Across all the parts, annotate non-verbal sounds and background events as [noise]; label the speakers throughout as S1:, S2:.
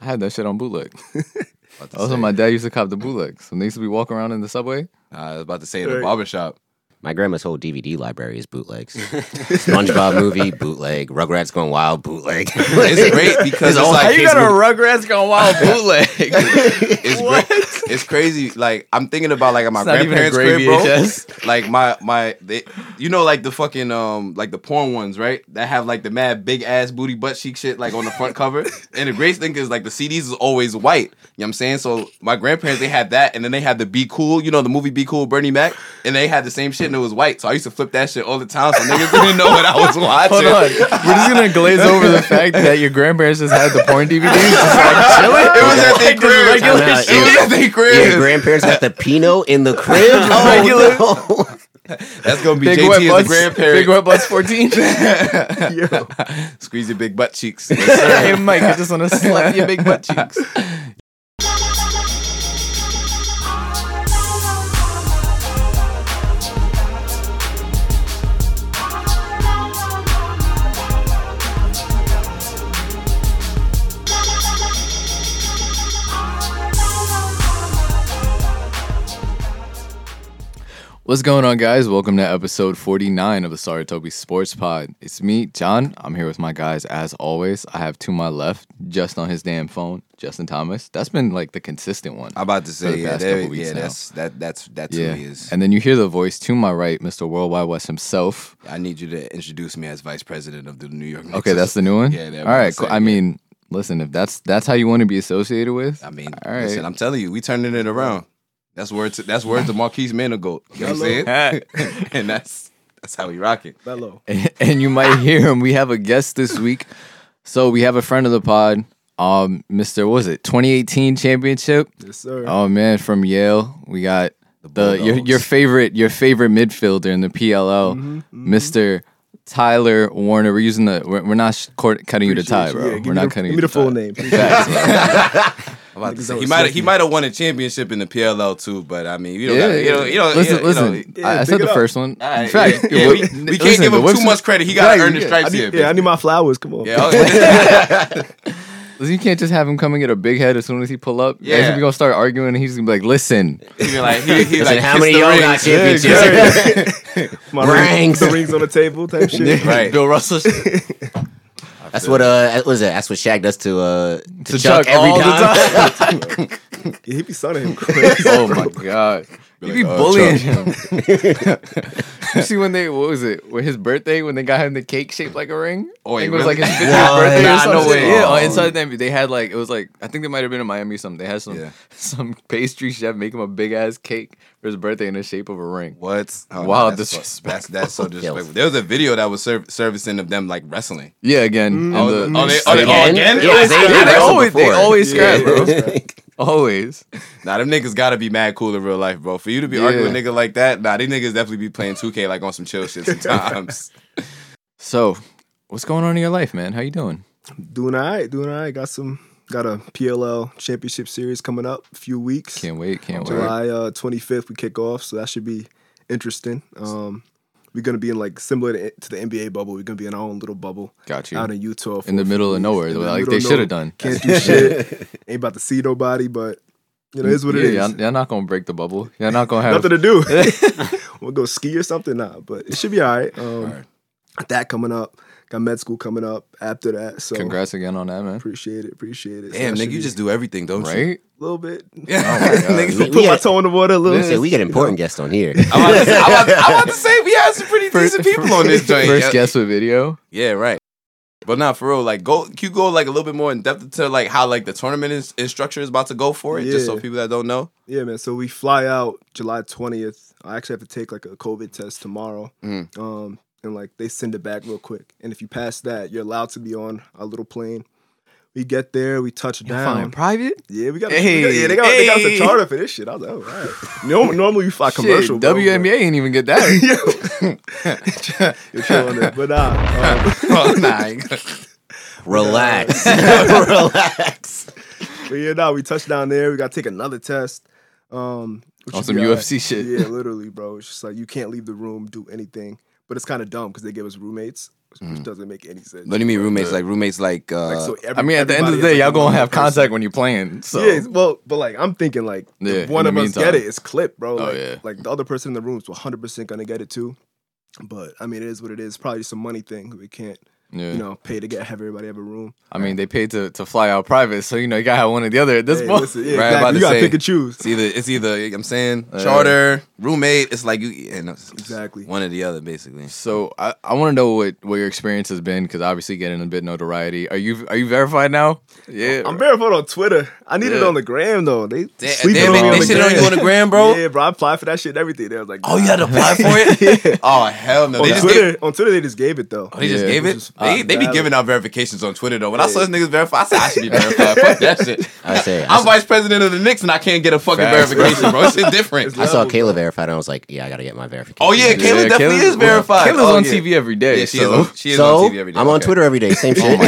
S1: I had that shit on bootleg. [laughs] That was when my dad used to cop the bootleg. So niggas would be walking around in the subway.
S2: I was about to say the barber shop.
S3: My grandma's whole DVD library is
S2: [laughs]
S3: bootlegs. SpongeBob movie bootleg, Rugrats going wild
S2: [laughs]
S3: bootleg.
S2: It's great because it's
S3: all-
S2: like
S3: you got a
S1: Rugrats gone wild bootleg?
S2: [laughs]
S1: [laughs]
S2: it's great. It's crazy. Like I'm thinking about like my
S1: not even a
S2: grandparents'
S1: gray
S2: crib, bro.
S1: VHS.
S2: [laughs] Like my my, they, you know, like the fucking um, like the porn ones, right? That have like the mad big ass booty butt cheek shit like on the front cover. And the great thing is like the CDs is always white. You know what I'm saying? So my grandparents they had that, and then they had the Be Cool, you know, the movie Be Cool, Bernie Mac, and they had the same shit and it was white. So I used to flip that shit all the time. So niggas didn't know what I was
S1: [laughs]
S2: watching.
S1: Hold
S2: [laughs]
S1: on. We're just gonna glaze over the fact that your grandparents just had the porn DVDs. Just like chilling.
S2: It was at their
S1: Like, just regular
S2: crib.
S3: Nah,
S2: It was at their
S3: [laughs] Your
S2: crib.
S3: grandparents got the Pinot in the
S2: [laughs]
S3: crib.
S1: Regular.
S3: Oh, no.
S2: That's gonna be
S1: Big
S2: JT
S1: Wet
S2: as a
S1: Butts.
S2: grandparent.
S1: Big
S2: [laughs]
S1: Wet Butts 14. [laughs]
S2: Squeeze your big butt cheeks.
S1: hey, Mike, I just wanna slap your big butt cheeks. What's going on, guys? Welcome to episode 49 of the Saratobi Sports Pod. It's me, John. I'm here with my guys as always. I have to my left, just on his damn phone, Justin Thomas. That's been like the consistent one.
S2: I'm about to
S1: the
S2: say, yeah,
S1: past
S2: there-
S1: couple weeks
S2: yeah,
S1: now.
S2: that's that that's that's
S1: yeah.
S2: who he is.
S1: And then you hear the voice to my right, Mr. Worldwide West himself.
S2: I need you to introduce me as vice president of the New York. Knicks.
S1: Okay, that's the new one.
S2: Yeah,
S1: All
S2: that was
S1: right.
S2: the
S1: Cool.
S2: same,
S1: I
S2: yeah.
S1: mean, listen, if that's that's how you want to be associated with,
S2: I mean,
S1: all right.
S2: listen, I'm telling you, we turning it around. That's word. To, that's word to Marquise Manigault. You know what I'm
S3: [laughs]
S2: saying? [laughs] and that's that's how we rock it.
S4: Bello.
S1: [laughs] and you might hear him. We have a guest this week. So we have a friend of the pod, um, Mr. What was it 2018 championship?
S4: Yes, sir.
S1: Oh man, from Yale, we got the, your
S2: Bulldogs. Mm-hmm,
S1: your favorite your favorite midfielder in the PLL, Mr. Tyler Warner. We're using the we're, we're not sh- court, cutting you to
S4: Appreciate
S1: tie,
S4: you.
S1: bro.
S4: Yeah, give
S1: we're
S4: me
S1: not
S4: the,
S1: cutting
S4: Give
S1: you
S4: me
S1: to
S4: the
S1: tie.
S4: full name.
S1: Facts, bro.
S2: I'm about to
S4: [laughs] Niggas
S2: say, he
S4: always
S2: might
S4: sniff
S2: he
S4: me.
S2: might have won a championship in the PLL too, but I mean, you don't.
S1: Yeah,
S2: gotta, you don't. You don't.
S1: listen,
S2: you
S1: listen.
S2: Know,
S1: I, I
S4: Yeah,
S1: said
S4: pick
S1: the
S4: it up.
S1: first one.
S2: all right,
S1: Fact,
S2: yeah, yeah,
S1: wh-
S2: we,
S1: n-
S2: we can't
S1: listen,
S2: give
S1: the
S2: him
S1: whips-
S2: too much credit. He got to
S4: Right,
S2: earn the
S1: yeah, I
S2: stripes
S4: I need-
S2: here.
S4: yeah, I
S2: bitch.
S4: need my flowers. Come on.
S2: yeah,
S4: [laughs]
S2: oh, [laughs]
S1: You can't just have him come and get a big head as soon as he pull up.
S2: Yeah.
S1: Yeah, we gonna start arguing, and he's gonna be like, "Listen,
S2: he be like, he, he
S3: Listen,
S2: like
S3: how
S2: kiss
S3: many
S2: the
S3: y'all
S2: ring.
S3: got
S1: [laughs]
S3: championships?
S4: My
S3: Rings.
S4: rings, the rings on the table type
S3: [laughs]
S2: [laughs]
S4: shit.
S2: Right.
S1: Bill Russell."
S3: That's what uh, that was it. That's what Shaq does to uh, to,
S1: To Chuck
S3: Chuck, every
S1: all the
S3: time. [laughs]
S4: Yeah, he be sunning him crazy.
S1: [laughs] oh my god. You be
S2: like, uh,
S1: bullying him. [laughs] you see when they what was it? When his birthday when they got him the cake shaped like a ring?
S2: Oh,
S1: I think it
S2: wait,
S1: was like his
S2: really?
S1: 50th birthday or
S2: Nah, no
S1: something.
S2: way.
S1: Yeah,
S2: Oh.
S1: oh, inside the NBA, they had like it was like I think they might have been in Miami or something. They had some
S2: Yeah.
S1: [laughs] some pastry chef make him a big ass cake for his birthday in the shape of a ring.
S2: [laughs] What? Oh,
S1: Wow,
S2: that's-
S1: disrespectful.
S3: [laughs]
S2: That's, that's so disrespectful. There was a video that was serv servicing of them like wrestling.
S1: Yeah, again.
S2: Oh,
S1: and the-
S2: oh, they, oh, they, oh, again?
S3: Yeah,
S2: Oh,
S3: they- they
S2: yeah,
S1: they
S3: wrestled
S1: always they
S3: before.
S1: always
S4: Yeah.
S1: scrap, bro.
S3: [laughs]
S1: Always.
S2: Nah, them niggas gotta be mad cool in real life, bro. For you to be arguing with
S1: Yeah.
S2: a nigga like that, nah, these niggas definitely be playing 2K like on some chill
S1: [laughs]
S2: shit sometimes. [laughs]
S1: So, what's going on in your life, man? How you doing?
S4: doing all right. Doing all right. Got some. Got a PLL Championship Series coming up. A few weeks.
S1: Can't wait, can't wait.
S4: July uh, 25th we kick off, so that should be interesting. Um, we're gonna be in like similar to, to the NBA bubble. We're gonna be in our own little bubble
S1: Got you.
S4: out in Utah for
S1: In the
S4: a few
S1: middle of
S4: weeks.
S1: nowhere,
S4: In the
S1: like
S4: middle
S1: they
S4: of
S1: should have
S4: nowhere.
S1: done.
S4: Can't do shit. Ain't about to see nobody, but you know, it is what it
S1: Yeah,
S4: is.
S1: Y'all, y'all not gonna break the bubble. Y'all not gonna have
S4: Nothing to do. [laughs] we'll go ski or something, nah. But it should be all right. Um, That coming up. Got med school coming up after that. So
S1: Congrats again on that, man.
S4: appreciate it. Appreciate it. So
S2: Damn,
S4: that should
S2: nigga, you
S4: be
S2: just do everything, don't [laughs] you? Oh
S1: Right?
S4: a little bit.
S2: [laughs]
S3: Uh, We-
S2: Niggas-
S4: [laughs] Put
S3: we
S4: my
S3: had-
S4: toe in the water a little.
S3: Say, we get important guests on here.
S2: [laughs] I'm about, to, I'm, about to, I'm about to say we have some pretty decent people on this joint.
S1: First
S2: yeah.
S1: guest with video.
S2: Yeah, right. But not for real. Like, go. Can you go like a little bit more in depth into like how like the tournament is, is structure is about to go for it? Just so
S4: Yeah.
S2: people that don't know.
S4: Yeah, man. So we fly out July 20th. I actually have to take like a COVID test tomorrow. Um, and like they send it back real quick. And if you pass that, you're allowed to be on a little plane. We get there, we touch down.
S1: private.
S4: yeah, we got, we got yeah, they got, they got us
S1: Hey.
S4: a charter for this shit. I was like, oh, all
S1: [laughs]
S4: right. Norm- normally you fly commercial.
S1: Shit, E?
S4: bro,
S1: WNBA ain't even get
S4: [laughs]
S1: that. [laughs]
S4: But, you're killing it. But nah, um,
S2: Oh, nah.
S3: [laughs]
S2: [laughs]
S3: Relax, relax.
S4: but yeah, nah, we touch down there. We got to take another test. Um, which
S1: On
S4: should
S1: some
S4: be all
S1: UFC shit. [laughs]
S4: Yeah, literally, bro. It's just like you can't leave the room, do anything. but it's kind of dumb because they give us roommates, which which doesn't make any sense.
S2: What do you mean roommates? Like roommates, like, uh,
S4: Like, so every-
S1: Mm-hmm. I mean, at the end of the
S4: everybody
S1: day,
S4: is,
S1: y'all
S4: like,
S1: gonna
S4: one
S1: have
S4: person.
S1: contact when you're playing. So
S4: Yeah, it's- well, but like I'm thinking, like
S1: Yeah,
S4: if one
S1: in
S4: of
S1: the
S4: us get
S1: meantime.
S4: it, it's clipped, bro.
S1: Oh,
S4: like,
S1: yeah.
S4: like the other person in the room's 100 percent gonna get it too. But I mean, it is what it is. Probably some money thing. We can't,
S1: Yeah.
S4: you know, pay to get have everybody have a room.
S1: I mean, they paid to, to fly out private, so you know you gotta have one or the other at this
S4: Hey,
S1: point. [laughs]
S4: listen, yeah,
S2: Right,
S4: exactly.
S2: about to
S4: You gotta
S2: say.
S4: pick and choose.
S2: It's either it's either you know what I'm saying charter roommate. It's like you yeah, no, it's- it's
S4: Exactly.
S2: one or the other basically.
S1: So I, I want to know what, what your experience has been because obviously getting a bit notoriety. Are you are you verified now? Yeah,
S4: I'm verified on Twitter. I need it
S1: Yeah.
S4: on the gram though. They
S2: They-
S4: sleeping
S2: they-
S4: on me
S2: they
S4: on the
S2: shit
S4: gram.
S2: on you on the gram, bro?
S4: [laughs] Yeah, bro. I applied for that shit and everything. They was like,
S2: Oh, you had to apply for it? Oh hell no!
S4: on
S2: They just
S4: Twitter.
S2: gave,
S4: On Twitter, they just gave it though.
S2: oh, they just
S1: Yeah.
S2: gave
S4: Which
S2: it.
S4: is
S2: They, they be
S4: valid.
S2: giving out verifications on Twitter though. When I saw this niggas verify, I said I should be verified. Fuck that
S1: [laughs]
S2: shit.
S3: I say, I,
S2: I'm
S3: s-
S2: vice president of the Knicks and I can't get a fucking
S1: Facts, bro.
S2: verification, bro. It's
S1: [laughs]
S2: different.
S4: It's
S3: I saw
S4: level,
S3: Kayla verified, and I was like, yeah, I gotta get my verification.
S2: Oh yeah,
S1: Yeah,
S2: Kayla definitely
S1: Kayla's-
S2: is verified.
S1: Kayla's
S2: Oh,
S1: on
S2: yeah.
S1: TV every day.
S2: Yeah, she
S1: so. [laughs]
S2: is. On, she is
S3: so
S2: on TV every day.
S3: I'm on
S2: Okay. [laughs] Oh
S3: Twitter every day. Same shit.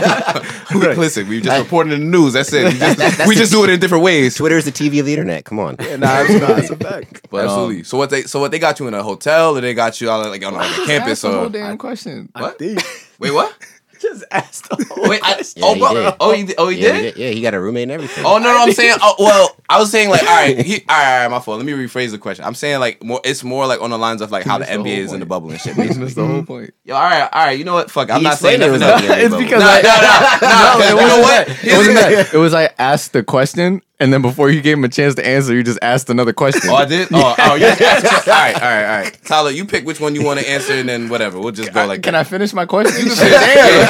S4: Right.
S2: Listen, we just reporting in the news. That's it. We just, we just do it in different ways.
S3: Twitter is the TV of the internet. Come on.
S4: Nah, it's not. It's a fact.
S1: But, um,
S2: Absolutely. so what they so what they got you in a hotel or they got you out like
S3: [laughs]
S2: on like, a campus
S1: Ask the whole
S2: or
S1: damn question.
S2: [laughs]
S4: I
S2: [laughs] What?
S4: think.
S2: wait what?
S4: Just asked them.
S2: Wait, I,
S4: [laughs]
S3: Yeah,
S2: oh,
S3: he
S2: but-
S3: did.
S2: oh, he did. Oh, he
S3: yeah,
S2: did.
S3: Yeah, he got a roommate and everything.
S2: Oh no, no, I'm saying. Oh, well, I was saying like, all right, he, all right, all right, my fault. Let me rephrase the question. I'm saying like more. It's more like on the lines of like how the
S1: That's the
S2: NBA
S1: whole
S2: is in the
S1: point.
S2: bubble and shit.
S1: That's the
S2: [laughs]
S1: whole point.
S2: Yo, all right, all right. You know what? Fuck, I'm
S3: He
S2: not saying
S3: explained it
S2: nothing.
S3: was
S2: else.
S3: like- Yeah,
S1: it's
S3: but-
S1: because
S2: Nah,
S1: I,
S2: [laughs] nah, nah, nah.
S1: it
S2: You know
S1: wasn't
S2: what?
S1: that. It wasn't that. It was I asked the question, and then before you gave him a chance to answer, you just asked another question.
S2: Oh, I did. Oh, oh, yeah. all right, all right, all right. Tyler, you pick which one you want to answer, and then whatever. We'll just go like.
S1: Can I finish my [laughs] question?
S2: [laughs]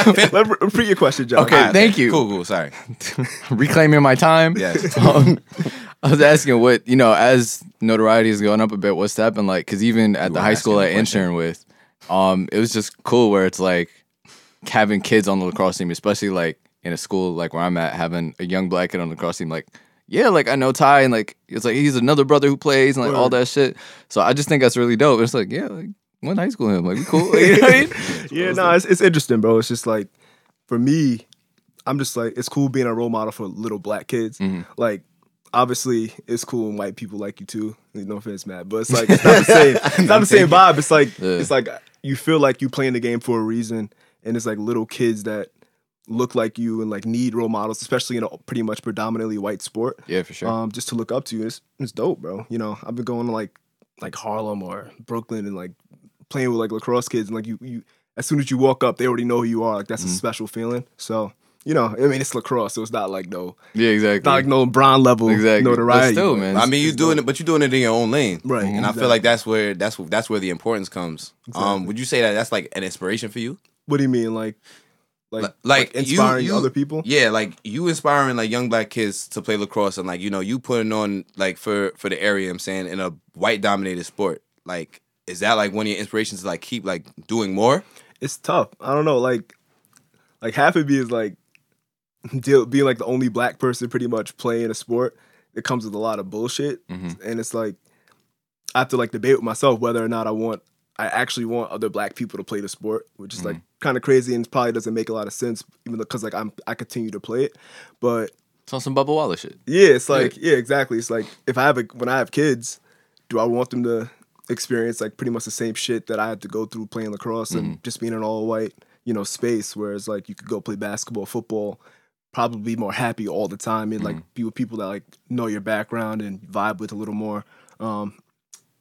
S2: Yeah, yeah.
S4: Let me repeat your question, John.
S1: Okay.
S2: Alright,
S1: thank you.
S2: Cool, cool. Sorry.
S1: [laughs] Reclaiming my time. [laughs]
S2: Yes.
S1: um, I was asking what you know as notoriety has gone up a bit. What's that been like? Because even at the
S2: were
S1: high school I
S2: asking a
S1: interned with, um, it was just cool where it's like having kids on the lacrosse team, especially like in a school like where I'm at, having a young black kid on the lacrosse team, like. Yeah, like I know Ty, and like it's like he's another brother who plays, and like all
S4: Word.
S1: that shit. So I just think that's really dope. It's like, yeah, like went to high school with him, like we cool. [laughs] you know what I mean?
S4: Yeah, no, it's, it's interesting, bro. It's just like for me, I'm just like it's cool being a role model for little black kids. Like, obviously, it's cool when white people like you too. No offense, Matt, but it's like it's not the [laughs] same. It's not the same vibe. It's like it's like you feel like you playing the game for a reason, and it's like little kids that look like you and like need role models, especially in a pretty much predominantly white sport.
S1: Yeah, for sure.
S4: Um, just to look up to you. It's it's dope, bro. You know, I've been going to like like Harlem or Brooklyn and like playing with like lacrosse kids and like you you as soon as you walk up, they already know who you are. Like that's a special feeling. So you know, I mean, it's lacrosse, so it's not like no,
S1: yeah, exactly.
S4: not like no LeBron level
S1: exactly.
S4: notoriety.
S1: But still,
S4: but-
S1: man.
S2: I mean, you doing it, but you're doing it in your own lane,
S4: Right,
S2: And Mm-hmm. I feel
S4: exactly.
S2: like that's where that's that's where the importance comes. Um, would you say that that's like an inspiration for you?
S4: What do you mean, like, like,
S2: Like,
S4: like,
S2: you-
S4: inspiring
S2: you-
S4: other people?
S2: Yeah, like you inspiring like young black kids to play lacrosse and like you know you putting on like for for the area. I'm saying in a white dominated sport, like is that like one of your inspirations to like keep like doing more?
S4: It's tough. I don't know. Like, like half of me is like deal, being like the only black person pretty much playing a sport. It comes with a lot of bullshit, and it's like I have to like debate with myself whether or not I want I actually want other black people to play the sport, which is like kind of crazy and probably doesn't make a lot of sense, even because like I'm I continue to play it, but
S1: it's on some Bubba Wallace shit.
S4: yeah, it's like yeah, exactly. It's like if I have a when I have kids, do I want them to experience like pretty much the same shit that I had to go through playing lacrosse
S2: Mm-hmm.
S4: and just being in an all white you know space, whereas like you could go play basketball, football, probably be more happy all the time and
S2: Mm-hmm.
S4: like be with people that like know your background and vibe with a little more. Um,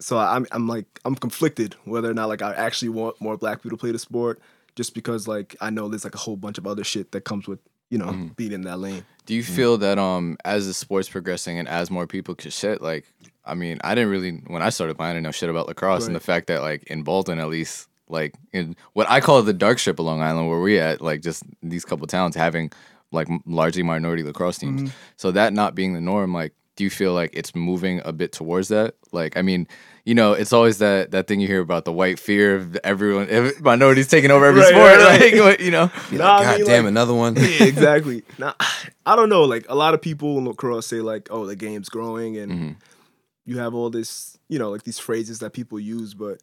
S4: so I'm I'm like I'm conflicted whether or not like I actually want more black people to play the sport just because like I know there's like a whole bunch of other shit that comes with you know
S2: Mm-hmm.
S4: being in that lane.
S1: Do you feel that um as the sport's progressing and as more people could shit like I mean I didn't really when I started playing I didn't know shit about lacrosse and the
S4: Right.
S1: fact that like in Bolton at least like in what I call the dark strip of Long Island where we at like just these couple towns having like m- largely minority lacrosse teams so that not being the norm like do you feel like it's moving a bit towards that like I mean you know it's always that that thing you hear about the white fear of everyone if minorities taking over every
S4: Right,
S1: sport
S4: right, right.
S1: [laughs] like you know
S4: Nah, I
S2: God
S4: mean,
S2: damn,
S4: like-
S2: another
S1: [laughs]
S2: one. [laughs]
S4: Yeah, exactly. Now, I don't know. Like a lot of people in lacrosse say, like, "Oh, the game's growing," and
S1: Mm-hmm.
S4: you have all this, you know, like these phrases that people use. But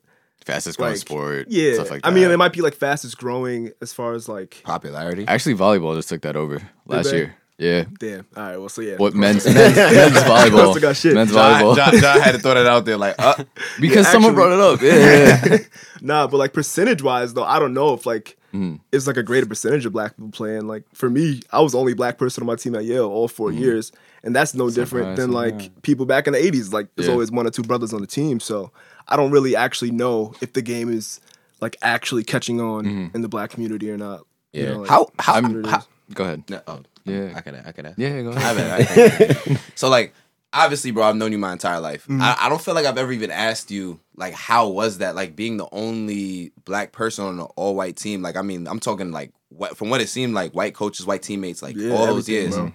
S1: fastest growing
S4: Like,
S1: sport
S4: yeah,
S1: stuff like that
S4: I mean, it might be like fastest growing as far as like
S3: Popularity.
S1: Actually, volleyball just took that over last
S4: they?
S1: year. Yeah.
S4: Damn. All right. Well, so yeah.
S1: What
S4: [laughs]
S1: men's men's, men's volleyball?
S4: Still got shit.
S1: Men's
S2: John,
S1: volleyball.
S2: John, [laughs] John had to throw that out there, like, uh,
S1: [laughs] because
S4: Yeah,
S1: someone
S4: actually-
S1: brought it up. Yeah.
S4: [laughs]
S1: yeah.
S4: Nah, but like percentage wise though, I don't know if like
S2: Mm.
S4: it's like a greater percentage of black people playing. Like for me, I was the only black person on my team at Yale all four
S2: Mm.
S4: years, and that's no different
S1: right,
S4: than
S1: some
S4: like people back in the '80s. Like there's
S1: Yeah.
S4: always one or two brothers on the team, so I don't really actually know if the game is like actually catching on in the black community or not. You
S3: Yeah.
S4: know,
S2: Mm-hmm.
S4: like,
S2: how how,
S4: I'm-
S2: how
S1: go ahead.
S2: no, oh,
S1: Yeah.
S2: I could I could
S1: Yeah. Go
S2: I
S1: ahead.
S2: bet, I bet. so like obviously bro i've known you my entire life I, I don't feel like i've ever even asked you like how was that like being the only black person on an all-white team like i mean i'm talking like what from what it seemed like white coaches white teammates like
S4: Yeah,
S2: all those
S4: everything,
S2: years
S4: bro.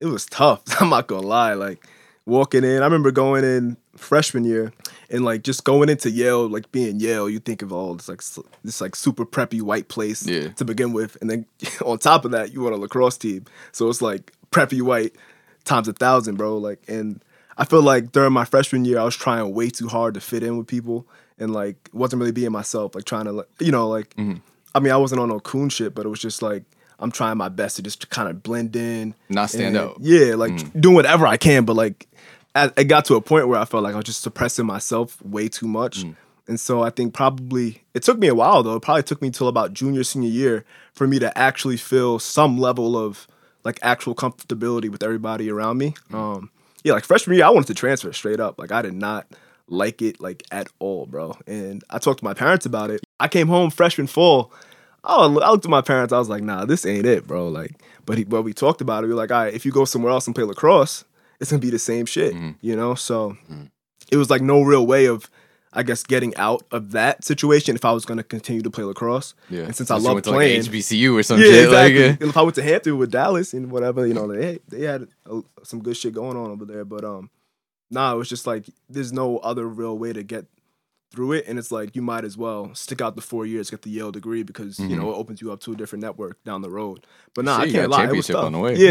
S4: It was tough. [laughs] I'm not gonna lie. Like walking in, I remember going in freshman year and like just going into Yale, like being Yale, you think of all this like s- this like super preppy white place
S1: Yeah.
S4: to begin with, and then [laughs] on top of that, you on a lacrosse team, so it's like preppy white times a thousand, bro. Like, and I feel like during my freshman year, I was trying way too hard to fit in with people, and like wasn't really being myself. Like trying to, like, you know, like
S1: Mm-hmm.
S4: I mean, I wasn't on no coon shit, but it was just like I'm trying my best to just kind of blend in,
S1: Not stand
S4: and-
S1: out.
S4: Yeah, like doing whatever I can, but like I, it got to a point where I felt like I was just suppressing myself way too much. And so I think probably it took me a while though. It probably took me till about junior senior year for me to actually feel some level of like actual comfortability with everybody around me. Um yeah, like freshman year I wanted to transfer straight up. Like I did not like it like at all, bro. And I talked to my parents about it. I came home freshman fall Oh, I looked at my parents. I was like, "Nah, this ain't it, bro." Like, but he, but we talked about it. We were like, "All right, if you go somewhere else and play lacrosse, it's gonna be the same shit," you know. So it was like no real way of, I guess, getting out of that situation if I was gonna continue to play lacrosse.
S1: Yeah.
S4: And since I
S1: Unless you
S4: love
S1: went to, like,
S4: playing,
S1: HBCU or some
S4: yeah,
S1: shit.
S4: exactly.
S1: Like, uh,
S4: If I went to Hampton with Dallas and whatever, you know, they they had uh some good shit going on over there. But um, nah, it was just like there's no other real way to get through it, and it's like you might as well stick out the four years, get the Yale degree because you know it opens you up to a different network down the road. But nah,
S1: Mm-hmm. Shit,
S4: I
S1: you
S4: can't
S1: got a
S4: lie, it was
S1: championship
S4: tough.
S1: on the way.
S4: Yeah,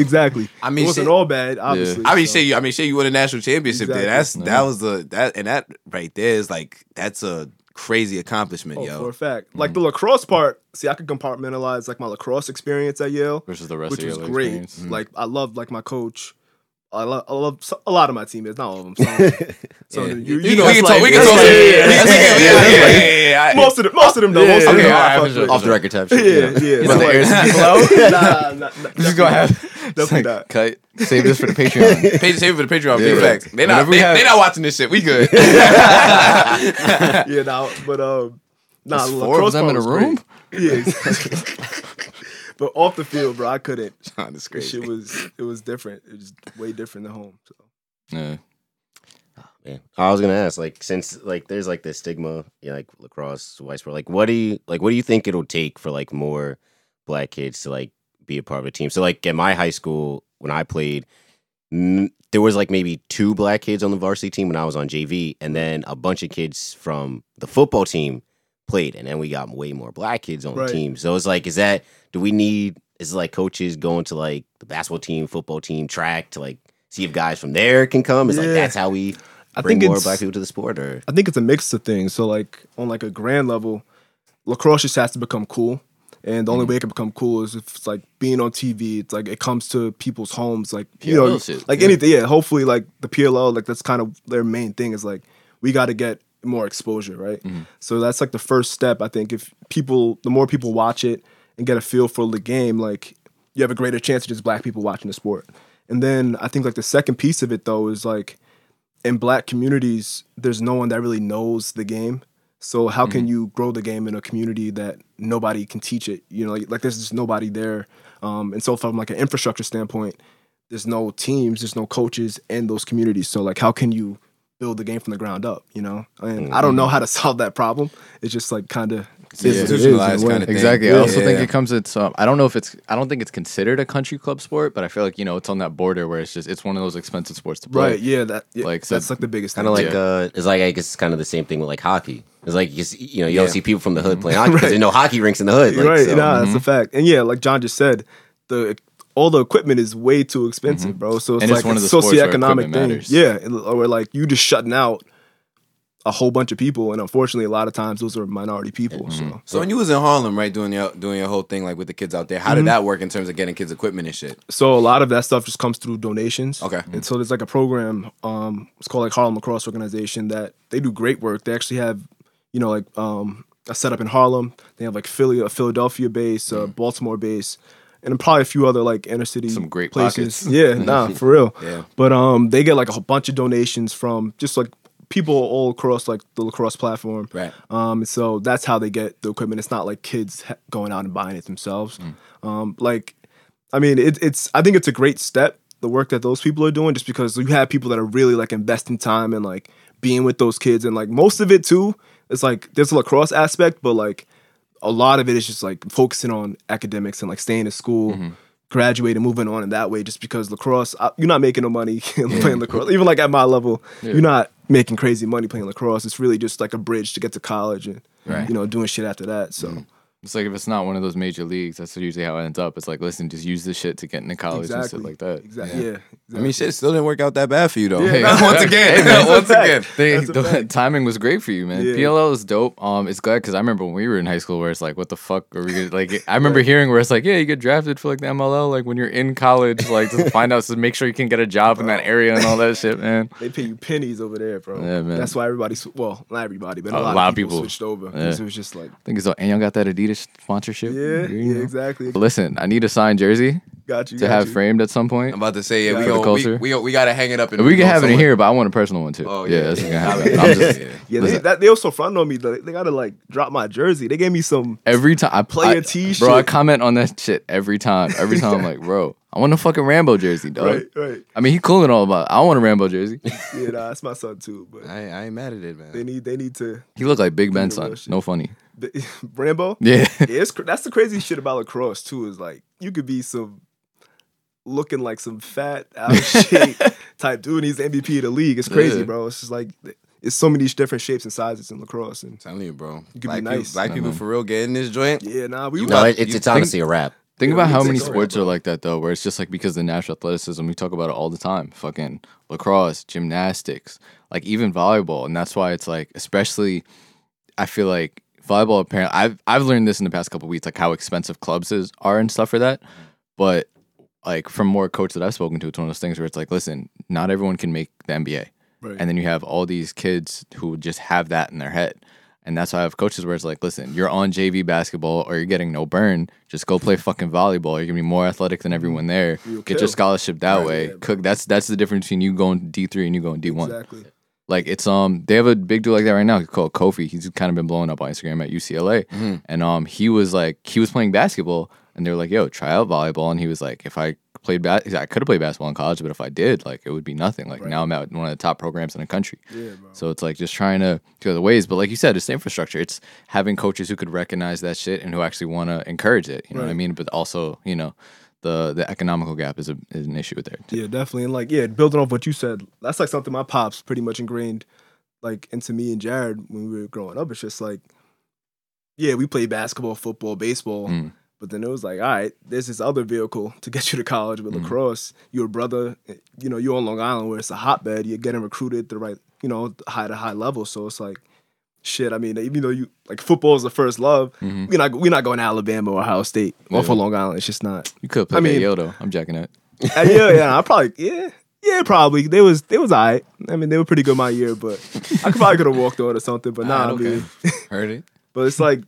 S1: [laughs]
S4: exactly.
S2: I mean,
S4: it wasn't
S2: shit-
S4: all bad, obviously.
S2: I mean,
S4: so-
S2: say you. I mean, say you won a national championship.
S4: Exactly.
S2: There, that's that was the that and that right there is like that's a crazy accomplishment,
S4: Oh, for
S2: yo.
S4: a fact, like the
S1: Mm-hmm.
S4: lacrosse part. See, I could compartmentalize like my lacrosse experience at Yale
S1: versus the rest
S4: which
S1: of your
S4: was
S1: life
S4: great. Mm.
S1: experience. Mm-hmm.
S4: Like I love like my coach. I love, I love so- a lot of my teammates, not all of them. So, so
S2: Yeah.
S4: you,
S2: We
S4: you
S2: can
S4: know, it's
S2: talk.
S4: like-
S2: We can
S4: it's
S2: talk.
S4: like-
S2: Yeah,
S4: yeah,
S2: yeah,
S4: yeah, yeah,
S2: yeah,
S4: yeah,
S2: yeah,
S4: yeah.
S2: yeah, yeah.
S4: Most of them, most of them, though. Most of
S1: Okay,
S4: them,
S1: all
S4: I
S1: right,
S4: fuck
S1: for
S4: with.
S1: sure.
S3: Off the record type shit. you know.
S4: Yeah,
S1: But
S4: yeah. so,
S1: the
S4: like-
S1: air's
S4: nah, nah, nah,
S1: This is
S4: definitely
S1: gonna
S4: not.
S1: happen.
S4: Definitely
S1: Like,
S4: not.
S1: Cut. Save
S4: [laughs]
S1: this for the Patreon.
S2: [laughs] Pay, save it for the Patreon.
S1: Yeah.
S2: Yeah, facts. They not
S1: Whenever we
S2: they,
S1: have-
S2: they not watching this shit. We good.
S4: Yeah, nah, but um, nah,
S1: There's four of
S4: lacrosse
S1: them in a
S4: part was great.
S1: room.
S4: [laughs] Yeah, exactly. [laughs] but off the field, bro, I couldn't.
S2: That's
S4: This
S2: crazy.
S4: shit was it was different. It was way different than home. So.
S1: Yeah.
S3: Yeah. I was gonna ask, like, since like there's like this stigma, you know, like lacrosse, white sport, like, what do you like? What do you think it'll take for like more black kids to like be a part of a team? So, like, at my high school when I played, n- there was like maybe two black kids on the varsity team when I was on JV, and then a bunch of kids from the football team played, and then we got way more black kids on
S4: Right.
S3: the team. So it's like, is that do we need? Is it like coaches going to like the basketball team, football team, track to like see if guys from there can come? It's
S4: Yeah.
S3: like that's how we
S4: I
S3: bring
S4: think
S3: more
S4: it's-
S3: black people to the sport or
S4: I think it's a mix of things. So like on like a grand level, lacrosse just has to become cool. And the only way it can become cool is if it's like being on TV. It's like it comes to people's homes, like you
S1: PLL
S4: know,
S1: shit,
S4: like
S1: yeah.
S4: anything. Yeah, hopefully, like the PLL, like that's kind of their main thing is like we got to get more exposure, right? So that's like the first step. I think if people, the more people watch it and get a feel for the game, like you have a greater chance of just black people watching the sport. And then I think like the second piece of it though is like in black communities, there's no one that really knows the game. So how can you grow the game in a community that nobody can teach it? You know, like, like there's just nobody there. Um, and so from like an infrastructure standpoint, there's no teams, there's no coaches in those communities. So like, how can you build the game from the ground up? You know, and I don't know how to [laughs] solve that problem. It's just like kind of
S2: Institutionalized kind of thing.
S1: Exactly. I
S2: Yeah.
S1: also think
S2: Yeah.
S1: it comes at some. I don't know if it's. I don't think it's considered a country club sport, but I feel like you know it's on that border where it's just it's one of those expensive sports to play.
S4: right. Yeah, that yeah,
S1: Like,
S4: like
S1: so-
S4: that's like the biggest
S3: kind of
S4: thing.
S3: like uh it's like I guess it's kind of the same thing with like hockey. It's like you, s- you know you don't see people from the hood
S2: Mm-hmm.
S3: playing hockey
S4: [laughs]
S3: because there's no hockey rinks in the hood. Like,
S4: right,
S3: so-
S4: nah,
S1: mm-hmm.
S4: that's a fact. And yeah, like John just said, the all the equipment is way too expensive, bro. So it's
S1: Mm-hmm. And
S4: like
S1: it's one of
S4: a
S1: the sports where
S4: socioeconomic
S1: equipment
S4: thing.
S1: matters.
S4: Yeah, and- or like you just shutting out a whole bunch of people, and unfortunately, a lot of times those are minority people.
S1: Mm-hmm.
S4: So
S2: So when you was in Harlem, right, doing your doing your whole thing like with the kids out there, how did that work in terms of getting kids equipment and shit?
S4: so a lot of that stuff just comes through donations.
S2: Okay.
S4: And so there's like a program, um, it's called like Harlem Lacrosse Organization that they do great work. They actually have, you know, like um a setup in Harlem. They have like Philly, a Philadelphia base, a Baltimore base, and probably a few other like inner city
S1: Mm. Some great
S4: places.
S1: pockets.
S4: [laughs] Yeah, nah, for real.
S2: Yeah.
S4: But um they get like a whole bunch of donations from just like people all across like the lacrosse platform.
S2: Right.
S4: Um, so that's how they get the equipment. It's not like kids ha- going out and buying it themselves.
S2: Mm.
S4: Um, like, I mean, it, it's. I think it's a great step the work that those people are doing, just because you have people that are really like investing time and like being with those kids, and like most of it too. It's like there's a lacrosse aspect, but like a lot of it is just like focusing on academics and like staying in school.
S1: Mm-hmm.
S4: Graduating, moving on in that way, just because lacrosse, I, you're not making no money [laughs] playing lacrosse. Even like at my level, you're not making crazy money playing lacrosse. It's really just like a bridge to get to college and
S1: Right. Mm-hmm.
S4: you know doing shit after that. So
S1: It's like if it's not one of those major leagues, that's usually how it ends up. It's like, listen, just use this shit to get into college and
S4: exactly
S1: shit like that.
S4: Exactly. Yeah.
S2: I mean, shit still didn't work out that bad for you though. [laughs]
S4: Yeah.
S2: once again,
S4: [laughs] That's a
S2: once
S4: fact.
S2: again.
S1: They,
S4: That's
S1: [laughs]
S4: a
S1: the
S4: fact.
S1: timing was great for you, man.
S4: Yeah.
S1: PLL is dope. Um, it's glad because I remember when we were in high school, where it's like, what the fuck are we gonna, like? I
S4: [laughs]
S1: remember hearing where it's like, yeah, you get drafted for like the MLL, like when you're in college, like to find out [laughs] to make sure you can get a job in that area and all that shit, man.
S4: They pay you pennies over there, bro.
S1: Yeah, man.
S4: That's why everybody, sw- well, not everybody, but a,
S1: A
S4: lot,
S1: lot
S4: of
S1: of
S4: people,
S1: people.
S4: switched over. 'cause It was just like,
S1: I think it's all, and y'all got that Adidas sponsorship.
S4: yeah,
S1: You
S4: yeah,
S1: know?
S4: exactly.
S1: Listen, I need a signed jersey
S4: Got you.
S1: to
S4: got
S1: have
S4: you.
S1: framed at some point.
S2: I'm about to say yeah, we
S4: For the
S2: go, we,
S1: culture.
S2: we, we gotta hang it up and
S1: we can
S2: go
S1: have it in
S2: somewhere.
S1: here, but I want a personal one too.
S2: Oh
S1: yeah,
S2: yeah,
S1: that's gonna
S2: yeah.
S1: happen.
S4: [laughs]
S1: I'm just,
S2: Yeah.
S4: Yeah, they, that, they also front on me. though. They got to like drop my jersey. They gave me some.
S1: Every time I
S4: Play
S1: a
S4: a T-shirt.
S1: bro. I comment on that shit every time. Every time, I'm like, bro, I want a fucking Rambo jersey, dog.
S4: Right, right.
S1: I mean, he cool and all, but I want a Rambo jersey.
S4: Yeah, nah, that's my son too. But
S2: I, I ain't mad at it, man.
S4: they need, they need to.
S1: He looked like Big Ben's
S4: the real
S1: son.
S4: shit.
S1: No funny.
S4: the- [laughs] Rambo.
S1: Yeah,
S4: yeah, it's, cr- that's the crazy shit about lacrosse too. Is like you could be some looking like some fat out
S1: [laughs]
S4: of shape type dude, and he's the MVP of the league. It's crazy,
S1: Yeah.
S4: bro. It's just like it's so many different shapes and sizes in lacrosse, and
S2: telling you, bro.
S4: be
S2: Black people,
S4: nice.
S2: black people for real getting this joint.
S4: yeah, nah, we
S2: You
S4: were
S3: No,
S2: got-
S3: it, it's,
S2: you
S3: it's honestly a wrap.
S1: think
S4: Yeah,
S1: about
S4: we
S1: how
S4: can
S1: many
S4: take over,
S1: sports are
S4: bro.
S1: like that though, where it's just like because of the natural athleticism. We talk about it all the time. Fucking lacrosse, gymnastics, like even volleyball, and that's why it's like, especially, I feel like volleyball. Apparently, I've I've learned this in the past couple weeks, like how expensive clubs is, are and stuff for that, but. Like from more coach that I've spoken to, it's one of those things where it's like, listen, not everyone can make the NBA.
S4: Right.
S1: And then you have all these kids who just have that in their head. And that's why I have coaches where it's like, listen, you're on JV basketball or you're getting no burn. Just go play fucking volleyball. You're gonna be more athletic
S4: Mm-hmm.
S1: than everyone there.
S4: You'll
S1: Get
S4: kill.
S1: your scholarship that
S4: Right,
S1: way.
S4: yeah, bro.
S1: Cook. That's that's the difference between you going D three and you going D one.
S4: exactly.
S1: Like it's um they have a big dude like that right now called Kofi. He's kind of been blowing up on Instagram at UCLA. And um he was like he was playing basketball and they were like, yo, try out volleyball. And he was like, if I played bas- I could have played basketball in college, but if I did, like it would be nothing. Like now I'm at one of the top programs in the country.
S4: Yeah, bro.
S1: So it's like just trying to go the ways. But like you said, it's the infrastructure. It's having coaches who could recognize that shit and who actually wanna encourage it. You know what I
S4: Right.
S1: mean? But also, you know, the the economical gap is a is an issue there.
S4: Yeah, definitely. And like, yeah, building off what you said, that's like something my pops pretty much ingrained like into me and Jared when we were growing up. It's just like, yeah, we played basketball, football, baseball.
S1: Mm.
S4: But then it was like, all right, there's this other vehicle to get you to college with lacrosse. Your brother, eh, you know, you're on Long Island where it's a hotbed. You're getting recruited the right, you know, high to high level. So it's like, shit. I mean, even though you like football is the first love, we're not we're not going to Alabama or Ohio State or for Long Island. It's just not.
S1: You could play
S4: mean-
S1: at Yale though. I'm jacking it.
S4: Uh, yeah, yeah. I probably yeah. Yeah, probably. They was they was alright. I mean, they were pretty good my year, but I could probably could have walked on or something. But nah, I
S2: okay.
S4: mean,
S2: Heard it.
S4: [laughs] but it's like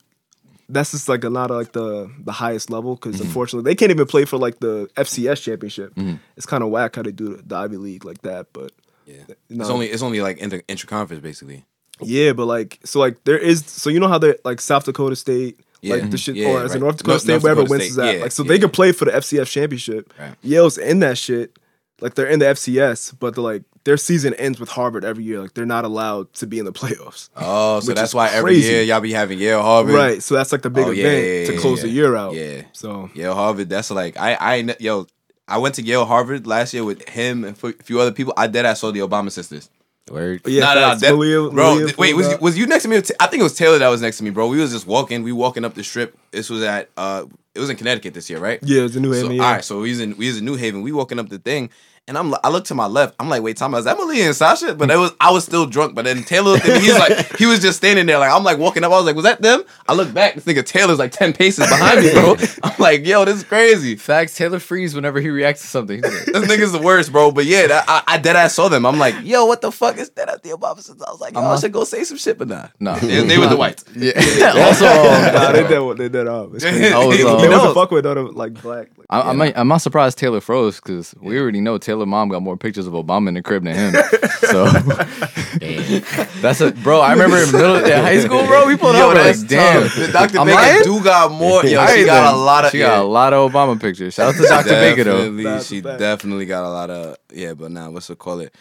S4: that's just like a lot of like the the highest level because unfortunately they can't even play for like the FCS championship. It's kind of whack how they do the Ivy League like that, but
S2: Yeah.
S4: No.
S2: It's only it's only like inter intra conference basically.
S4: yeah, but like so like there is so you know how they like South Dakota State.
S2: Yeah. mm-hmm.
S4: Like the shit,
S2: Yeah,
S4: or as in
S2: right.
S4: North Dakota
S2: North-
S4: State,
S2: North
S4: wherever
S2: Dakota
S4: wins
S2: State,
S4: is at.
S2: yeah,
S4: like, so
S2: yeah.
S4: they could play for the FCF championship.
S2: Right.
S4: Yale's in that shit. Like they're in the FCS, but they're like their season ends with Harvard every year. Like they're not allowed to be in the playoffs.
S2: Oh, so
S4: Which
S2: that's
S4: is
S2: why every
S4: crazy.
S2: year y'all be having Yale Harvard.
S4: Right. So that's like the big
S2: Oh, yeah,
S4: event
S2: yeah,
S4: to
S2: yeah,
S4: close
S2: yeah.
S4: the year out.
S2: Yeah.
S4: So
S2: Yale Harvard. That's like I I kn- yo. I went to Yale Harvard last year with him and a few other people. I dead I saw the Obama sisters.
S3: Word.
S4: yeah,
S2: nah, nah,
S4: facts.
S2: that-
S4: Malia-
S2: bro.
S4: Malia
S2: th- wait,
S4: pulled
S2: was you,
S4: up.
S2: was you next to me? or Ta- I think it was Taylor that was next to me, bro. We was just walking. We walking up the strip. This was at uh, it was in Connecticut this year, right?
S4: yeah, it was a
S2: So,
S4: new Haven.
S2: all
S4: yeah.
S2: right, so we was in we was in New Haven. We walking up the thing, And I'm, I look to my left. I'm like, wait, time is Emily and Sasha? But it was, I was still drunk. But then Taylor looked at me. He's
S1: [laughs]
S2: like, he was just standing there. Like I'm like walking up. I was like, was that them? I look back. This nigga Taylor's like ten paces behind me,
S1: [laughs]
S2: bro. I'm like, yo, this is crazy.
S1: Facts. Taylor freeze whenever he reacts to something. He's like,
S2: This nigga's the worst, bro. But yeah, that, I, I dead ass saw them. I'm like, yo, what the fuck is that at the Obama? I was like, yo,
S1: Uh-huh.
S2: I should go say some shit, but nah.
S1: nah.
S2: [laughs] They, they were
S3: [laughs]
S2: the whites.
S1: Yeah. also,
S4: [laughs] nah,
S2: [laughs]
S4: they
S1: um,
S4: did what they did. Uh, it's
S1: [laughs]
S4: crazy.
S1: I was,
S4: they
S1: um,
S4: wasn't
S2: knows.
S4: fuck with though, like black. Like,
S1: I, I'm, not, I'm not surprised Taylor froze because we already know Taylor mom got more pictures of Obama in the crib than
S2: [laughs]
S1: him. so
S3: Damn.
S1: that's a bro. I remember in middle in high school, bro. We pulled
S2: Yo,
S1: over
S2: that's
S1: like, damn.
S2: tough. The Dr.
S1: I'm
S2: Baker
S1: lying?
S2: do got more. Yo, she
S1: Alright,
S2: got a
S1: then.
S2: lot of.
S1: She got a lot of Obama pictures. Shout out to Dr. Baker though.
S2: Definitely,
S4: That's
S2: She
S4: a fact.
S2: definitely got a lot of yeah, but nah, what's it call it?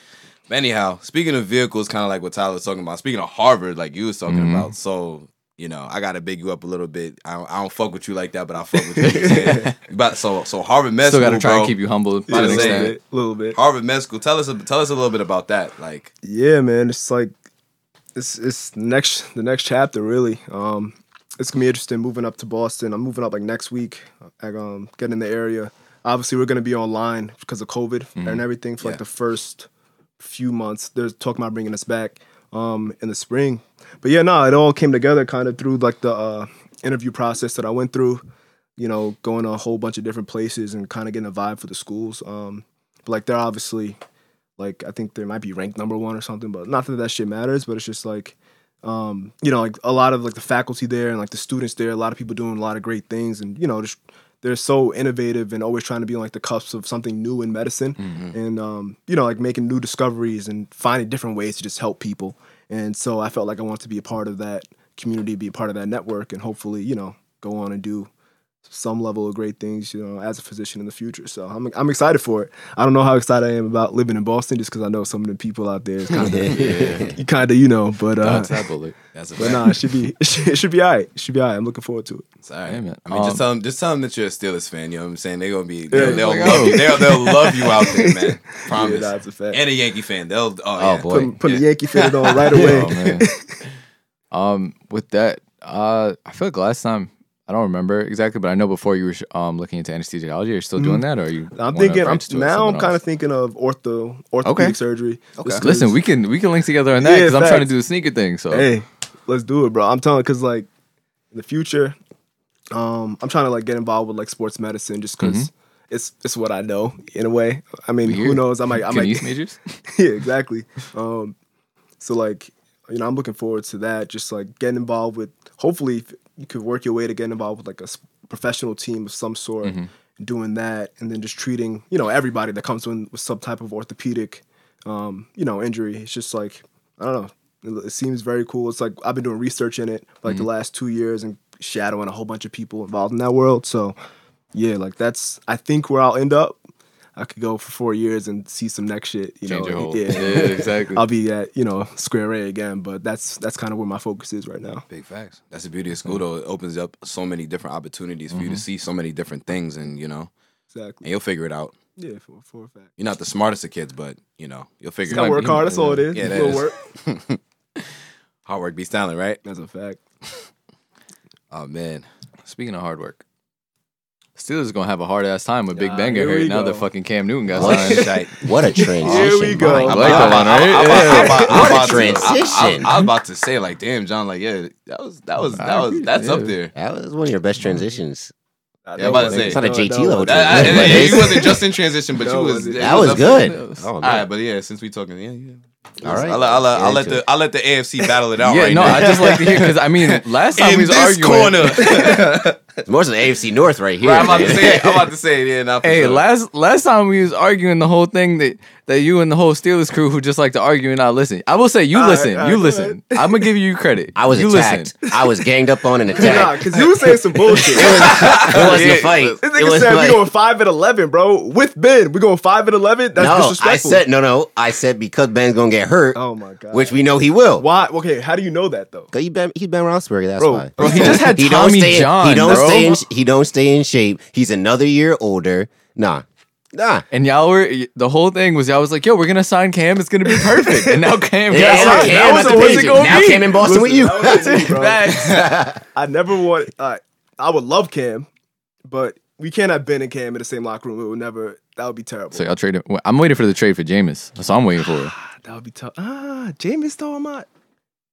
S2: But anyhow, speaking of vehicles, kind of like what Tyler was talking about. Speaking of Harvard, like you was talking
S1: Mhm.
S2: about, so you know, I gotta big you up a little bit. I don't, I don't fuck with you like that, but I fuck with you.
S1: [laughs]
S2: but so so Harvard Med
S1: Still got to
S2: School,
S1: try
S2: bro.
S1: and keep you humble to
S2: Yeah,
S1: an
S2: same.
S4: a little
S1: extent.
S4: bit, little bit.
S2: Harvard Med School. Tell us a- tell us a little bit about that. Like
S4: Yeah, man. It's like it's it's next [laughs] the next chapter really. Um, it's gonna be interesting moving up to Boston. I'm moving up like next week. I um get in the area. Obviously, we're gonna be online because of COVID and everything for
S2: Yeah.
S4: like the first few months. They're talking about bringing us back um in the spring. But yeah, no, it all came together kind of through like the uh, interview process that I went through. You know, going to a whole bunch of different places and kind of getting a vibe for the schools. Um, but like they're obviously like I think they might be ranked number one or something, but not that that shit matters. But it's just like, um, you know, like a lot of like the faculty there and like the students there, a lot of people doing a lot of great things, and you know, just they're so innovative and always trying to be on like the cusps of something new in medicine, and um, you know, like making new discoveries and finding different ways to just help people. And so I felt like I wanted to be a part of that community, be a part of that network, and hopefully, you know, go on and do some level of great things, you know, as a physician in the future. So I'm I'm excited for it. I don't know how excited I am about living in Boston just because I know some of the people out there is kind of you kind of you know, but uh,
S1: Dodge that
S2: [laughs]
S1: bullet.
S2: that's a
S4: but
S2: fact.
S4: nah, it should be [laughs] it should, it should be all right. It should be all right. I'm looking forward to it.
S2: All right.
S1: Hey, man.
S2: I mean,
S1: Um,
S2: just tell them, just tell them that you're a Steelers fan. You know what I'm saying? They're gonna be, they'll,
S4: Yeah.
S2: they'll,
S1: Like,
S2: love, you.
S1: oh.
S2: they'll, they'll love you out there,
S1: [laughs]
S2: man. Promise.
S4: Yeah, that's a fact.
S2: and a Yankee fan. They'll, oh,
S3: Oh,
S2: yeah.
S3: boy.
S4: Putting putting the Yankee
S1: [laughs]
S4: fitted on right
S1: Oh,
S4: away.
S1: man. um, with that, uh, I feel like last time I don't remember exactly, but I know before you were sh- um looking into anesthesiology. Are you still
S2: Mm.
S1: doing that, or are you?
S4: I'm
S1: wanna
S4: thinking I'm,
S1: branch to
S4: now I'm
S1: something
S4: kind of
S1: else?
S4: thinking of ortho orthopedic surgery. just 'cause-
S1: Listen, we can we can link together on that
S4: Yeah,
S1: because I'm trying to
S4: facts.
S1: do the sneaker thing. So
S4: Hey, let's do it, bro. I'm telling because like in the future, um, I'm trying to like get involved with like sports medicine just because
S1: Mm-hmm.
S4: it's it's what I know in a way. I mean, who
S1: Weird.
S4: knows? I might I
S1: can you
S4: might
S1: use
S4: [laughs]
S1: majors?
S4: yeah exactly. Um, so like you know, I'm looking forward to that. Just like getting involved with hopefully if you could work your way to get involved with like a s- professional team of some sort,
S1: Mm-hmm.
S4: doing that, and then just treating you know everybody that comes in with some type of orthopedic um, you know, injury. It's just like I don't know. It, it seems very cool. It's like I've been doing research in it for like
S1: Mm-hmm.
S4: the last two years and shadowing a whole bunch of people involved in that world. So yeah, like that's I think where I'll end up. I could go for four years and see some next shit. You
S1: Change
S4: know,
S1: your whole.
S4: yeah.
S1: [laughs] exactly.
S4: I'll be at you know square A again, but that's that's kind of where my focus is right now.
S2: Big facts. That's the beauty of
S1: Hmm.
S2: school, though. It opens up so many different opportunities for you
S1: Mm-hmm.
S2: to see so many different things, and you know, and
S4: Exactly.
S2: you'll figure it out.
S4: Yeah, for, for a fact.
S2: You're not the smartest of kids, but you know, you'll figure
S4: Just
S2: it out.
S1: might
S4: gotta
S1: be-
S4: work hard. That's all it is.
S2: Yeah,
S4: Yeah,
S2: that
S4: little
S2: is.
S4: work.
S2: Hard work beats talent, right?
S4: That's a fact.
S2: Oh man,
S1: Speaking of hard work, Steelers gonna have a hard ass time with Big
S4: Nah,
S1: Banger
S4: here
S1: here
S4: we
S1: now that
S4: go.
S1: fucking Cam Newton got
S3: What?
S1: signed.
S4: [laughs]
S2: [laughs] Shite.
S3: What a transition.
S4: Here we go.
S3: my
S1: I
S3: God.
S1: like that one, right? Yeah.
S2: I- I- I-
S3: What a
S2: I- I-
S3: transition.
S2: I, I was about to say, like, damn, John, like, yeah, that was that was that was that's
S1: [laughs]
S2: up there.
S3: That was one of your best
S2: Mm-hmm.
S3: transitions.
S2: Yeah, I'm about to say.
S3: It's not a
S4: No,
S3: JT
S4: no,
S3: level
S4: no.
S3: transition.
S2: I- I-
S3: But
S2: yeah, you
S3: it's-
S2: wasn't just in transition,
S1: [laughs]
S2: but
S4: No,
S2: you was.
S4: was it?
S2: it
S3: That
S2: was
S3: was
S2: up there.
S3: good. Oh,
S2: All right,
S3: man.
S2: but yeah, since we talking, yeah, yeah.
S3: All right.
S2: I'll, let- I'll, let- I'll
S3: Get
S2: let
S3: into
S2: the I'll let the AFC battle it out
S1: yeah,
S2: right
S1: no,
S2: now.
S1: I just like to hear because I
S4: [laughs]
S1: mean, last time
S2: in
S1: we was
S2: this
S1: arguing. [laughs]
S2: corner.
S3: it. more so the AFC North right here.
S2: I'm about to
S3: man.
S2: say it. I'm about to say it. Yeah, nah, for
S1: Hey,
S2: sure.
S1: last last time we was arguing the whole thing that that you and the whole Steelers crew who just like to argue and not listen. I will say you
S4: All right,
S1: listen,
S4: all right,
S1: you
S4: go
S1: listen. I'm gonna give you credit.
S3: I was
S1: you
S3: attacked. I was ganged up
S4: [laughs]
S3: on and
S4: Nah,
S3: attacked.
S4: cause you were saying some
S3: [laughs]
S4: bullshit. [laughs]
S3: it wasn't
S2: Yeah.
S3: a fight.
S4: This
S3: it
S4: nigga
S3: was
S4: said
S3: like,
S4: we going five at eleven, bro. With Ben, we going five at eleven. That's
S3: no, I
S4: disrespectful.
S3: said no, no. I said because Ben's gonna get hurt,
S4: Oh my god.
S3: which we know he will.
S4: Why? Okay, how do you know that though?
S3: Cause he Ben he Ben Roethlisberger. That's
S4: Bro,
S3: why. [laughs]
S4: bro,
S1: he just had Tommy
S3: stay,
S1: John,
S3: He don't
S1: bro.
S3: stay in. He don't stay in shape. He's another year older. Nah, nah.
S1: And y'all were the whole thing was y'all was like, yo, we're gonna sign Cam, it's gonna be perfect. And
S3: [laughs]
S1: now Cam
S3: Yeah,
S1: got
S3: and
S1: signed.
S3: Cam
S1: Now
S3: at
S1: it's-
S3: the
S1: what's it
S3: Patriots.
S1: gonna
S3: Now
S1: be?
S3: Cam in Boston with you.
S4: That was it,
S3: [laughs]
S4: bro.
S1: Facts.
S4: I never want. Uh, I would love Cam, but we can't have Ben and Cam in the same locker room. It would never. That would be terrible.
S1: So y'all trade. Well, I'm waiting for the trade for Jameis. That's all I'm waiting for.
S4: that would be tough. Ah, Jameis though, I'm not.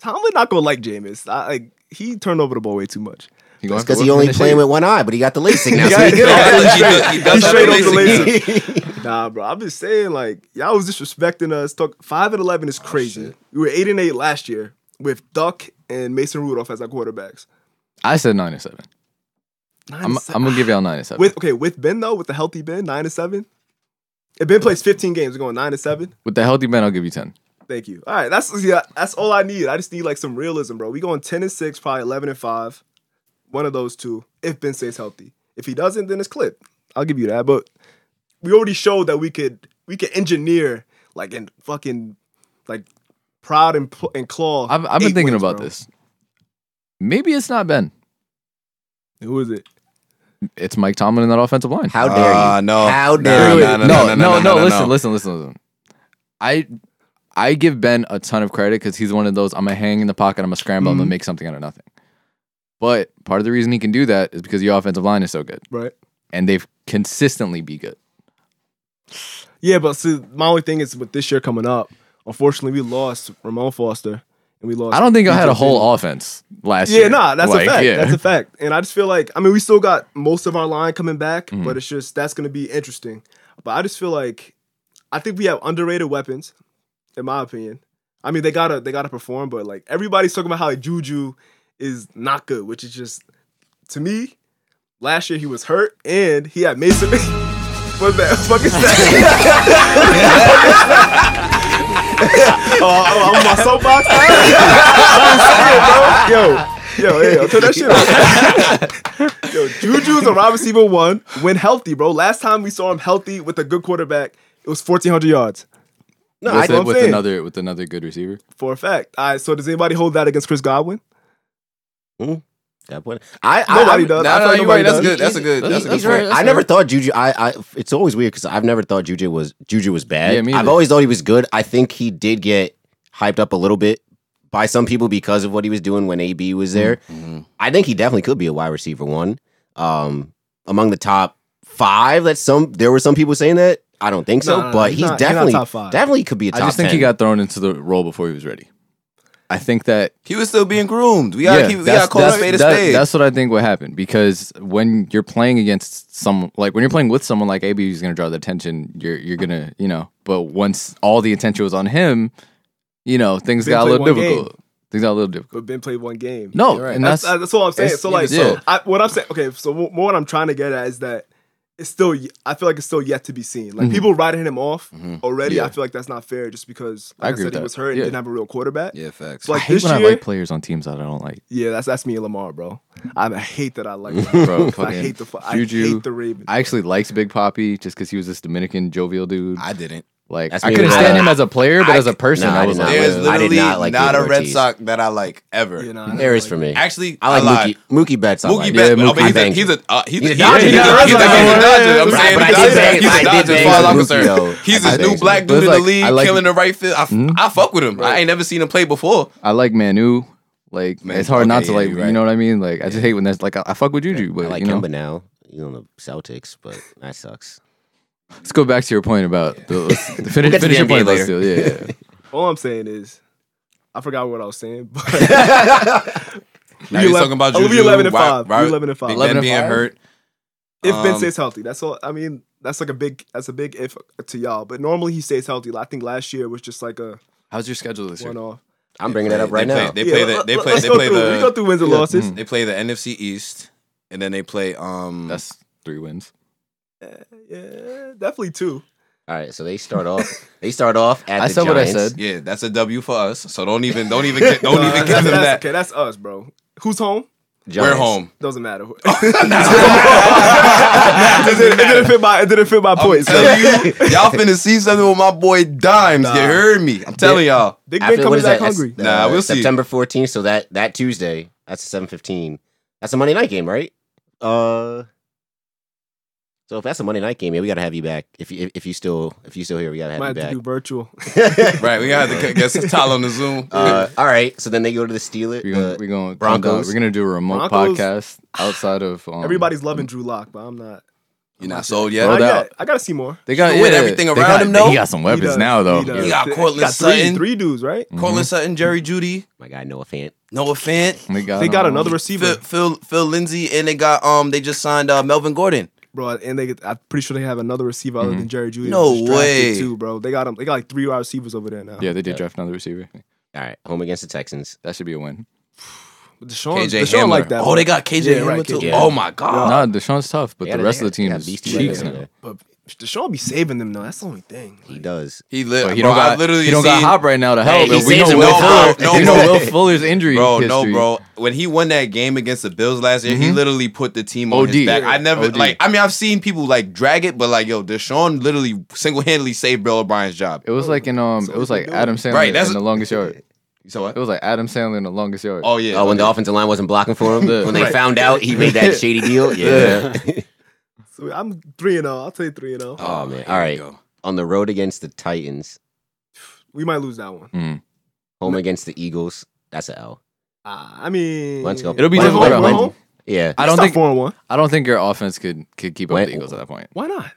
S4: Tomlin not gonna like Jameis. I, like he turned over the ball way too much.
S1: He gonna have
S3: That's
S1: to
S3: because
S1: work
S3: he
S1: from
S3: only
S1: the
S3: playing
S1: shade.
S3: with one eye, but he got the LASIK now. so
S4: Yeah,
S3: he good.
S4: yeah,
S2: He does- he does
S4: He
S2: have
S4: straight
S2: the
S4: off the
S1: [laughs]
S2: LASIK.
S4: Nah, bro. I've been saying like y'all was disrespecting us. Talk five and eleven is crazy. we were eight and eight last year with Duck and Mason Rudolph as our quarterbacks.
S1: I said nine and seven.
S4: Nine
S1: I'm,
S4: and se-
S1: I'm gonna give y'all nine and seven
S4: with
S1: with,
S4: okay with Ben though with the healthy Ben nine and seven. If Ben plays fifteen games, we're going nine and seven.
S1: the healthy Ben. I'll give you ten.
S4: Thank you. All right, that's yeah, that's all I need. I just need like some realism, bro. We going ten and six, probably eleven and five. One of those two, if Ben stays healthy. If he doesn't, then it's clipped. I'll give you that. But we already showed that we could we could engineer like and fucking like proud and pl- and claw.
S1: I've, I've been
S4: eight
S1: thinking
S4: wins,
S1: about
S4: bro.
S1: this. Maybe it's not Ben.
S4: Who is it?
S1: It's Mike Tomlin in that offensive line.
S3: How dare
S2: Ah,
S3: you?
S2: no.
S3: How
S2: Nah,
S3: dare
S2: nah,
S3: you?
S2: nah,
S1: no, no, no, listen, listen, listen, listen. I I give Ben a ton of credit because he's one of those. I'm gonna hang in the pocket. I'm gonna scramble. I'm gonna make something out of nothing. But part of the reason he can do that is because your offensive line is so good,
S4: Right.
S1: and they've consistently be good.
S4: Yeah, but see, my only thing is with this year coming up. Unfortunately, we lost Ramon Foster and we lost.
S1: I don't think I had a
S4: DJ Taylor.
S1: whole offense last year.
S4: Yeah, nah, that's
S1: Like,
S4: a fact.
S1: yeah.
S4: That's a fact. And I just feel like I mean, we still got most of our line coming back,
S1: Mm-hmm.
S4: but it's just that's gonna be interesting. But I just feel like I think we have underrated weapons, in my opinion. I mean, they gotta they gotta perform, but like everybody's talking about how Juju is not good, which is just to me. Last year he was hurt, and he had [laughs] Mason. What's that? Fuck is that? [laughs] oh, oh, I'm on my soapbox. [laughs] I'm saying, bro. Yo, yo, yo, turn that shit off. [laughs] yo, Juju's a wide receiver one when healthy, bro. Last time we saw him healthy with a good quarterback, it was 1,400 yards
S3: No,
S1: With,
S3: I,
S1: a-
S4: I'm
S1: with
S4: saying.
S1: another with another good receiver.
S4: for a fact. All right, so does anybody hold that against Chris Godwin?
S3: that one- I, I,
S4: Nobody
S3: I-
S4: does.
S2: Nah,
S4: I feel
S2: nah,
S4: like
S2: you're
S4: nobody
S2: right. That's
S4: does.
S2: good. That's a
S1: That's-
S2: good. That's a
S1: that's
S2: good.
S3: He's
S1: right.
S2: point.
S3: right. I never
S1: right.
S3: thought Juju. I, I it's always weird because I've never thought Juju was Juju was bad.
S1: Yeah, me
S3: I've
S1: either.
S3: always thought he was good. I think he did get hyped up a little bit by some people because of what he was doing when AB was there. I think he definitely could be a wide receiver one, um, among the top five. That some there were some people saying that. I don't think so,
S4: No, no, no,
S3: but
S4: he's
S3: he's
S4: not- he's not
S3: definitely
S4: top five.
S3: definitely could be a
S1: I
S3: top.
S1: just think
S3: 10.
S1: he got thrown into the role before he was ready. I think that
S2: He was still being groomed. We gotta keep. We gotta call a spade a
S1: that-
S2: spade.
S1: that's what I think would happen because when you're playing against someone, like when you're playing with someone, like AB is going to draw the attention. You're you're gonna you know, but once all the attention was on him, you know, things
S4: Ben
S1: got a
S4: played
S1: little
S4: one
S1: difficult.
S4: game.
S1: Things got a little difficult.
S4: But Ben played one game.
S1: No,
S2: You're right.
S1: and
S4: that's
S1: that's,
S4: that's, what I'm saying.
S2: it's-
S4: So
S2: yeah,
S4: like,
S1: so-
S4: I, what I'm saying. Okay, so wh- what I'm trying to get at is that it's still. y- I feel like it's still yet to be seen. Like people writing him off already.
S1: Mm-hmm. Yeah.
S4: I feel like that's not fair. Just because
S1: I
S4: like I,
S1: agree
S4: said
S1: with
S4: he
S1: that.
S4: was hurt and
S1: Yeah.
S4: didn't have a real quarterback.
S2: yeah, facts.
S4: So
S1: I
S4: like
S1: hate
S4: this
S1: when
S4: year,
S1: I like players on teams that I don't like.
S4: yeah, that's that's me and Lamar, bro. I, I hate that
S1: [laughs]
S4: I like.
S1: Bro,
S4: Bro, I
S1: fucking
S4: hate the fu- I
S1: Juju.
S4: hate the Ravens.
S1: I actually liked Big Poppy just because he was this Dominican jovial dude.
S2: I didn't.
S1: like
S3: That's
S1: I
S3: me
S1: couldn't
S3: with-
S1: stand
S3: I-
S1: him as a player, but
S2: I-
S1: as a person,
S3: Nah,
S1: I
S3: I
S1: was
S3: did
S1: like,
S3: not.
S2: There's
S3: I did
S2: literally
S3: not like
S2: not
S3: David
S2: a Red
S3: Ortiz.
S2: Sox that I like ever.
S4: You know, I
S3: there is
S4: like-
S3: for me.
S2: Actually,
S3: I like
S2: lied.
S3: Mookie. Mookie Betts. I
S2: Mookie
S3: like.
S2: Betts,
S1: Yeah,
S2: oh, but
S1: Mookie
S2: he's, a,
S3: Betts.
S2: he's a uh, he's,
S3: He's
S2: a
S3: a
S2: Dodger. He's a
S3: Dodger.
S2: he's a- he's a Dodger. I'm
S3: But I-
S2: saying
S3: but I
S2: he's a
S3: did
S2: Dodger.
S3: bang-
S2: He's
S3: I
S2: a
S3: did
S2: Dodger
S3: bang
S2: file
S3: with
S2: officer.
S3: Mookie, though.
S2: He's
S1: I
S2: this new
S1: think so.
S2: black
S1: But
S2: dude in
S1: it's
S2: the
S1: like,
S2: league,
S1: I like-
S2: killing the right field. I, f- I fuck with him. I ain't never seen him play before.
S1: I like Manu. Like
S2: Man-
S1: it's hard not
S2: okay,
S1: to
S2: yeah,
S1: like,
S2: you're
S1: you
S2: right.
S1: know what I mean? Like I just hate when that's like I, I fuck with Juju, but
S3: I like
S1: you know.
S3: Kemba now. You know the Celtics, but that sucks.
S1: Let's go back to your point about
S2: [laughs]
S1: the, the finish,
S3: We'll
S1: finish
S3: get to the
S1: your
S3: NBA
S1: point,
S3: later.
S1: Lester. Yeah, yeah, yeah.
S4: All I'm saying is, I forgot what I was saying, [laughs]
S1: [laughs]
S4: but
S2: Now
S4: We
S2: you're
S4: ele-
S2: talking about
S4: oh, we
S2: Juju,
S4: 11 and
S2: Wy-
S4: five. We
S2: Wy-
S4: 11 and five.
S2: Big
S1: 11
S2: Ben
S1: and
S2: being
S1: five?
S2: hurt.
S4: if Ben
S2: Um,
S4: stays healthy, that's all. I mean, that's like a big, that's a big if to y'all. But normally he stays healthy. I think last year was just like a
S1: How's your schedule this
S4: one off.
S3: I'm bringing that up
S2: They
S3: right
S2: play-
S3: now.
S2: They play the. They play.
S4: Let's
S2: They
S4: go
S2: play
S4: through. We go
S2: the.
S4: through wins and losses.
S1: Mm.
S2: They play the NFC East, and then they play. Um,
S1: That's three wins.
S4: Yeah, definitely two.
S3: All right, so they start off. They start
S1: [laughs]
S3: off at
S1: I
S3: the
S1: said what I
S3: Giants.
S1: said.
S2: yeah, that's a W for us. So don't even, don't even, get, [laughs] don't
S4: Uh,
S2: even
S4: that's-
S2: give them
S4: that's-
S2: that.
S4: Okay, that's us, bro. Who's home?
S2: We're
S3: Giants.
S2: [laughs] home.
S4: Doesn't matter. [laughs] it, didn't, it didn't fit my. It didn't fit my
S2: I'm
S4: point. So.
S2: telling you, y'all finna see something with my boy Dimes. You heard me. I'm telling y'all.
S4: [laughs] Big Ben
S3: After, what
S4: coming
S3: is
S4: back
S3: that?
S4: hungry.
S3: That's,
S2: Nah, we'll see.
S3: Uh, September 14th. So that that Tuesday. That's seven fifteen. That's a Monday night game, right? Uh, So if that's a Monday night game, yeah, we gotta have you back. If you if, if you still if you still here, we gotta have
S4: Might
S3: you
S4: have to
S3: back.
S4: do virtual.
S2: [laughs]
S4: [laughs]
S2: Right, we gotta have to guess it's Tyler on the [laughs] Zoom.
S3: [laughs] Uh, all right. So then they go to the Steelers.
S1: We're gonna,
S3: uh,
S1: we're gonna
S3: Broncos.
S1: We're gonna do a remote
S4: Broncos.
S1: podcast outside
S4: [sighs]
S1: of um,
S4: Everybody's loving Drew Lock, but I'm not.
S2: You're not sold
S4: Not
S2: yet.
S1: Rolled out.
S4: yet. I gotta see more.
S1: They got
S2: With
S1: yeah,
S2: everything
S1: they
S2: around
S1: got-
S2: him, though?
S1: He got some
S4: He
S1: weapons
S4: does,
S1: now though.
S4: he does.
S2: You got
S4: He
S2: Cortland
S4: three,
S2: Sutton. Mm,
S4: Three dudes, right?
S3: Mm-hmm.
S2: Cortland Sutton, Jerry Judy,
S3: uh, my guy, Noah Fant.
S2: Noah Fant,
S1: They got,
S4: They got
S1: um,
S4: another receiver,
S2: Phil, Phil Phil Lindsay, and they got um they just signed uh, Melvin Gordon.
S4: bro, and they. Get, I'm pretty sure they have another receiver other
S1: Mm-hmm.
S4: than Jerry Judy.
S2: No
S4: that was drafted
S2: way.
S4: too, bro. They got them. They got like three wide receivers over there now.
S1: Yeah, they did draft another receiver.
S3: All right, home against the Texans.
S1: That should be a win.
S4: But Deshaun,
S2: KJ
S4: Deshaun
S2: Hamler.
S4: like that.
S2: Oh, they got KJ
S4: Yeah,
S2: Hamler
S4: right,
S2: too.
S3: KJ.
S2: Oh my god.
S1: Nah, Deshaun's tough, but
S3: Yeah,
S1: the
S3: they-
S1: rest of the
S3: they
S1: team
S3: got
S1: is
S3: beastie
S1: cheeks
S3: legs in
S1: now.
S3: there.
S4: But Deshaun be saving them though. That's the only thing.
S3: He does.
S2: He lit.
S1: But he
S2: bro,
S1: don't
S2: I
S1: got
S2: literally
S1: he don't got
S2: seen-
S1: Hop right now to help.
S3: he
S1: and we know
S3: saves him.
S1: Will
S3: No,
S1: Fuller.
S2: bro, no,
S1: we know
S2: bro.
S1: Will Fuller's injury
S2: Bro,
S1: history.
S2: no, bro. When he won that game against the Bills last year, he literally put the team on
S1: OD.
S2: his back. I never
S1: OD.
S2: like. I mean, I've seen people like drag it, but like, yo, Deshaun literally single handedly saved Bill O'Brien's job.
S1: It was like in um, it was like Adam Sandler
S2: Right, that's-
S1: in the longest yard.
S2: So what?
S1: It was like Adam Sandler in the longest yard.
S2: Oh yeah.
S3: Oh, when the offensive line wasn't blocking
S1: [laughs]
S3: for him, when they
S1: Right.
S3: found out he made [laughs] that shady deal. Yeah.
S4: [laughs] So I'm three and zero. I'll tell you three and zero.
S3: Oh, man.
S2: here
S3: All
S2: we
S3: right.
S2: go.
S3: On the road against the Titans,
S4: We might lose that one.
S1: Mm.
S3: home against the Eagles. That's an L.
S4: Uh, I mean,
S3: Let's go.
S1: It'll be
S4: We're
S1: difficult
S4: home,
S1: at
S4: we're
S1: home.
S4: home.
S3: Yeah.
S1: I don't
S4: Stop
S1: think
S4: four and one.
S1: I don't think your offense could could keep up
S3: Wait,
S1: with the Eagles at that point.
S4: Why not?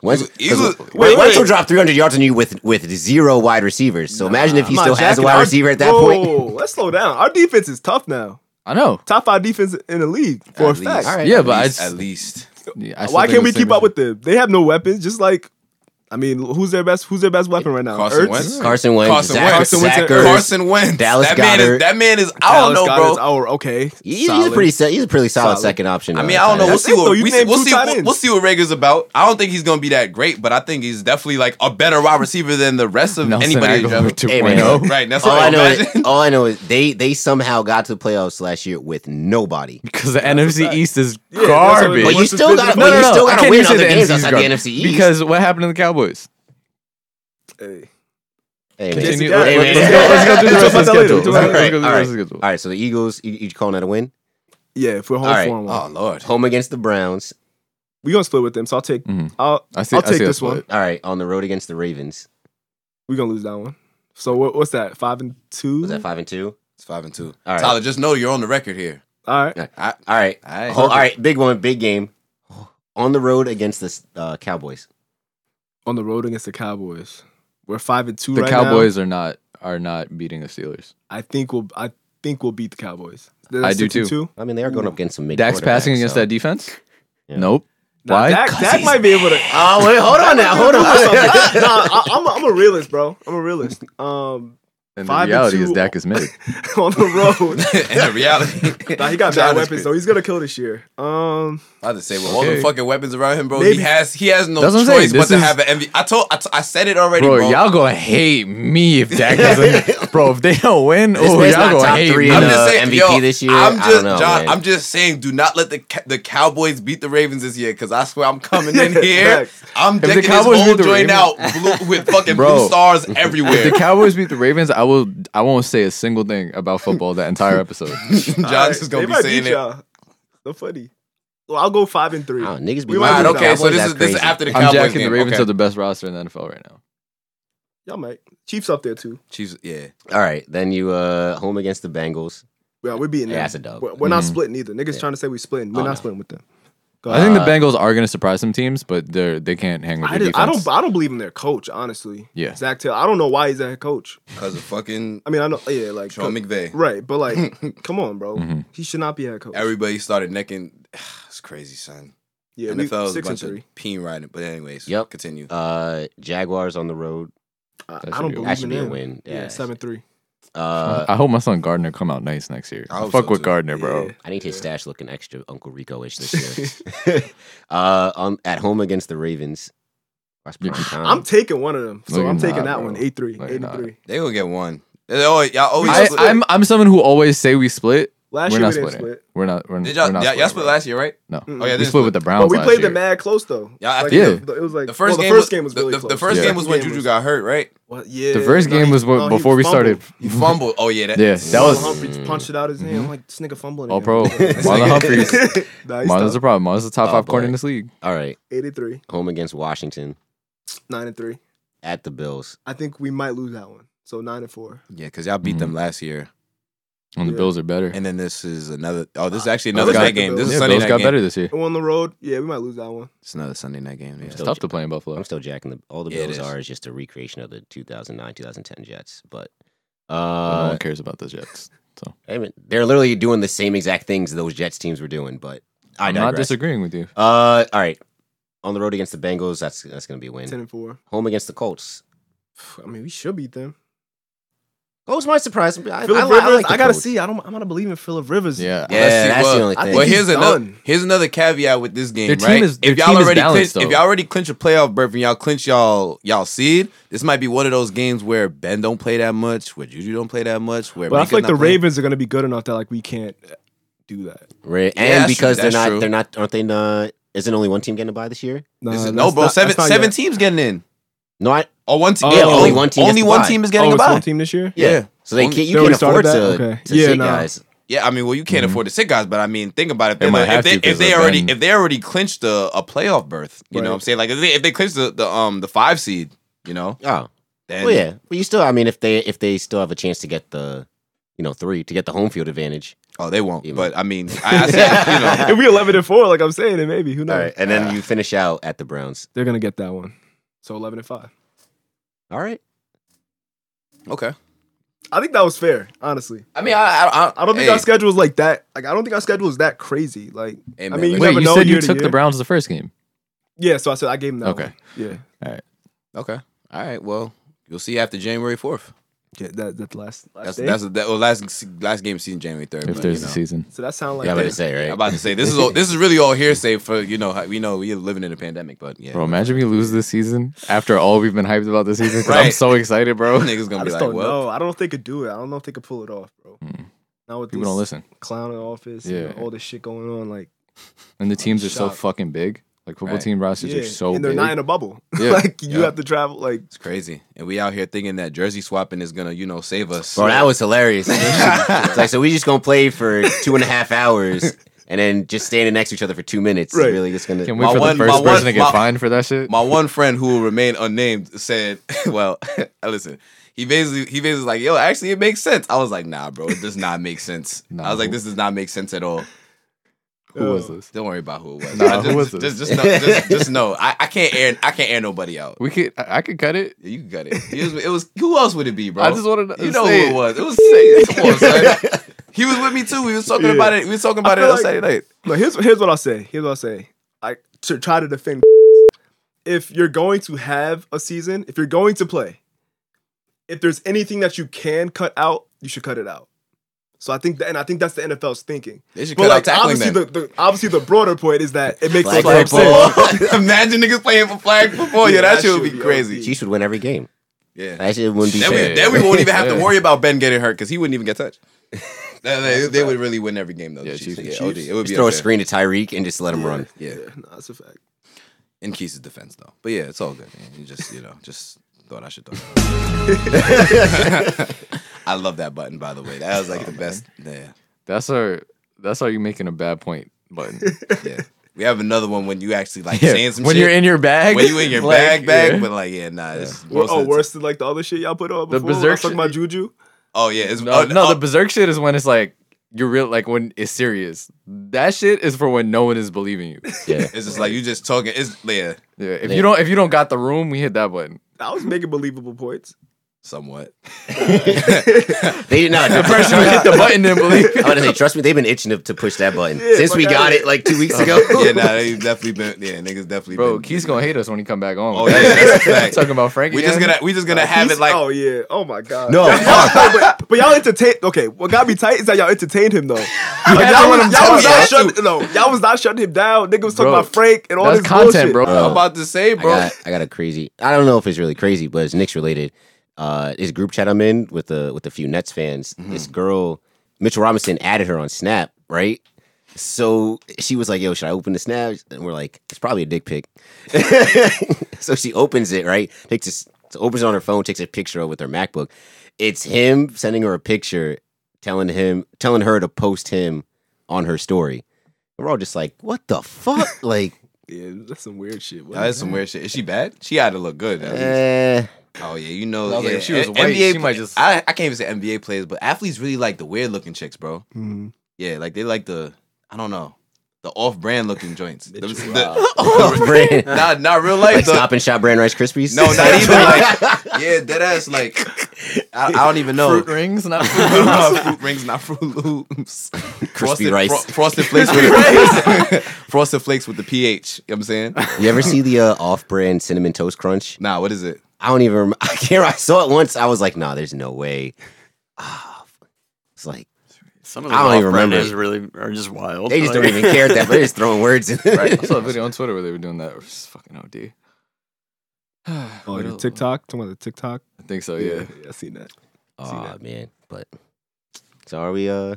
S3: Wentz,
S2: Eagles-
S3: Wentz-
S2: wait,
S3: Wentz will
S2: wait.
S3: drop 300 yards on you with, with zero wide receivers. So imagine if he
S4: I'm not
S3: still has a
S4: jacking
S3: wide
S4: our-
S3: receiver at that point.
S4: Whoa, let's slow down. Our defense is tough now.
S1: I know.
S4: Top five defense in the league for a
S2: At
S4: fact.
S2: least. All right.
S1: Yeah,
S2: At
S1: but I
S2: least-
S1: just-
S2: at least.
S1: Yeah, I still
S4: Why
S1: think
S4: can't
S1: the
S4: we
S1: same
S4: keep up
S1: as-
S4: with them? They have no weapons. Just like, I mean, who's their best? Who's their best weapon right now?
S2: Carson
S4: Ertz?
S2: Wentz.
S3: Carson Wentz,
S2: Carson
S3: Zach,
S2: Wentz.
S4: Carson
S3: Zachers.
S4: Wentz.
S2: Carson Wentz.
S3: Dallas
S2: that man
S3: Goddard.
S2: is. That man is. I don't
S4: Dallas
S2: know,
S4: Goddard's
S2: bro.
S4: our okay.
S3: He- He's, a
S4: solid.
S3: pretty, se- he's a pretty solid,
S4: Solid.
S3: second option.
S2: I
S3: uh,
S2: mean, I don't know.
S3: tight
S2: We'll
S3: end.
S4: That's
S2: see
S4: it, though.
S2: what
S4: You
S2: we see,
S4: named
S2: we'll
S4: two
S2: see.
S4: tight
S2: We'll,
S4: ends.
S2: we'll see what Rager's about. I don't think he's gonna be that great, but I think he's definitely like a better wide receiver than the rest of
S1: Nelson
S2: anybody. in
S1: Aguilar
S2: general.
S1: 2.0.
S3: Hey,
S1: [laughs]
S3: man.
S2: Right. That's
S3: all
S2: what
S3: I
S2: I
S3: know.
S2: imagine.
S3: Is, all I know is they they somehow got to the playoffs last year with nobody.
S1: Because the NFC East is
S4: that's what it
S1: garbage.
S4: is.
S3: But you
S4: what's the
S3: still
S4: business-
S3: got.
S4: No,
S3: but
S4: no,
S3: you
S4: no,
S3: still
S1: I
S3: got to
S1: can't
S3: win
S1: even say
S3: other
S1: the
S3: games
S1: NFC's
S3: outside the
S1: garbage.
S3: NFC East.
S1: Because what happened to the Cowboys?
S4: Hey,
S3: hey, man.
S1: Continue- let-
S4: Garrett.
S3: Hey,
S1: Let's
S3: man.
S1: go let's go through the rest
S4: Let's
S1: of the
S4: talk about that later.
S1: schedule. Let's go- let's go through
S3: All
S1: the
S3: right.
S1: rest of the schedule.
S3: All right, so the Eagles. You, you calling that a win?
S4: yeah, if we're home
S3: All right.
S4: four and one,
S2: Oh Lord.
S3: Home against the Browns.
S4: we gonna split with them. So I'll take.
S1: Mhm.
S4: I'll,
S1: I see-
S4: I'll
S1: I see
S4: take
S1: that
S4: this one.
S1: split.
S3: All right, on the road against the Ravens.
S4: We gonna lose that one. So what, what's that? Five and two.
S3: Was that five and two?
S2: It's five and two.
S3: All right.
S2: Tyler, just know you're on the record here.
S4: All right.
S2: I,
S3: All right,
S2: All right.
S3: Ho- all right. Big one, big game. On the road against the uh, Cowboys.
S4: On the road against the Cowboys, we're five and two
S1: The
S4: right
S1: Cowboys are not are not beating the Steelers.
S4: now. I think we'll. I think we'll beat the Cowboys.
S1: I do too.
S3: I mean, they are going up against some. mid
S1: Dak's passing
S3: quarterbacks,
S1: against
S3: so.
S1: that defense?
S3: Yeah.
S1: Nope.
S4: Now,
S1: Why? [laughs]
S4: Dak,
S1: 'Cause
S4: Dak
S1: he's-
S4: might be able to.
S3: Oh
S4: [laughs]
S3: wait, hold on now, hold on.
S4: nah, I, I'm, a, I'm a realist, bro. I'm a realist. Um, [laughs]
S1: And the
S4: Five and
S1: reality
S4: two.
S1: is Dak is mid.
S4: on the road.
S2: in the reality,
S4: Nah, he got
S2: Tyler's
S4: bad weapons, though. He's gonna kill this year. Um,
S2: I was to say, with all the
S1: Okay.
S2: fucking weapons around him, bro, he
S4: Maybe.
S2: has he has no
S1: That's what I'm
S2: choice
S1: saying.
S2: but
S1: This
S2: to
S1: is-
S2: have an MVP. I told I, t- I said it already,
S1: Bro,
S2: bro.
S1: y'all gonna hate me if Dak
S2: [laughs]
S1: doesn't. bro, if they don't win, oh,
S3: man's
S1: y'all
S3: not
S1: gonna
S3: top
S1: hate
S3: three
S1: me.
S3: in
S2: I'm
S3: the-
S2: [laughs] just saying,
S3: MVP
S2: yo,
S3: this year?
S2: I'm
S3: I
S2: just,
S3: don't know,
S2: John,
S3: man.
S2: I'm just saying, do not let the Ca- the Cowboys beat the Ravens this year, because I swear I'm coming [laughs] in
S4: Yeah, [laughs]
S2: here.
S4: facts.
S2: I'm
S1: the
S2: decking this
S1: Cowboys beat
S2: whole
S1: the
S2: joint
S1: Ravens-
S2: out blue, with fucking blue
S1: Bro.
S2: stars
S1: If
S2: everywhere.
S1: the Cowboys beat the Ravens, I will. I won't say a single thing about football that
S2: [laughs]
S1: entire episode.
S2: John's
S4: all right,
S2: just gonna
S4: they
S2: be
S4: might
S2: saying
S4: beat
S2: it. All
S4: y'all. So funny. Well, I'll go five and three.
S3: Oh, niggas be
S4: We might
S3: lying.
S2: right,
S3: about
S4: lose that.
S2: okay. So
S3: Cowboys,
S2: this
S3: that's
S2: is this is
S3: crazy.
S2: after the
S1: I'm
S2: Cowboys
S1: jacking
S2: game.
S1: the Ravens
S2: okay.
S1: are the best roster in the NFL right now.
S4: Y'all might. Chiefs up there too.
S2: Chiefs, yeah.
S3: [laughs] All right, then you uh home against the Bengals.
S4: Yeah, we're beating
S3: Yeah,
S4: them.
S3: that's a dub.
S4: We're, we're not
S2: Mm-hmm.
S1: Mhm.
S4: splitting either. Niggas trying to say we splitting. We're
S3: Oh,
S4: not
S3: no.
S4: splitting with them. Go
S1: I think the
S3: Uh,
S1: Bengals are gonna surprise some teams, but they're they can't hang with
S4: I,
S1: the
S4: did,
S1: defense.
S4: I don't. I don't believe in their coach, honestly.
S1: Yeah.
S4: Zach Taylor. I don't know why he's a head coach.
S2: Because of fucking
S4: I mean, I know. Yeah, like
S2: Sean Hmm. McVay.
S4: right, but like, come on, bro.
S1: Mm-hmm.
S4: He should not be a head coach.
S2: [laughs] Everybody started necking. [sighs] It's crazy, son.
S4: yeah, we-
S2: NFL is a
S4: six and
S2: bunch
S4: three.
S2: of peen riding. But anyways,
S3: Yep.
S2: continue.
S3: Uh, Jaguars on the road.
S4: I,
S1: That
S4: I
S1: should
S4: don't
S1: be a-
S4: believe
S1: that
S3: should
S4: in
S3: be a
S4: them.
S3: win.
S4: Yeah,
S3: Yeah.
S4: seven three.
S3: Uh,
S1: I hope my son Gardner come out nice next year.
S2: I hope
S1: Fuck
S2: so,
S1: with
S2: too.
S1: Gardner, bro.
S4: Yeah.
S3: I need his stash looking extra Uncle Rico-ish this [laughs] year. uh, on at home against
S1: [laughs]
S3: the Ravens. That's
S1: Yeah.
S3: prime time.
S4: I'm taking one of them, so
S1: Um, No, you're
S4: I'm taking
S1: not,
S4: that
S1: bro.
S4: one. Eight three,
S1: No, you're
S4: eight and
S1: not.
S4: three.
S2: They gonna get one. They always, oh, y'all always.
S1: I, I'm I'm someone who always say we split,
S4: Last
S1: We're
S4: year
S1: not
S4: we didn't
S1: splitting.
S4: split.
S1: We're not. We're,
S2: Did
S1: we're
S2: y'all,
S1: not
S2: y'all, y'all split
S1: splitting.
S2: last year, right?
S1: No,
S4: Mm-mm.
S2: Oh, yeah,
S1: we
S2: this
S1: split with the Browns.
S4: but we
S1: last
S4: played
S1: year.
S4: them mad close though.
S2: Yeah, I
S4: Like,
S2: think
S4: the- the- it was like
S2: The first,
S4: well,
S2: game,
S4: the
S2: was,
S4: first game was
S2: the,
S4: really
S2: the-
S4: close.
S2: the first
S4: Second
S2: game was when Juju got hurt, right?
S4: What- yeah,
S1: The first
S4: no,
S1: game
S4: he-
S1: was
S4: no,
S1: what,
S4: he
S1: before we
S4: fumbled.
S1: started.
S2: He fumbled. Oh yeah, that,
S1: Yeah, that
S4: Marlon
S1: was- Mm-hmm.
S4: Humphries punched it out his hand. I'm like, this nigga fumbling.
S1: All
S4: again.
S1: pro. Oh,
S4: [laughs]
S1: Marlon Humphries.
S4: Nah, he
S1: Marlon's a
S4: stopped.
S1: problem. Marlon's the top
S3: Oh,
S1: five corner
S3: boy.
S1: in this league.
S3: All right,
S4: 83,
S3: home against Washington
S4: 9 and 3.
S3: at the Bills.
S4: I think we might lose that one. So 9 and 4.
S2: yeah, because y'all beat them
S1: Mm-hmm.
S2: last year,
S1: And the
S4: Yeah.
S1: Bills are better.
S2: and then this is another. Oh, this is actually
S4: Bills
S2: another
S1: got-
S2: night game. This is
S1: yeah,
S2: Sunday
S1: Bills
S2: night
S1: got
S2: game.
S1: better this year.
S4: And on the road, yeah, we might lose that one.
S2: It's another Sunday night game. Yeah.
S1: It's tough to play in Buffalo.
S3: I'm still jacking the all the
S2: Yeah, it
S3: Bills
S2: is.
S3: are is just a recreation of the 2009 2010 Jets, but
S1: But no
S3: uh,
S2: Mm-hmm.
S1: one cares about the Jets.
S3: I mean, they're literally doing the same exact things those Jets teams were doing. But I
S1: I'm not
S3: digress.
S1: disagreeing with you.
S3: Uh, all right, on the road against the Bengals, that's that's gonna be a
S4: 10
S3: win.
S4: and 4.
S3: Home against the Colts.
S4: I mean, we should beat them.
S3: Colts might surprise me. I,
S4: Philip
S3: I, li-
S4: Rivers,
S3: I,
S4: I,
S3: like the
S4: gotta
S3: Colts.
S4: see. I don't. I'm not believing in Philip Rivers.
S1: Yeah.
S2: Yeah, Let's see,
S3: that's
S2: well,
S3: the only
S4: I
S3: thing.
S4: think
S2: Well,
S4: he's
S2: here's another
S4: done.
S2: here's another caveat with this game,
S1: Their team
S2: right?
S1: is- their
S2: if y'all
S1: team is
S2: already
S1: balanced,
S2: clinch, if
S1: though.
S2: y'all already clinch a playoff berth and y'all clinch y'all y'all seed, this might be one of those games where Ben don't play that much, where Juju don't play that much, where
S4: But I
S2: Minka's
S4: feel like
S2: not
S4: the
S2: playing.
S4: Ravens are gonna be good enough that like we can't do that.
S3: Ra- and
S2: that's-
S3: because they're
S2: that's
S3: not,
S2: true.
S3: they're not, aren't they? Not, isn't only one team getting a buy this year?
S4: Nah,
S2: This is-
S4: that's
S2: no, bro,
S4: not-
S2: seven
S4: that's not
S2: seven
S4: yet.
S2: teams getting in.
S3: No, I
S2: Oh, one team.
S4: Oh,
S2: yeah,
S4: only
S2: only
S3: one
S2: one
S3: team
S2: team.
S3: gets
S2: Only
S3: to
S2: one
S3: buy.
S2: team is
S4: Oh,
S2: getting a
S4: it's
S2: bye.
S4: one team this year.
S2: Yeah.
S3: So they
S2: Only-
S3: can't,
S4: Oh, they
S3: you
S4: already
S3: can't afford
S4: started
S3: to,
S4: that? Okay.
S3: to
S4: Yeah,
S3: sit
S4: nah.
S3: guys.
S2: Yeah, I mean, well, you can't afford to sit guys, but I mean, think about it.
S1: Mm-hmm. They
S2: They-
S1: might
S2: if
S1: have
S2: they,
S1: to 'cause
S2: if they
S1: of
S2: already
S1: Ben.
S2: if they already clinched a, a playoff berth, you know
S4: Right.
S2: what I'm saying? Like if they, if they clinched the, the um the five seed, you know,
S3: Oh,
S2: then
S3: well, yeah. But you still, I mean, if they if they still have a chance to get the, you know, three to get the home field advantage.
S2: oh they won't.
S3: Yeah.
S2: But I mean, I, I said, you know,
S4: [laughs] if we 11 and 4, like I'm saying, it maybe who knows?
S3: All right, and then you finish out at the Browns.
S4: They're gonna get that one. So 11 and 5.
S3: All right.
S1: [laughs]
S2: [laughs] okay.
S4: I think that was fair, honestly.
S2: I mean, I I,
S4: I don't think
S2: hey,
S4: our schedule is like that. Like I don't think our schedule is that crazy. Like
S2: hey,
S4: I
S2: man,
S4: mean,
S2: listen.
S4: You
S1: Wait,
S4: never
S1: you
S4: know
S1: said you
S4: year to
S1: took the
S4: year.
S1: Browns the first game.
S4: yeah, so I said I gave him that.
S1: Okay.
S4: one. Yeah.
S2: Okay. All right. Well, you'll see after January fourth.
S4: Yeah, that that's the last. last
S2: That's
S4: day.
S2: that's that well, last last game of season January third.
S1: If there's a season,
S4: so that sound like
S3: Yeah, I'm
S4: that.
S3: about to say
S2: I'm
S3: right. [laughs]
S2: about to
S1: [laughs]
S2: say this is all, this is really all hearsay for you know how- we know we're living in a pandemic, but yeah,
S1: bro, imagine we lose this season after all we've been hyped about this season. 'cause I'm
S2: Right.
S1: so excited, bro. [laughs] People
S2: niggas
S4: I
S2: gonna be
S4: just
S2: like, Hmm.
S4: don't
S2: well,
S4: know. I don't know if they could do it. I don't know if they could pull it off, bro. Now with this
S1: don't listen,
S4: clown in the office, you
S1: Yeah.
S4: know, all this shit going on, like
S1: and the teams are so
S4: shocked.
S1: fucking big. Like football
S2: Right.
S1: team rosters
S4: yeah,
S1: are so
S4: and they're
S1: big.
S4: not in a bubble. [laughs]
S1: Yeah.
S4: like you
S2: Yeah.
S4: have to travel. Like
S2: it's crazy, and we out here thinking that jersey swapping is gonna you know save us.
S3: Bro, that was hilarious. it's like, so we just gonna play for two and a half hours, and then just standing next to each other for two minutes.
S4: Right.
S3: Really, just gonna.
S1: Can't wait
S2: My
S1: for
S2: one-
S1: the
S2: my
S1: first
S2: one-
S1: person to get
S2: my-
S1: fined for that shit.
S2: [laughs] my one friend who will remain unnamed said, [laughs] "Well, listen." He basically he basically was like, "Yo, actually, it makes sense." I was like, "Nah, bro, it does not make sense."
S1: [laughs] Nah,
S2: I was like,
S1: who-
S2: "This does not make sense at all."
S1: Who was
S4: uh,
S1: this?
S2: Don't worry about who it was.
S1: Nah,
S2: I just,
S1: who was this?
S2: just, just, know,
S1: [laughs]
S2: just, just know, I, I can't air I can't air nobody out.
S1: We could. I, I could cut it.
S2: You can cut it. It was, it was who else would it be, bro?
S1: I just wanted to
S2: you know who
S1: say
S2: it
S1: it.
S2: was. It was come
S1: [laughs]
S2: on, son. He was with me too. We was talking
S4: Yeah.
S2: about it. We was talking about
S4: I
S2: it
S4: feel
S2: on
S4: like-
S2: Saturday night.
S4: But here's here's what I'll say. Here's what I'll say. I to try to defend. [laughs] If you're going to have a season, if you're going to play, if there's anything that you can cut out, you should cut it out. So I think that, and I think that's the NFL's thinking.
S2: They should
S4: But
S2: cut out
S4: like
S2: tackling
S4: obviously
S2: them.
S4: the, the obviously the broader point is that it makes
S3: Flag
S4: no damn
S3: football.
S2: [laughs]
S4: sense. [laughs]
S2: Imagine niggas playing for flag football. Yeah,
S4: Yeah,
S2: that,
S4: that
S2: shit
S4: should
S2: would be
S4: be
S2: crazy.
S4: OD.
S3: Chiefs would win every game.
S2: Yeah.
S3: Actually, it wouldn't be
S2: Then
S3: fair.
S2: we,
S1: Yeah.
S2: then we won't even have to
S1: Yeah.
S2: worry about Ben getting hurt because he wouldn't even get [laughs] touched. they, they- they would really win every game though. the
S1: Yeah,
S2: Chiefs.
S1: Chiefs.
S2: Yeah, OD. It would
S3: Just
S2: be
S3: throw a
S2: unfair.
S3: screen to Tyreek and just let him run.
S2: Yeah,
S4: Yeah, no, that's a fact.
S2: in Keith's defense though. But yeah, it's all good. Man. You just you know just thought I [laughs] should. Throw that out. I love that button by the way. That was like the best. Yeah,
S1: That's our. That's how you making a bad point button.
S2: yeah. We have another one when you actually like
S1: [laughs] Yeah,
S2: saying some
S1: when
S2: shit.
S1: you're in your bag.
S2: when
S1: [laughs]
S2: you in your
S1: like,
S2: bag bag,
S1: yeah.
S2: but like yeah, nah. It's
S4: Wor-
S2: most
S4: oh,
S2: of the
S4: worse than like the other shit y'all put on
S1: The
S4: before. when I
S1: berserk
S4: was talking
S1: shit-
S4: about Juju.
S2: time- Oh yeah, it's
S1: No,
S2: oh,
S1: no,
S2: oh,
S1: the berserk shit is when it's like you're real, like when it's serious. That shit is for when no one is believing
S2: [laughs]
S1: you.
S3: Yeah.
S2: it's just like you just talking. It's yeah,
S1: Yeah, if you don't, if you don't got the room, we hit that
S2: [laughs]
S1: button.
S4: I was making believable points.
S2: somewhat.
S3: They did not.
S1: The person who hit
S3: [laughs]
S1: the button didn't believe.
S2: [laughs]
S3: I'm about to say, trust me, they've been itching to, to push that button
S4: Yeah,
S3: since we
S4: fuck
S3: got
S4: outta
S3: it like uh, two weeks ago.
S2: Yeah, nah, they definitely been. Yeah, niggas definitely.
S1: Bro,
S2: been,
S1: Keith's gonna hate us when he come back on.
S2: Oh
S1: [laughs]
S2: yeah, that's a fact.
S1: talking about Frankie.
S2: We just
S1: again?
S2: gonna we just gonna have
S4: He's-
S2: it like
S4: oh yeah, oh my
S3: [laughs]
S4: god.
S3: No, [laughs]
S4: No, but, but [laughs] y'all entertain. Okay, what got me tight is that y'all entertained him [laughs] though. Like,
S1: to let
S4: y'all, was,
S1: him
S4: y'all
S1: talk.
S4: was
S1: You
S4: not
S1: had
S4: shutting. No, y'all was not shutting him down. Nigga was talking
S1: Bro,
S4: about Frank and all
S1: that's
S4: this
S1: content,
S4: bullshit.
S1: bro.
S2: I'm about to say,
S3: I
S2: bro.
S3: got, I got a crazy. I don't know if it's really crazy, but it's Knicks related. Uh, this group chat I'm in with the with a few Nets fans. This girl Mitchell Robinson added her on Snap, right? So she was like, "Yo, should I open the Snap?" And we're like, "It's probably a dick pic." [laughs] so she opens it, right? Takes this, opens it on her phone, takes a picture of it with her MacBook. It's him sending her a picture, telling him, telling her to post him on her story. We're all just like, "What the fuck?" like,
S4: Yeah, that's some weird shit. What
S2: That is some weird shit. Is she bad? She had to look good. at least.
S3: eh.
S2: Oh yeah, you know,
S1: I was
S2: yeah,
S1: like, if she was
S2: a-
S1: white,
S2: NBA
S1: she might just-
S2: I, I can't even say NBA players, but athletes really like the weird looking chicks, bro.
S4: Mhm.
S2: Yeah, like they like the I don't know the off brand looking joints. The-
S4: Bitch,
S2: the-
S3: [laughs]
S2: [laughs]
S3: brand,
S2: not not real life
S3: like
S2: though.
S3: Stop and Shop brand Rice Krispies. [laughs]
S2: No, not even like yeah, dead ass like [laughs] I, I don't even know.
S1: Fruit rings,
S2: [laughs]
S1: not fruit loops.
S2: fruit rings, not Fruit Loops. Frosted-
S3: rice.
S2: fro- frosted flakes
S3: [laughs]
S2: with the, [laughs] frosted flakes with the pH. You know what I'm saying?
S3: You ever see the uh, off-brand cinnamon toast crunch?
S2: Nah, what is it?
S3: I don't even. Rem- [laughs] I can't. I saw it once. I was like, "Nah, there's no way." Ah, it's like
S5: Some of the
S3: I
S5: I
S3: don't even remember.
S5: remember. really are just wild.
S3: they just
S5: Like- Oh,
S3: don't even care at that.
S5: [laughs]
S3: But they're just throwing words in. There.
S1: I saw a video on Twitter where they were doing that. It was fucking [sighs] OD.
S4: Oh,
S1: What
S4: the
S1: else?
S4: TikTok? Talking about the TikTok?
S1: I think so. Oh, Yeah.
S4: I seen that.
S3: [laughs] Oh man, but so are we? Uh,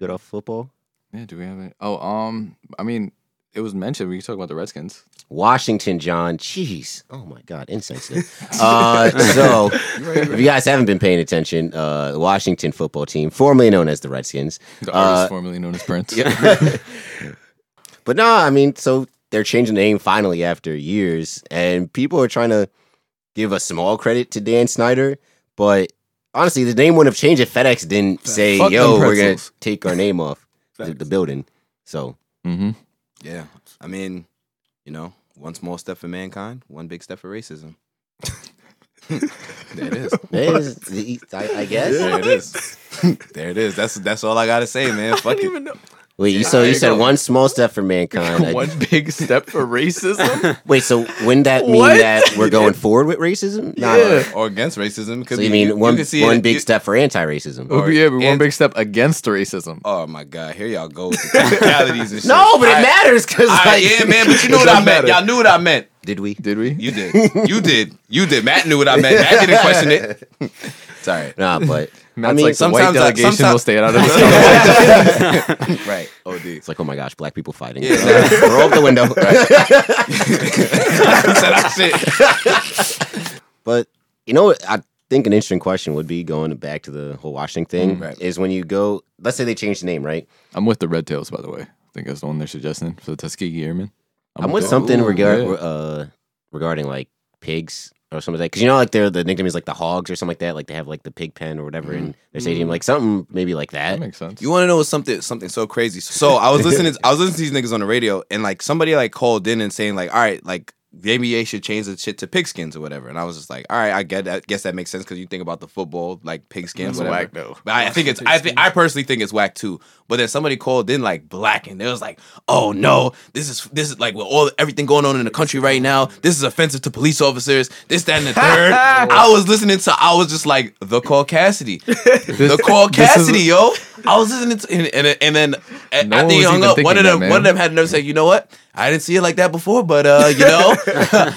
S3: good off football.
S1: Yeah. Do we have it? Oh, um, I mean, it was mentioned. We can talk about the Redskins.
S3: Washington, John. Jeez. Oh my God, insensitive. uh, so, if you guys haven't been paying attention, uh, the Washington football team, formerly known as the Redskins,
S1: [laughs] The
S3: Uh,
S1: artist formerly known as Prince.
S3: [laughs] but no, I mean, so they're changing the name finally after years, and people are trying to give a small credit to Dan Snyder, but honestly, the name wouldn't have changed if FedEx didn't say,
S1: Fuck them
S3: "Yo, we're gonna
S1: pretzels."
S3: take our
S1: [laughs]
S3: name off the, the building." So
S1: Mm-hmm.
S2: Yeah, I mean, you know, one small step for mankind, one big step for racism. there it is.
S3: it is- I, I guess.
S2: There it is. there it is. That's that's all I gotta say,
S3: [laughs]
S2: man. Fuck it.
S3: Wait, you so
S1: there
S3: you
S1: you
S3: said
S1: go.
S3: one small step for mankind.
S1: [laughs]
S3: I-
S1: One big step for [laughs] racism.
S3: Wait, so wouldn't that mean
S1: What?
S3: that
S1: [laughs]
S3: we're going forward with racism? Nah,
S1: Yeah.
S2: Or against racism.
S3: So
S2: Could be,
S3: you mean one
S2: could see
S3: one
S2: it-
S3: big
S2: you-
S3: step for anti-racism?
S1: It would be, Oh, yeah, but one
S2: And-
S1: big step against racism.
S2: Oh my god, here y'all
S3: [laughs]
S2: go with the technicalities and shit.
S3: no, but it
S2: I-
S3: matters because
S2: I-
S3: like,
S2: yeah, man, but you knew what I meant.
S4: doesn't matter.
S2: Y'all knew what I meant.
S3: [laughs] Did we?
S1: Did we?
S2: You did. You did. You did. Matt knew what I meant. Matt didn't question it. It's all right.
S3: Nah, [laughs] but I
S1: Matt's
S3: mean,
S1: like the white
S2: sometimes I-
S1: delegation
S2: sometimes-
S1: will stay out of this.
S2: Right. Oh, dude.
S3: It's like, oh my gosh, black people fighting.
S2: Yeah.
S3: [laughs] Nah, Roll up the window.
S2: [laughs] He said that shit.
S3: But you know, what? I think an interesting question would be going back to the whole Washington thing
S2: Mm, right.
S3: is when you go. Let's say they change the name, right?
S1: I'm with the Red Tails, by the way. I think that's the one they're suggesting for the Tuskegee Airmen.
S3: I'm, with
S1: that.
S3: something
S1: Ooh,
S3: regard
S1: yeah.
S3: uh, regarding like pigs or something like because you know like they're the nickname is like the hogs or something like that. Like they have like the pig pen or whatever in their stadium, like something maybe like Mm. that.
S1: That makes sense.
S2: You want to know something? Something so crazy. So
S1: [laughs]
S2: I was listening. I was listening to these niggas on the radio, and like somebody like called in and saying like, "All right, like the NBA should change the shit to pigskins or whatever." And I was just like, "All right, I get. that. guess that makes sense because you think about the football like pigskins, whatever."
S1: though.
S2: But I, I think it's I think I personally think it's whack too. But then somebody called in like black and they was like, oh no, this is this is like with all everything going on in the country right now, this is offensive to police officers, this, that, and the
S1: [laughs]
S2: third. I was listening to I was just like the call Cassidy.
S1: [laughs]
S2: the call
S1: this is-
S2: Cassidy, yo. I was listening to and, and, and then a-
S1: No one
S2: after
S1: was
S2: he hung
S1: even
S2: up, one
S1: thinking
S2: of
S1: that,
S2: them
S1: man.
S2: one of them had another say, you know what? I didn't see it like that before, but uh,
S1: [laughs]
S2: you know, [laughs]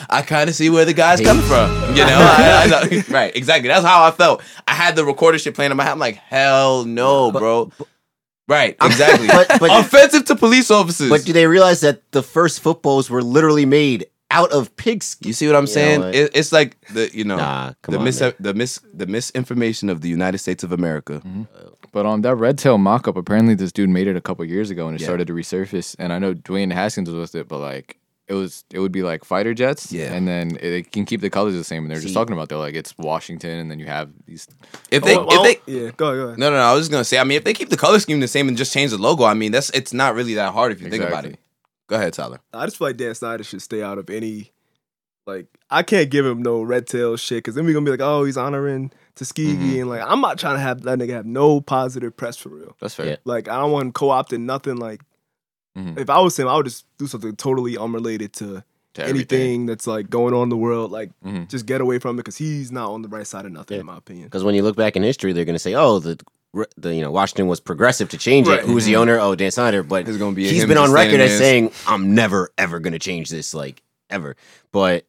S2: I kind of see where the guy's coming from. You know, I, I know. [laughs] right? Exactly. That's how I felt. I had the recorder shit playing in my head. I'm like, hell no, bro. right?
S3: [laughs]
S2: Exactly.
S3: But- but-
S2: Offensive to police officers.
S3: But do they realize that the first footballs were literally made out of pigs?
S2: you see what I'm
S3: know
S2: saying?
S3: what?
S2: It, it's like the you know
S3: Nah, come
S2: the
S3: on,
S2: mis
S3: man.
S2: the mis the misinformation of the United States of America.
S1: But um, that red tail mock up, apparently this dude made it a couple years ago and it
S2: Yeah.
S1: started to resurface. And I know Dwayne Haskins was with it, but like it was, it would be like fighter jets.
S2: Yeah.
S1: And then it, it can keep the colors the same. And they're just
S3: See-
S1: talking about they're like it's Washington, and then you have these.
S2: If
S3: Oh,
S2: they if they
S4: yeah, go ahead, go ahead.
S2: No, no, no. I was just gonna say. I mean, if they keep the color scheme the same and just change the logo, I mean, that's it's not really that hard if you think about
S1: Exactly.
S2: it. Go ahead, Tyler.
S4: I just feel like Dan Snyder should stay out of any. Like, I can't give him no red tail shit because then we're gonna be like, oh, he's honoring Tuskegee, and like, I'm not trying to have that nigga have no positive press for real.
S1: That's fair.
S3: Yeah.
S4: Like, I don't want him co opted nothing. Like,
S1: Mhm.
S4: if I was him, I would just do something totally unrelated to,
S1: To
S4: anything
S1: everything.
S4: that's like going on in the world. Like,
S1: Mhm.
S4: just get away from it because he's not on the right side of nothing,
S3: Yeah.
S4: in my
S3: [laughs]
S4: opinion.
S3: Because when you look back in history, they're going to say, "Oh, the." The, you know Washington was progressive to change
S4: Right.
S3: it. Who's the owner? Oh, Dan Snyder. But
S2: Mm-hmm. It's gonna be
S3: he's
S2: him
S3: been
S2: just
S3: on record
S2: standing
S3: as
S2: there.
S3: saying, "I'm never ever going to change this, like ever." But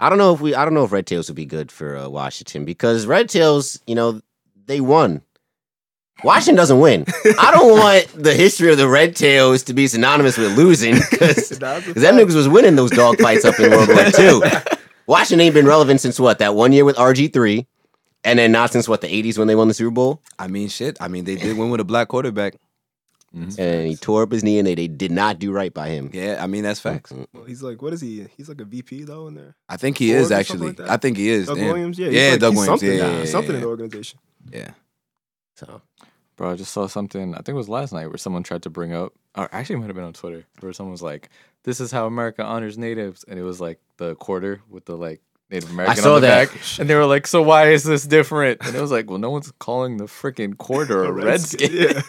S3: I don't know if we, I don't know if Red Tails would be good for uh, Washington because Red Tails, you know, they won. Washington doesn't win. I
S2: [laughs]
S3: don't want the history of the Red Tails to be synonymous with losing because them
S4: That's a
S3: niggas was winning those dog fights up in World
S2: [laughs]
S3: War II. Washington ain't been relevant since what that one year with RG three, and then not since what the '80s when they won the Super Bowl.
S2: I mean, shit. I mean, they did win with a black quarterback.
S3: And he tore up his knee, and they, they did not do right by him.
S2: Yeah, I mean that's facts.
S4: Well, he's like, what is he? He's like a VP though in there.
S2: I think he
S4: Or
S2: is
S4: something
S2: actually.
S4: like that.
S2: I think he is.
S4: Doug
S2: damn.
S4: Williams, yeah, he's
S2: yeah,
S4: like,
S2: Doug
S4: he's
S2: Williams.
S4: something,
S2: yeah, yeah,
S4: he's something
S2: yeah,
S4: in the organization.
S2: yeah.
S3: So
S1: Bro, I just saw something. I think it was last night where someone tried to bring up, or actually it might have been on Twitter, where someone was like, "This is how America honors natives," and it was like the quarter with the like Native American
S3: saw
S1: on the
S3: that.
S1: back, and they were like, "So why is this different?" And it was like, "Well, no one's calling the freaking quarter
S4: [laughs]
S1: a redskin."
S4: Yeah.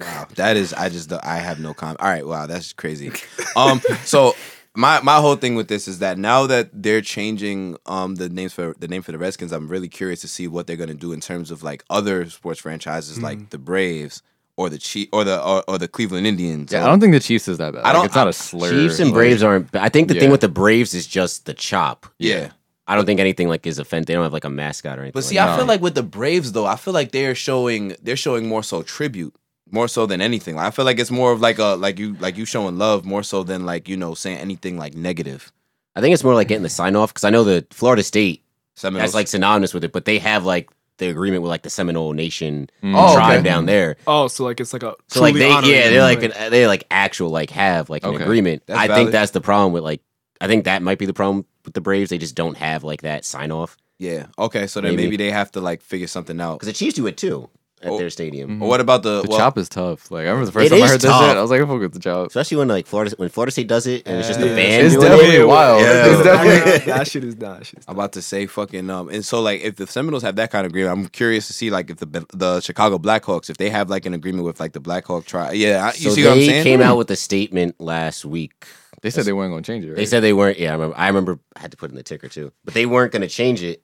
S2: Wow, that is. I just. I have no comment. All right. Wow, that's crazy. Um. So my my whole thing with this is that now that they're changing um the names for the name for the Redskins, I'm really curious to see what they're gonna do in terms of like other sports franchises
S1: Mm.
S2: like the Braves or the Chief or the or, or the Cleveland Indians.
S1: Yeah,
S2: or-
S1: I don't think the Chiefs is that bad.
S2: I
S1: Like,
S2: don't-
S1: it's not
S2: I-
S1: a slur.
S3: Chiefs and
S1: Like,
S3: Braves aren't. I think the
S1: Yeah.
S3: thing with the Braves is just the chop.
S2: Yeah.
S3: I don't think anything like is offensive. They don't have like a mascot or anything.
S2: But see,
S3: like
S2: I
S3: that.
S2: feel like with the Braves though, I feel like they're showing they're showing more so tribute, more so than anything. Like, I feel like it's more of like a like you like you showing love more so than like you know saying anything like negative.
S3: I think it's more like getting the sign off because I know the Florida State
S2: Seminoles.
S3: that's like synonymous with it, but they have like the agreement with like the Seminole Nation
S1: Mm.
S2: Oh,
S3: tribe
S2: okay.
S3: down there.
S4: Oh, so like it's like a
S3: So like they
S4: truly
S3: yeah
S4: honoring
S3: they're
S4: him,
S3: like an, they like actual like have like an
S1: Okay.
S3: agreement.
S2: That's
S3: I
S2: valid.
S3: think that's the problem with like I think that might be the problem with the Braves. They just don't have like that sign off
S2: yeah okay, so then maybe.
S3: Maybe.
S2: they have to like figure something out.
S3: because the Chiefs do it too at
S2: Oh.
S3: their stadium,
S1: Mhm.
S2: Or what about the,
S1: The
S2: well,
S1: chop is tough. Like I remember the first
S3: It
S1: time I
S3: is
S1: heard
S3: tough.
S1: this, shit, I was like, "I fuck with the chop."
S3: especially when like Florida when Florida State does it and it's just the
S4: Yeah.
S3: band.
S1: It's
S3: doing it.
S1: definitely wild.
S2: Yeah.
S1: It's definitely. [laughs]
S4: Nah, that shit is not. That shit is
S2: I'm about to say fucking um and so like if the Seminoles have that kind of agreement, I'm curious to see like if the the Chicago Blackhawks if they have like an agreement with like the Blackhawk tribe. Yeah, I- you
S3: So
S2: see
S3: they
S2: what I'm saying?
S3: came out with a statement last week.
S1: They said they weren't going to change it. Right?
S3: They said they weren't. Yeah, I remember. I remember. I had to put in the ticker too, but they weren't going to change it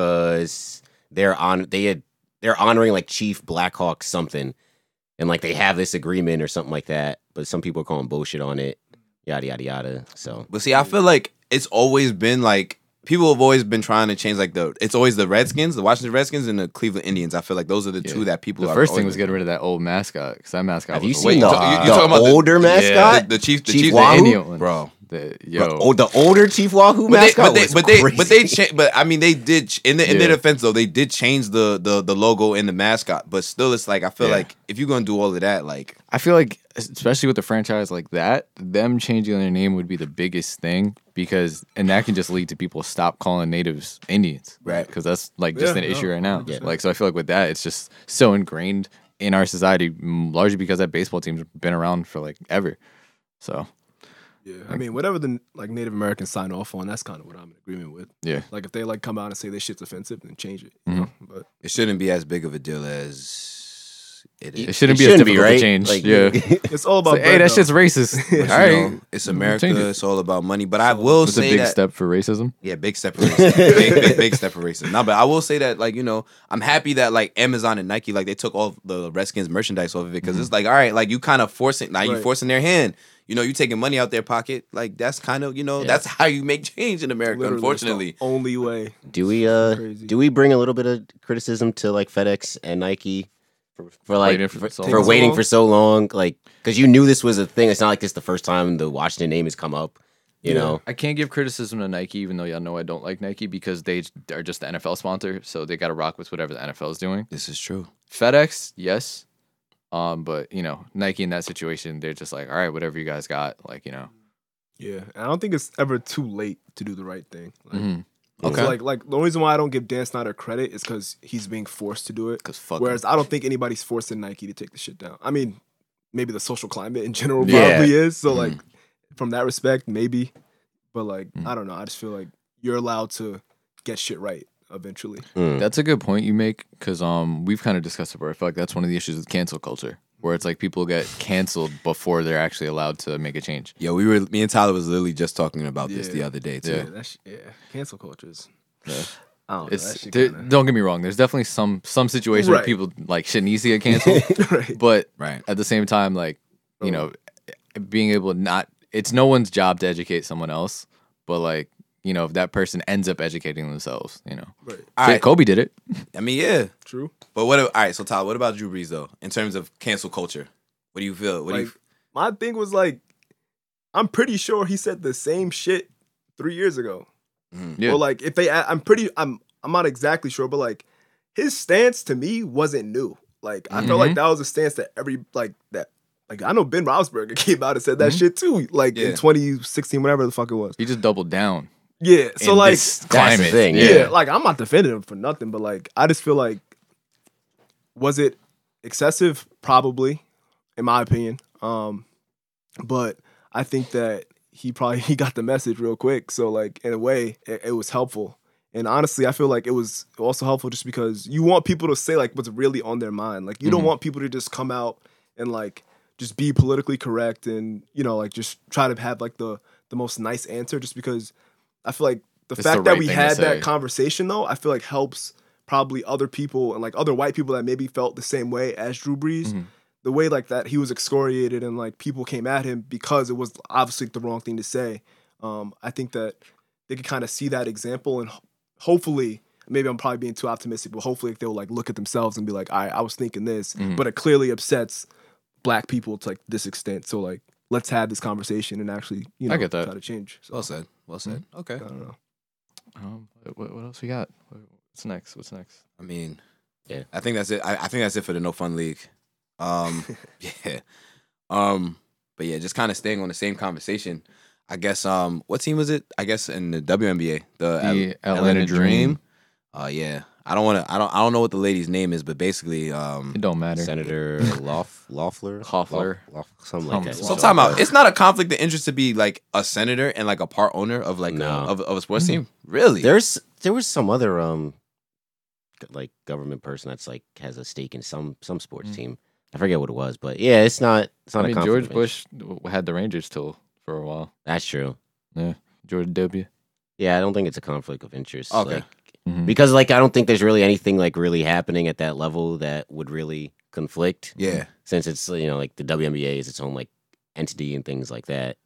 S3: because they're on. They had they're honoring like Chief Blackhawk something, and like they have this agreement or something like that. But some people are calling bullshit on it. Yada yada yada. So
S2: But see, I feel like it's always been like people have always been trying to change like the it's always the Redskins, the Washington Redskins, and the Cleveland Indians. I feel like those are the
S1: Yeah.
S2: two that people.
S1: the
S2: are
S1: first thing
S2: always-
S1: was getting rid of that old mascot because that mascot.
S3: have
S1: was
S3: you
S1: wait,
S3: seen the,
S1: you
S2: you
S1: talk-
S2: talk-
S3: the
S2: you talking about the-
S3: older
S2: the,
S3: mascot?
S2: the Chief, the
S3: Chief
S2: Chief,
S3: Wahoo?
S1: Indian ones.
S2: bro.
S1: The, yo,
S3: Oh, the older Chief Wahoo
S2: But they,
S3: mascot
S2: but they,
S3: was
S2: but they,
S3: crazy.
S2: but they, cha- but I mean, they did ch- in the in their
S1: Yeah.
S2: defense though. They did change the the the logo and the mascot, but still, it's like I feel
S1: Yeah.
S2: like if you're gonna do all of that, like
S1: I feel like, especially with a franchise like that, them changing their name would be the biggest thing because, and that can just lead to people stop calling natives Indians,
S2: Right.
S1: Because that's like just
S4: Yeah,
S1: an
S4: no,
S1: issue right now.
S4: 100%.
S1: Like, so I feel like with that, it's just so ingrained in our society, mm, largely because that baseball team's been around for like ever. So
S4: Yeah, I mean, whatever the like Native Americans sign off on, that's kind of what I'm in agreement with.
S1: yeah, Mm-hmm.
S4: Like, if they like come out and say this shit's offensive, then change it. You know? But
S2: it shouldn't be as big of a deal as it
S1: it
S2: is.
S1: shouldn't be as difficult to change.
S3: [laughs]
S1: yeah.
S4: it's all about.
S1: Like, [laughs] hey,
S4: bread,
S1: that
S4: though.
S1: shit's racist.
S2: But,
S1: All
S2: you
S1: right,
S2: know, it's
S1: We'll
S2: America.
S1: change it.
S2: It's all about money. But I will
S1: it's a
S2: say
S1: big
S2: that
S1: step for racism.
S2: Yeah, big step for racism. big, big, big step for racism. Nah, but I will say that, like, you know, I'm happy that like Amazon and Nike, like, they took all the Redskins merchandise off of it because it's like, all right, like you kind of forcing, like you
S4: Mm-hmm. Right.
S2: forcing their hand. You know, you taking money out their pocket. Like that's kind of, you know,
S3: Yeah.
S2: that's how you make change in America.
S4: Literally, it's the
S2: unfortunately,
S4: only way.
S3: Do we uh
S4: Crazy.
S3: do we bring a little bit of criticism to like FedEx and Nike for, for like
S1: Waiting for
S3: for,
S1: so
S3: for
S1: long.
S3: waiting for so long? Like because you knew this was a thing. It's not like this the first time the Washington name has come up. You know,
S1: I can't give criticism to Nike, even though y'all know I don't like Nike because they are just the NFL sponsor, so they got to rock with whatever the NFL is doing.
S2: this is true.
S1: FedEx, yes, um, but you know Nike in that situation, they're just like, all right, whatever you guys got, like you know,
S4: Yeah, and I don't think it's ever too late to do the right thing. Like,
S1: Mhm.
S4: so,
S2: Okay.
S4: like, like the only reason why I don't give Dan Snyder credit is because he's being forced to do it.
S1: 'Cause fuck
S4: Whereas I don't think anybody's forcing Nike to take the shit down. I mean, maybe the social climate in general
S1: Yeah. Mm-hmm.
S4: probably is. So like, from that respect, maybe. But like,
S1: Mm.
S4: I don't know. I just feel like you're allowed to get shit right eventually.
S3: Hmm.
S1: that's a good point you make because um, we've kind of discussed it. Where I feel like that's one of the issues with cancel culture, where it's like people get canceled before they're actually allowed to make a change.
S2: Yeah, we were. Me and Tyler was literally just talking about this the
S4: Yeah.
S2: other day too.
S1: Yeah.
S4: that's yeah. Cancel cultures.
S1: Yeah.
S4: I don't know. Oh, That
S1: It's
S4: shit
S1: there-
S4: kinda-
S1: don't get me wrong. There's definitely some some situations where
S4: Right.
S1: people like shit needs to get
S4: [laughs]
S1: canceled,
S4: right.
S1: but
S2: Right.
S1: at the same time, like, Oh. you know, being able to not, it's no one's job to educate someone else, but like, you know, if that person ends up educating themselves, you know.
S4: Right.
S2: All
S1: Shit,
S2: right.
S1: Kobe did it.
S2: I mean, yeah.
S4: True.
S2: But what? All right. So Todd, what about Drew Brees though? In terms of cancel culture, what do you feel? What do you?
S4: Like, My thing was like, I'm pretty sure he said the same shit three years ago.
S2: mm-hmm.
S1: Yeah.
S4: Or like if they, I'm pretty, I'm, I'm not exactly sure, but like his stance to me wasn't new. Like I felt like that was a stance that every like that. Like I know Ben Roethlisberger [laughs] came out and said that shit too, like
S2: Yeah.
S4: in 2016, whatever the fuck it was.
S1: He just doubled down.
S4: Yeah, so
S1: in
S4: like
S1: this climate.
S3: thing,
S1: Yeah.
S4: yeah. like I'm not defending him for nothing, but like I just feel like was it excessive? Probably, in my opinion. Um, but I think that he probably [laughs] he got the message real quick. So like in a way, it, it was helpful. And honestly, I feel like it was also helpful just because you want people to say like what's really on their mind. Like you
S1: Mm-hmm.
S4: don't want people to just come out and like just be politically correct and you know like just try to have like the the most nice answer just because I feel like the
S1: It's
S4: fact
S1: the right
S4: that we
S1: thing to
S4: had
S1: say.
S4: that conversation though, I feel like helps probably other people and like other white people that maybe felt the same way as Drew Brees.
S1: Mm-hmm.
S4: The way like that he was excoriated and like people came at him because it was obviously the wrong thing to say. Um, I think that they could kind of see that example and ho- hopefully maybe I'm probably being too optimistic, but hopefully they'll like look at themselves and be like, all right, I was thinking this,
S2: Mm-hmm.
S4: but it clearly upsets black people to like this extent. So like let's have this conversation and actually, you know,
S1: I get that.
S4: try to change. So
S2: Well said. Well said. Okay.
S4: I don't know.
S1: Um, what, what else we got? What's next? What's next?
S2: I mean,
S3: Yeah.
S2: I think that's it. I, I think that's it for the No Fun League. Um, yeah. Um, but yeah, just kind of staying on the same conversation. I guess. Um, what team was it? I guess in the WNBA, the, Al-
S1: The Atlanta Dream.
S2: Uh, yeah. I don't want to. I don't. I don't know what the lady's name is, but basically, um.
S1: It don't matter.
S3: Senator [laughs] Loff Loeffler
S1: Hoffler.
S3: Loff, Loff, something
S1: Some-
S3: like that.
S2: So time out. It's not a conflict of interest to be like a senator and like a part owner of like
S3: No.
S2: uh, of, of a sports team. Really?
S3: There's there was some other um g- like government person that's like has a stake in some some sports
S1: Mm.
S3: team. I forget what it was, but yeah, it's not it's not
S1: I
S3: a
S1: mean,
S3: conflict
S1: George
S3: of interest.
S1: Bush w- had the Rangers till for a while.
S3: That's true.
S1: George W.
S3: Yeah, I don't think it's a conflict of interest.
S2: Okay.
S3: Like,
S1: Mhm.
S3: because like I don't think there's really anything like really happening at that level that would really conflict.
S2: yeah.
S3: Since it's you know like the WNBA is its own like entity and things like that.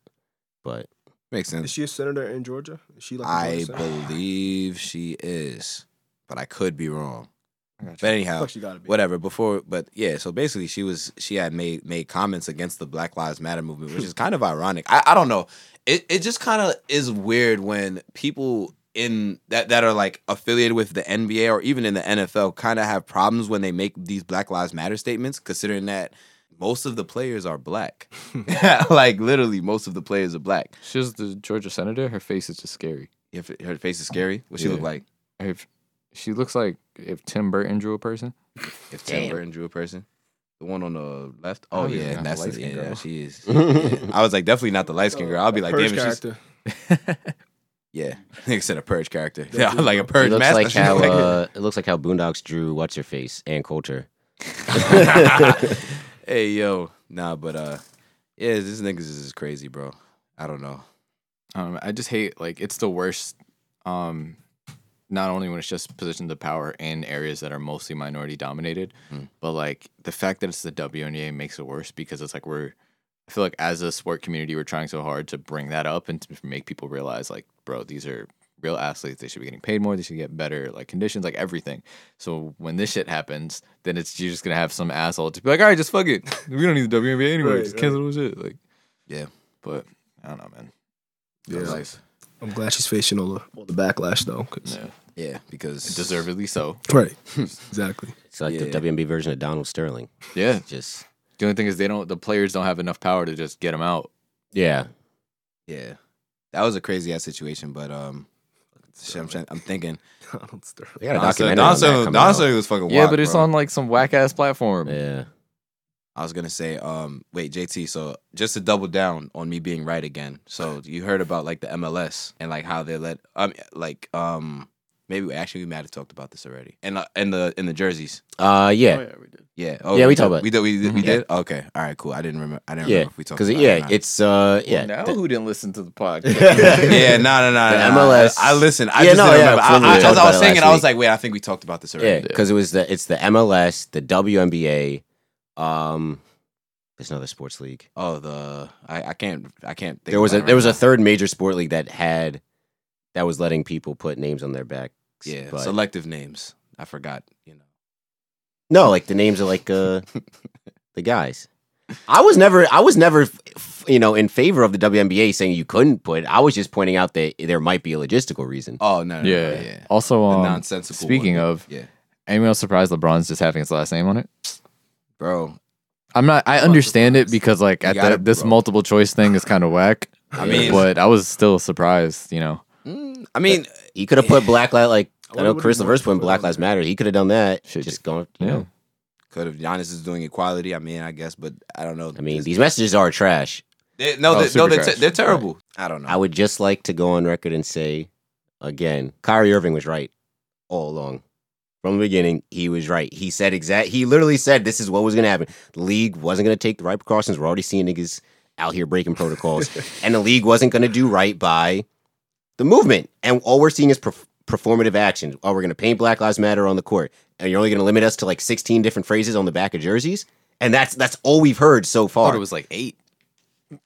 S3: But
S2: Makes sense.
S4: Is she a senator in Georgia? Is she like a
S2: I
S4: Georgia senator?
S2: believe she is, but I could be wrong. But anyhow,
S4: Fuck, she gotta be.
S2: whatever. Before, but yeah. So basically, she was she had made made comments against the Black Lives Matter movement, which is kind of ironic. I, I don't know. It it just kind of is weird when people in that that are like affiliated with the NBA or even in the NFL kind of have problems when they make these Black Lives Matter statements, considering that most of the players are black. [laughs] like literally, most of the players are black.
S1: She's the Georgia senator. Her face is just scary.
S2: If her face is scary, what she
S1: Yeah.
S2: look like?
S1: If she looks like if Tim Burton drew a person,
S2: If Tim
S3: Damn.
S2: Burton drew a person, the one on the left.
S1: Oh,
S2: Oh,
S1: yeah,
S2: yeah,
S1: not the
S2: that's the,
S1: light-skinned
S2: yeah,
S1: girl.
S2: she is. Yeah. I was like, definitely not the light skin girl. I'll be like,
S4: Purge
S2: damn, it, she's
S4: character.
S2: [laughs] yeah. Nigga said a purge character. [laughs]
S4: That's
S2: Yeah,
S4: it,
S2: like a
S4: bro.
S2: purge
S3: it looks
S2: master.
S3: like
S2: She's
S3: how
S2: like- [laughs]
S3: uh, it looks like how Boondocks drew what's her face Ann Coulter. uh,
S2: hey yo, nah, but uh, yeah, this niggas is crazy, bro. I don't know.
S1: um, I just hate like it's the worst. Um, not only when it's just positions of power in areas that are mostly minority dominated,
S4: Hmm.
S1: but like the fact that it's the WNBA makes it worse because it's like we're. I feel like as a sport community, we're trying so hard to bring that up and to make people realize like, bro, these are real athletes. They should be getting paid more. They should get better like conditions, like everything. So when this shit happens, then it's you're just gonna have some asshole to be like, all right, just fuck it. [laughs] We don't need the WNBA anyway.
S4: Right,
S1: just
S4: right.
S1: cancel the shit. Like,
S2: Yeah.
S1: but I don't know, man.
S4: Yeah.
S1: That's
S4: Like, I'm glad she's facing all the, all the backlash though. 'cause-
S1: Yeah.
S2: Yeah, because
S1: Deservedly so.
S2: [laughs]
S4: Right. exactly.
S3: It's like
S2: Yeah.
S3: the WNBA version of Donald Sterling.
S1: Yeah.
S3: Just
S1: The only thing is they don't. The players don't have enough power to just get them out.
S3: yeah,
S2: Yeah, that was a crazy ass situation, but um. Shit,
S4: [laughs]
S2: I'm, trying, I'm thinking.
S4: Donald Sterling.
S3: they got a
S2: Don
S3: documentary
S2: Sterling- Don
S3: on that
S2: Sterling
S3: coming
S2: Don
S3: out.
S2: Sterling was fucking
S1: yeah,
S2: whack,
S1: but it's
S2: bro.
S1: on like some whack ass platform.
S3: Yeah,
S2: I was gonna say, um, wait, JT. So just to double down on me being right again. So you heard about like the MLS and like how they let, um, like, um, maybe actually we might have talked about this already. And uh, and the in the jerseys.
S3: uh,
S5: Oh,
S3: yeah,
S5: yeah, we did.
S2: Yeah. Oh,
S3: Yeah, we
S2: did-
S3: talked about it.
S2: We did. We, did- we
S1: Mhm. Yeah.
S2: did. Okay. All right. Cool. I didn't remember. I didn't
S3: yeah.
S2: remember if we talked.
S3: Because
S2: about
S3: yeah,
S2: it. or
S3: it's uh, yeah,
S1: Now
S3: the-
S1: who didn't listen
S3: [laughs]
S1: to the podcast?
S2: not. [laughs] yeah. No. No.
S3: The
S2: No.
S3: MLS.
S2: I, I listened. I
S3: Yeah,
S2: just
S3: no,
S2: didn't
S3: yeah,
S2: remember.
S3: absolutely.
S2: I, I,
S3: We
S2: as
S3: talked
S2: I was
S3: about it
S2: saying it,
S3: last
S2: I was
S3: week.
S2: like, wait, I think we talked about this
S3: yeah,
S2: already.
S3: because it was the it's the MLS, the WNBA, um, there's another sports league.
S2: Oh, the I, I can't I can't. Think
S3: There was a
S2: about it
S3: there was
S2: right
S3: a third major sport league that had that was letting people put names on their backs.
S2: Yeah,
S3: but-
S2: selective names. I forgot. You know,
S3: no, like the names are like
S4: [laughs]
S3: uh, the guys. I was never, I was never, f- f- you know, in favor of the WNBA saying you couldn't put. I was just pointing out that there might be a logistical reason.
S2: Oh no, no,
S1: yeah.
S2: no, yeah.
S1: Also,
S2: The
S1: um,
S2: nonsensical.
S1: Speaking
S2: one.
S1: of,
S2: yeah,
S1: anyone else surprised LeBron's just having his last name on it?
S2: bro.
S1: I'm not. I understand it because like at
S2: You gotta-
S1: the, this
S2: bro.
S1: multiple choice thing is kind of whack.
S2: I mean-
S1: but I was still surprised. You know,
S2: Mm, I mean,
S3: He could have put Black Lives like
S4: I
S3: I,
S4: wonder
S3: know
S4: what
S3: Chris
S4: he
S3: LaVerse put in
S4: wants to
S3: Black
S4: put on
S3: Lives Matter. He could have done that.
S1: Shit,
S3: just going, you
S1: yeah.
S3: know.
S2: could have Giannis is doing equality. I mean, I guess, but I don't know.
S3: I mean,
S2: Just-
S3: these messages are trash.
S2: they, no,
S1: Oh,
S2: they, no,
S1: super
S2: they're, te-
S1: trash.
S2: they're terrible. I don't know.
S3: I would just like to go on record and say again, Kyrie Irving was right all along. From the beginning, he was right. He said exact he literally said this is what was gonna happen. The league wasn't gonna take the right precautions. We're already seeing niggas out here breaking
S2: [laughs]
S3: protocols. and the league wasn't gonna do right by the movement. And all we're seeing is perf- performative action. Oh, we're gonna paint Black Lives Matter on the court. And you're only gonna limit us to like 16 different phrases on the back of jerseys. And that's that's all we've heard so
S2: I
S3: far.
S2: thought it was like eight.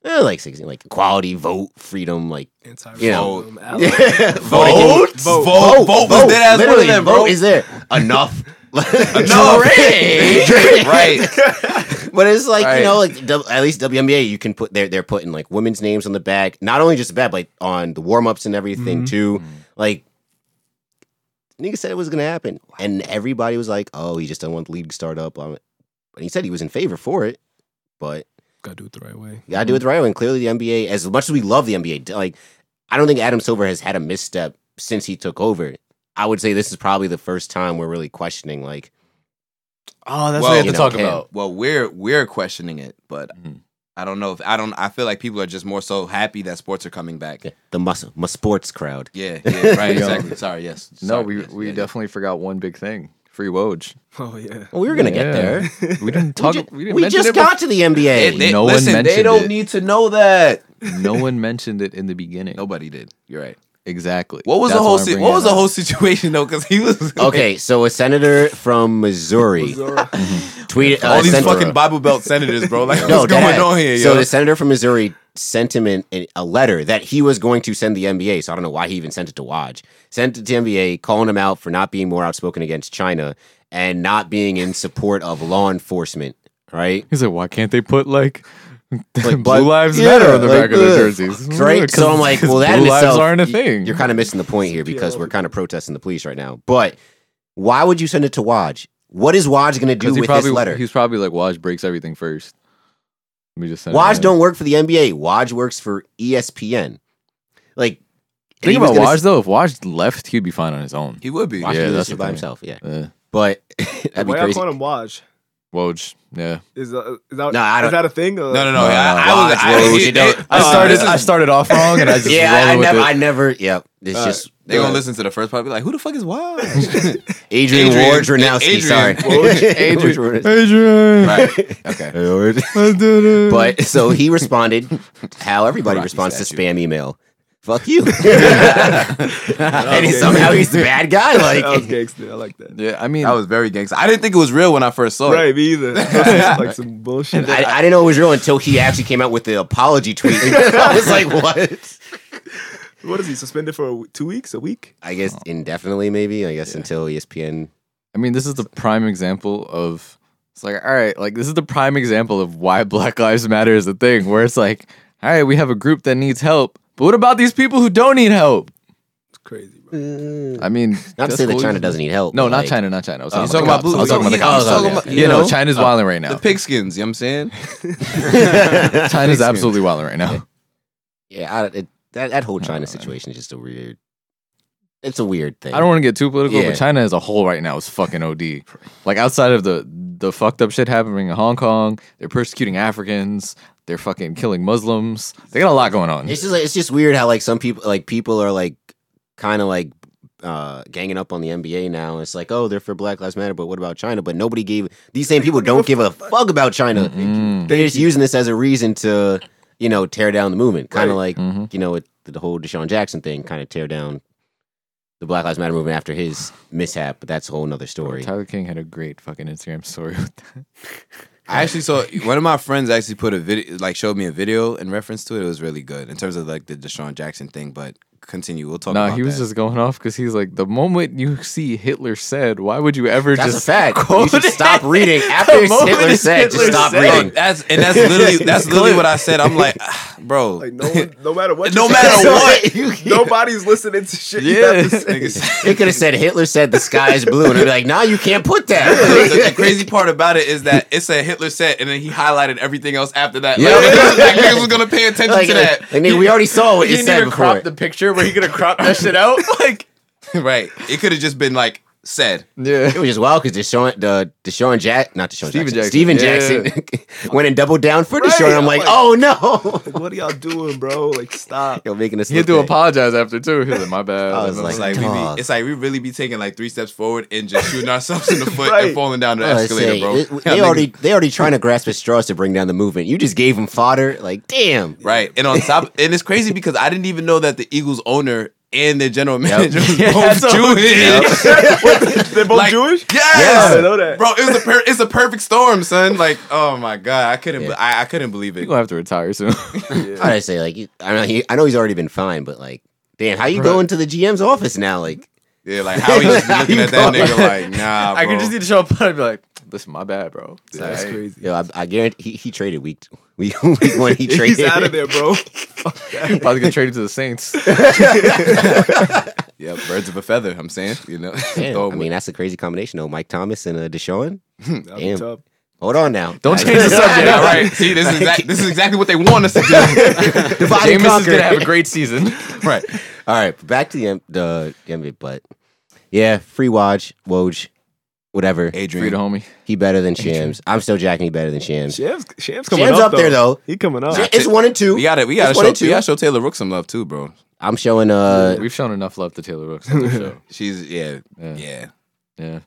S3: Eh, like 16, like equality, vote, freedom, like
S4: Anti-racism.
S3: You know.
S4: ally.
S3: yeah.
S2: Vote? Vote. Vote. Vote was dead as one of
S3: Literally,
S2: them,
S3: vote
S2: bro.
S3: is there. [laughs] Enough.
S2: [laughs]
S3: [laughs]
S2: No, [laughs] right.
S3: But it's like,
S2: Right.
S3: you know, like w- at least WNBA, you can put they're they're putting like women's names on the back. Not only just the back, but like on the warm ups and everything too. Like nigga said it was gonna happen. And everybody was like, Oh, he just do not want the league to start up. Um, But he said he was in favor for it. But
S4: Gotta do it the right way.
S3: you gotta do it the right way. And clearly, the NBA, as much as we love the NBA, d- like I don't think Adam Silver has had a misstep since he took over. I would say this is probably the first time we're really questioning. Like,
S1: oh,
S2: that's what we have
S3: to talk about.
S2: Well, we're we're questioning it, but
S1: Mhm.
S2: I don't know if I don't. I feel like people are just more so happy that sports are coming back.
S3: yeah, the mus my sports crowd. [laughs]
S2: Yeah, yeah, right.
S1: Yo.
S2: exactly. Sorry. Yes.
S1: No,
S2: Sorry,
S1: we
S2: yes,
S1: we
S2: yeah, yeah.
S1: definitely forgot one big thing: free Woj.
S4: [laughs] Oh [laughs] yeah.
S3: Well, we were gonna
S1: Yeah.
S3: get there.
S1: We didn't [laughs] talk.
S3: ju-
S1: we didn't
S3: [laughs] we
S1: mention
S3: just
S1: it
S3: got to the NBA.
S2: It- they-
S1: No one
S2: listen, They
S1: mentioned
S2: don't
S1: it.
S2: need to know that.
S1: before.
S3: [laughs]
S1: no one mentioned it in the beginning.
S2: Nobody did. You're right.
S1: Exactly.
S2: What was
S1: That's
S2: the
S1: why
S2: whole
S1: I'm
S2: si-
S1: bringing
S2: What was
S1: it
S2: the
S1: up. Oh,
S2: whole situation though? Because he was [laughs]
S3: okay, so a senator from Missouri
S4: Zora.
S3: tweeted.
S2: All
S3: uh,
S2: these
S3: sent-
S2: fucking Bible Belt senators,
S1: [laughs]
S2: bro. Like,
S3: No,
S2: what's going
S3: dad.
S2: on here,
S3: So
S2: yo?
S3: the senator from Missouri sent him an, an- a letter that he was going to send the NBA. So I don't know why he even sent it to Woj. Sent it to NBA, calling him out for not being more outspoken against China and not being in support of law enforcement. Right?
S1: He's like, why can't they put like, [laughs]
S3: but-
S1: blue lives
S3: yeah,
S1: matter on the
S3: like,
S1: back of their
S3: ugh. [laughs]
S1: jerseys? [laughs]
S3: Right? So I'm like, well, that
S1: blue
S3: in
S1: lives
S3: itself,
S1: aren't a
S3: y-
S1: thing.
S3: You're kind of missing the point here because we're kind of protesting the police right now. But why would you send it to Woj? What is Woj going to do
S1: he
S3: with
S1: probably
S3: this letter?
S1: he's probably like, Woj breaks everything first. Let me just send it
S3: Woj
S1: in.
S3: don't work for the NBA. Woj works for E ESPN. Like, and
S1: think
S3: he was
S1: about
S3: gonna
S1: Woj though. If Woj left, he'd be fine on his own.
S2: he would be.
S1: Why- Yeah,
S3: Washington
S1: that's
S3: yeah,
S1: the
S3: by
S1: thing.
S3: himself. Yeah,
S1: Uh,
S3: but [laughs] that'd be
S4: Why I
S3: crazy.
S4: call him Waj?
S1: Woj, yeah.
S4: Is, uh, is that
S3: No, I
S4: is
S3: don't-
S4: that a thing? Uh,
S2: No, no, no.
S1: No,
S2: I,
S1: no,
S2: I was.
S3: Woj,
S2: I,
S3: Woj, you don't-
S1: I
S3: Uh,
S1: started.
S3: this
S1: I started off wrong,
S3: [laughs]
S1: and I just
S3: yeah, I
S1: rolled with
S3: never,
S1: it.
S3: I never. Yeah, it's
S4: All
S3: just
S2: [laughs] They gonna listen to the first part, and be like, "Who the fuck
S1: [laughs]
S2: is Woj?"
S3: Adrian,
S2: Adrian-
S3: Ward Dronowski.
S2: Adrian
S3: Sorry, [laughs]
S2: Woj-
S3: Ward-
S1: Adrian,
S2: [laughs] right. Okay.
S1: I did it.
S2: [laughs]
S3: But so he responded how everybody
S2: Karate
S3: responds to
S2: statue.
S3: spam email. Fuck
S2: [laughs]
S3: you. [laughs] and he,
S4: [laughs] Okay.
S3: somehow
S4: [laughs]
S3: he's [laughs] the bad
S2: [laughs]
S3: guy. Like,
S4: that was gangster. I like that.
S1: yeah, I mean,
S2: That was very gangster. I didn't think it was real when I first saw it.
S4: Right, me
S3: [laughs]
S4: either. like some bullshit.
S3: Oh. I, I didn't know it was real until he actually came out with the apology tweet. [laughs] I was like, what?
S4: what is he suspended for? A w- two weeks? A week?
S3: I guess indefinitely, maybe. I guess until E ESPN.
S1: I mean, this is the prime example of it's like, all right, like this is the prime example of why Black Lives Matter is a thing, where it's like, all right, we have a group that needs help, but what about these people who don't need help?
S4: It's crazy, bro.
S1: I mean,
S3: Not to
S1: Mm. that's
S3: say that
S1: cool.
S3: China doesn't need help.
S1: No,
S3: but,
S1: not
S3: like,
S1: China, not China. I was talking,
S2: He's talking about
S1: about, the
S2: blue.
S1: cops. I was talking about the
S2: he's
S1: cops.
S3: Oh,
S2: talking
S3: yeah.
S2: about-
S1: You know, China's wilding right
S2: the
S1: now.
S2: pigskins. You know what I'm saying?
S1: [laughs]
S3: [laughs]
S1: China's absolutely wilding right now.
S3: Yeah, I, it, that that whole China situation is just a weird. It's a weird thing.
S1: Uh, I don't want to get too political,
S3: Yeah.
S1: but China as a whole right now is fucking OD. Like outside of the the fucked up shit happening in Hong Kong, they're persecuting Africans, they're fucking killing Muslims. They got a lot going on.
S3: It's just like, it's just weird how like some people like people are like kind of like uh ganging up on the NBA now. It's like oh they're for Black Lives Matter, but what about China? But nobody gave these same people
S1: [laughs]
S3: don't give a fuck about China.
S1: Mm.
S3: They're just using this as a reason to you know tear down the movement, kind of like
S1: Mhm.
S3: you know with the whole Deshaun Jackson thing, kind of tear down the Black Lives Matter movement after his mishap. But that's a whole nother
S1: [laughs]
S3: story.
S1: Tyler King had a great fucking Instagram story with that.
S2: I actually saw one of my friends actually put a video, like showed me a video in reference to it. It was really good in terms of like the Deshaun Jackson thing. But continue, we'll talk.
S1: Nah,
S2: about
S1: he was
S2: that.
S1: just going off because he's like, the moment you see Hitler said, why would you ever
S3: That's
S1: just
S3: a fact. You should
S1: quote
S3: stop
S1: it?
S3: reading after
S1: The moment
S3: Hitler said.
S1: Hitler
S3: just stop
S1: said-
S2: Bro,
S3: reading.
S2: that's and
S3: [laughs]
S2: that's literally that's literally what I said. I'm like, ah, bro,
S4: [laughs] Like no, one, no matter what,
S2: No
S4: you
S2: matter
S4: [laughs]
S2: [laughs]
S4: say,
S2: what.
S4: nobody's listening to shit. You
S1: Yeah.
S4: have to say.
S2: Niggas-
S3: [laughs] They could have said Hitler said the sky is blue, and they'd be like, "Nah, you can't put [laughs]
S2: the,
S4: [laughs]
S2: the
S3: that."
S2: crazy part about it is that it said Hitler said, and then he highlighted everything else after that.
S3: Yeah.
S2: Like, niggas, [laughs] like, niggas was gonna pay attention
S3: like,
S2: to
S3: like,
S2: that.
S3: like, nigga, we already saw what you said before.
S1: picture where he could have cropped that [laughs] shit out. Like,
S2: [laughs] right? It could have just been like said.
S1: yeah.
S3: it was just wild because Deshaun, the Deshaun Jack, not Deshaun
S1: Steven
S3: Jackson,
S1: Jackson,
S3: Steven
S1: yeah.
S3: Jackson [laughs] went and doubled down for
S4: Right,
S3: Deshaun. I'm
S4: I'm
S3: like,
S4: like-
S3: oh no, [laughs]
S4: Like, [laughs] what are y'all doing, bro? Like, stop.
S3: you're making us.
S1: He had
S3: look
S1: to
S3: bad.
S1: apologize after, too. He was like, my [laughs] bad.
S3: I was
S1: And I'm
S2: It's
S3: like,
S2: like we
S3: Dog.
S2: be, it's like we really be taking like three steps forward and just shooting ourselves in the foot
S4: Right.
S2: and falling down the
S3: I was
S2: escalator,
S3: saying,
S2: bro.
S3: Oh,
S2: [laughs]
S3: it-
S2: Y'all
S3: they
S2: niggas-
S3: already they already trying to grasp at straws to bring down the movement. You just gave them fodder. Like, damn.
S2: right, and
S3: [laughs]
S2: on top, and it's crazy because I didn't even know that the Eagles owner and their
S3: [laughs]
S2: general manager was
S1: Yeah, that's
S2: both
S1: what-
S2: Jewish.
S4: [laughs] They're both
S2: Like,
S4: Jewish.
S2: [laughs] Yes,
S4: I know that.
S2: bro. It was a per- it's a perfect storm, son. Like, oh my god, I couldn't,
S3: Yeah.
S2: be- I, I couldn't believe
S1: You're
S2: it.
S1: going to have to retire soon.
S3: I would say like you- I know he, I know he's already been fined, but like, damn, how you go into the GM's office now? Like,
S2: Yeah, like how he just
S3: [laughs]
S2: be looking at that nigga like, nah, bro.
S1: [laughs] I could just need to show up and I'd be like, listen, my bad, bro. It's [laughs]
S4: That's
S1: alright.
S4: crazy.
S3: yo, I, I guarantee he, he traded week [laughs] week week one. He traded.
S4: [laughs] He's out of
S3: [laughs]
S4: there, bro.
S1: About to get traded to the Saints.
S2: yeah, birds of a feather. I'm saying, you know, [laughs]
S3: Damn,
S2: Throw
S3: I
S2: 'em
S3: mean, that's a crazy combination though. Mike Thomas and uh, Deshaun.
S4: That'd be
S3: Damn.
S4: tough.
S3: Hold on now. [laughs]
S1: Don't change the subject.
S2: Yeah, right. See, this is exact, this is exactly what they want us to
S3: [laughs]
S2: do.
S3: Divide
S1: Jameis
S3: and
S1: is
S3: conquer.
S1: going to have a great [laughs] season.
S2: right.
S3: All right, back to the M- the the NBA, but yeah, free watch, Woj, whatever.
S1: Free
S2: Adrian.
S1: the homie.
S3: He better than Shams. I'm still jacking. He better than Shams.
S4: Shams, Shams coming
S3: Shams
S4: up,
S3: up there, though.
S4: He coming up.
S3: It's one and two.
S2: We got to We got
S3: It's one
S2: to show.
S3: and two.
S2: We got to show Taylor Rook some love too, bro.
S3: I'm showing uh
S1: We've shown enough love to Taylor Rooks [laughs] on the show.
S2: She's yeah,
S1: Yeah.
S2: yeah.
S1: Yeah.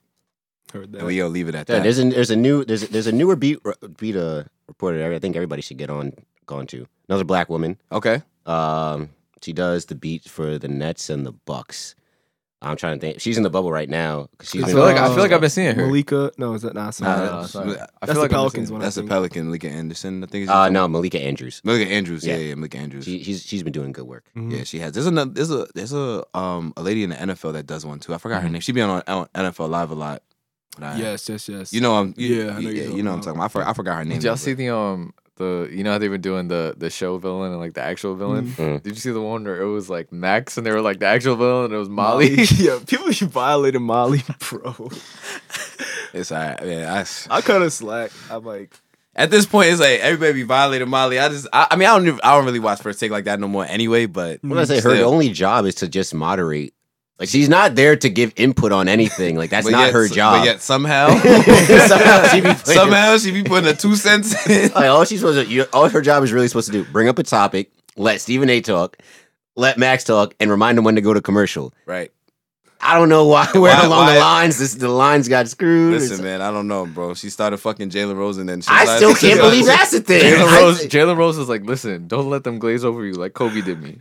S4: Heard
S2: And we gonna leave it at
S3: yeah,
S2: that.
S3: there's a there's a new there's a, there's a newer beat beat uh reporter I think everybody should get on gone to another black woman.
S2: okay.
S3: Um, she does the beat for the Nets and the Bucks. I'm trying to think. She's in the bubble right now. 'cause She's
S1: I
S3: been- Oh.
S1: feel like I feel like
S4: Uh,
S1: I've been seeing her.
S4: Malika. No, is that not?
S1: Nah,
S4: Nah,
S1: nah, nah,
S2: that's-
S1: sorry.
S2: that's
S1: Uh, I
S4: the
S1: feel like I've been
S4: Pelicans
S1: seeing
S4: one.
S1: her.
S2: That's a
S4: think-
S2: Pelican, Malika Anderson. I think.
S3: uh, no, Malika Andrews.
S2: Malika Andrews. Yeah,
S3: Yeah.
S2: yeah, Malika Andrews.
S3: She, she's she's been doing good work.
S1: Mm-hmm.
S4: Mm-hmm.
S2: yeah, she has. There's another. There's a. There's a. Um, a lady in the NFL that does one too. I forgot her name. She be on, on NFL Live a lot. But I-
S4: Yes, yes, yes.
S2: You know. I'm. You,
S4: Yeah, I know
S2: you-
S4: you're
S2: yeah,
S4: talking
S2: you know. What I'm
S4: about.
S2: talking. About. I, for, I forgot her name.
S1: Did y'all
S2: though,
S1: see
S2: but-
S1: the um the you know how they've been doing the the show villain and like the actual villain?
S3: Mhm.
S1: Did you see the one where it was like Max and they were like the actual villain and it was Molly?
S4: Molly. [laughs] yeah, people should violate Molly, [laughs] bro.
S2: It's all right. Yeah, I s-
S4: I cut her slack. I'm like,
S2: at this point, it's like everybody be violating Molly. I just, I, I mean, I don't, even, I don't really watch first take like that no more anyway. But
S3: What did I say? Her
S2: Still.
S3: only job is to just moderate. Like she's not there to give input on anything. Like that's
S2: but
S3: not
S2: yet-
S3: her job.
S2: But yet [laughs] somehow,
S3: somehow she be playing-
S2: somehow she be putting a two cents in.
S3: Like all she's supposed to, you, all her job is really supposed to do: bring up a topic, let Stephen A. talk, let Max talk, and remind him when to go to commercial.
S2: Right.
S3: I don't know why [laughs] where
S2: Why-
S3: along the
S2: why-
S3: lines this, the lines got screwed. or
S2: Listen,
S3: something.
S2: man, I don't know, bro. She started fucking Jalen Rose and then she
S3: I still
S2: she
S3: can't
S2: started- [laughs]
S3: believe that's the thing.
S1: [laughs] Jalen
S3: I-
S1: Rose Jalen Rose is like, listen, don't let them glaze over you like Kobe did [laughs] me.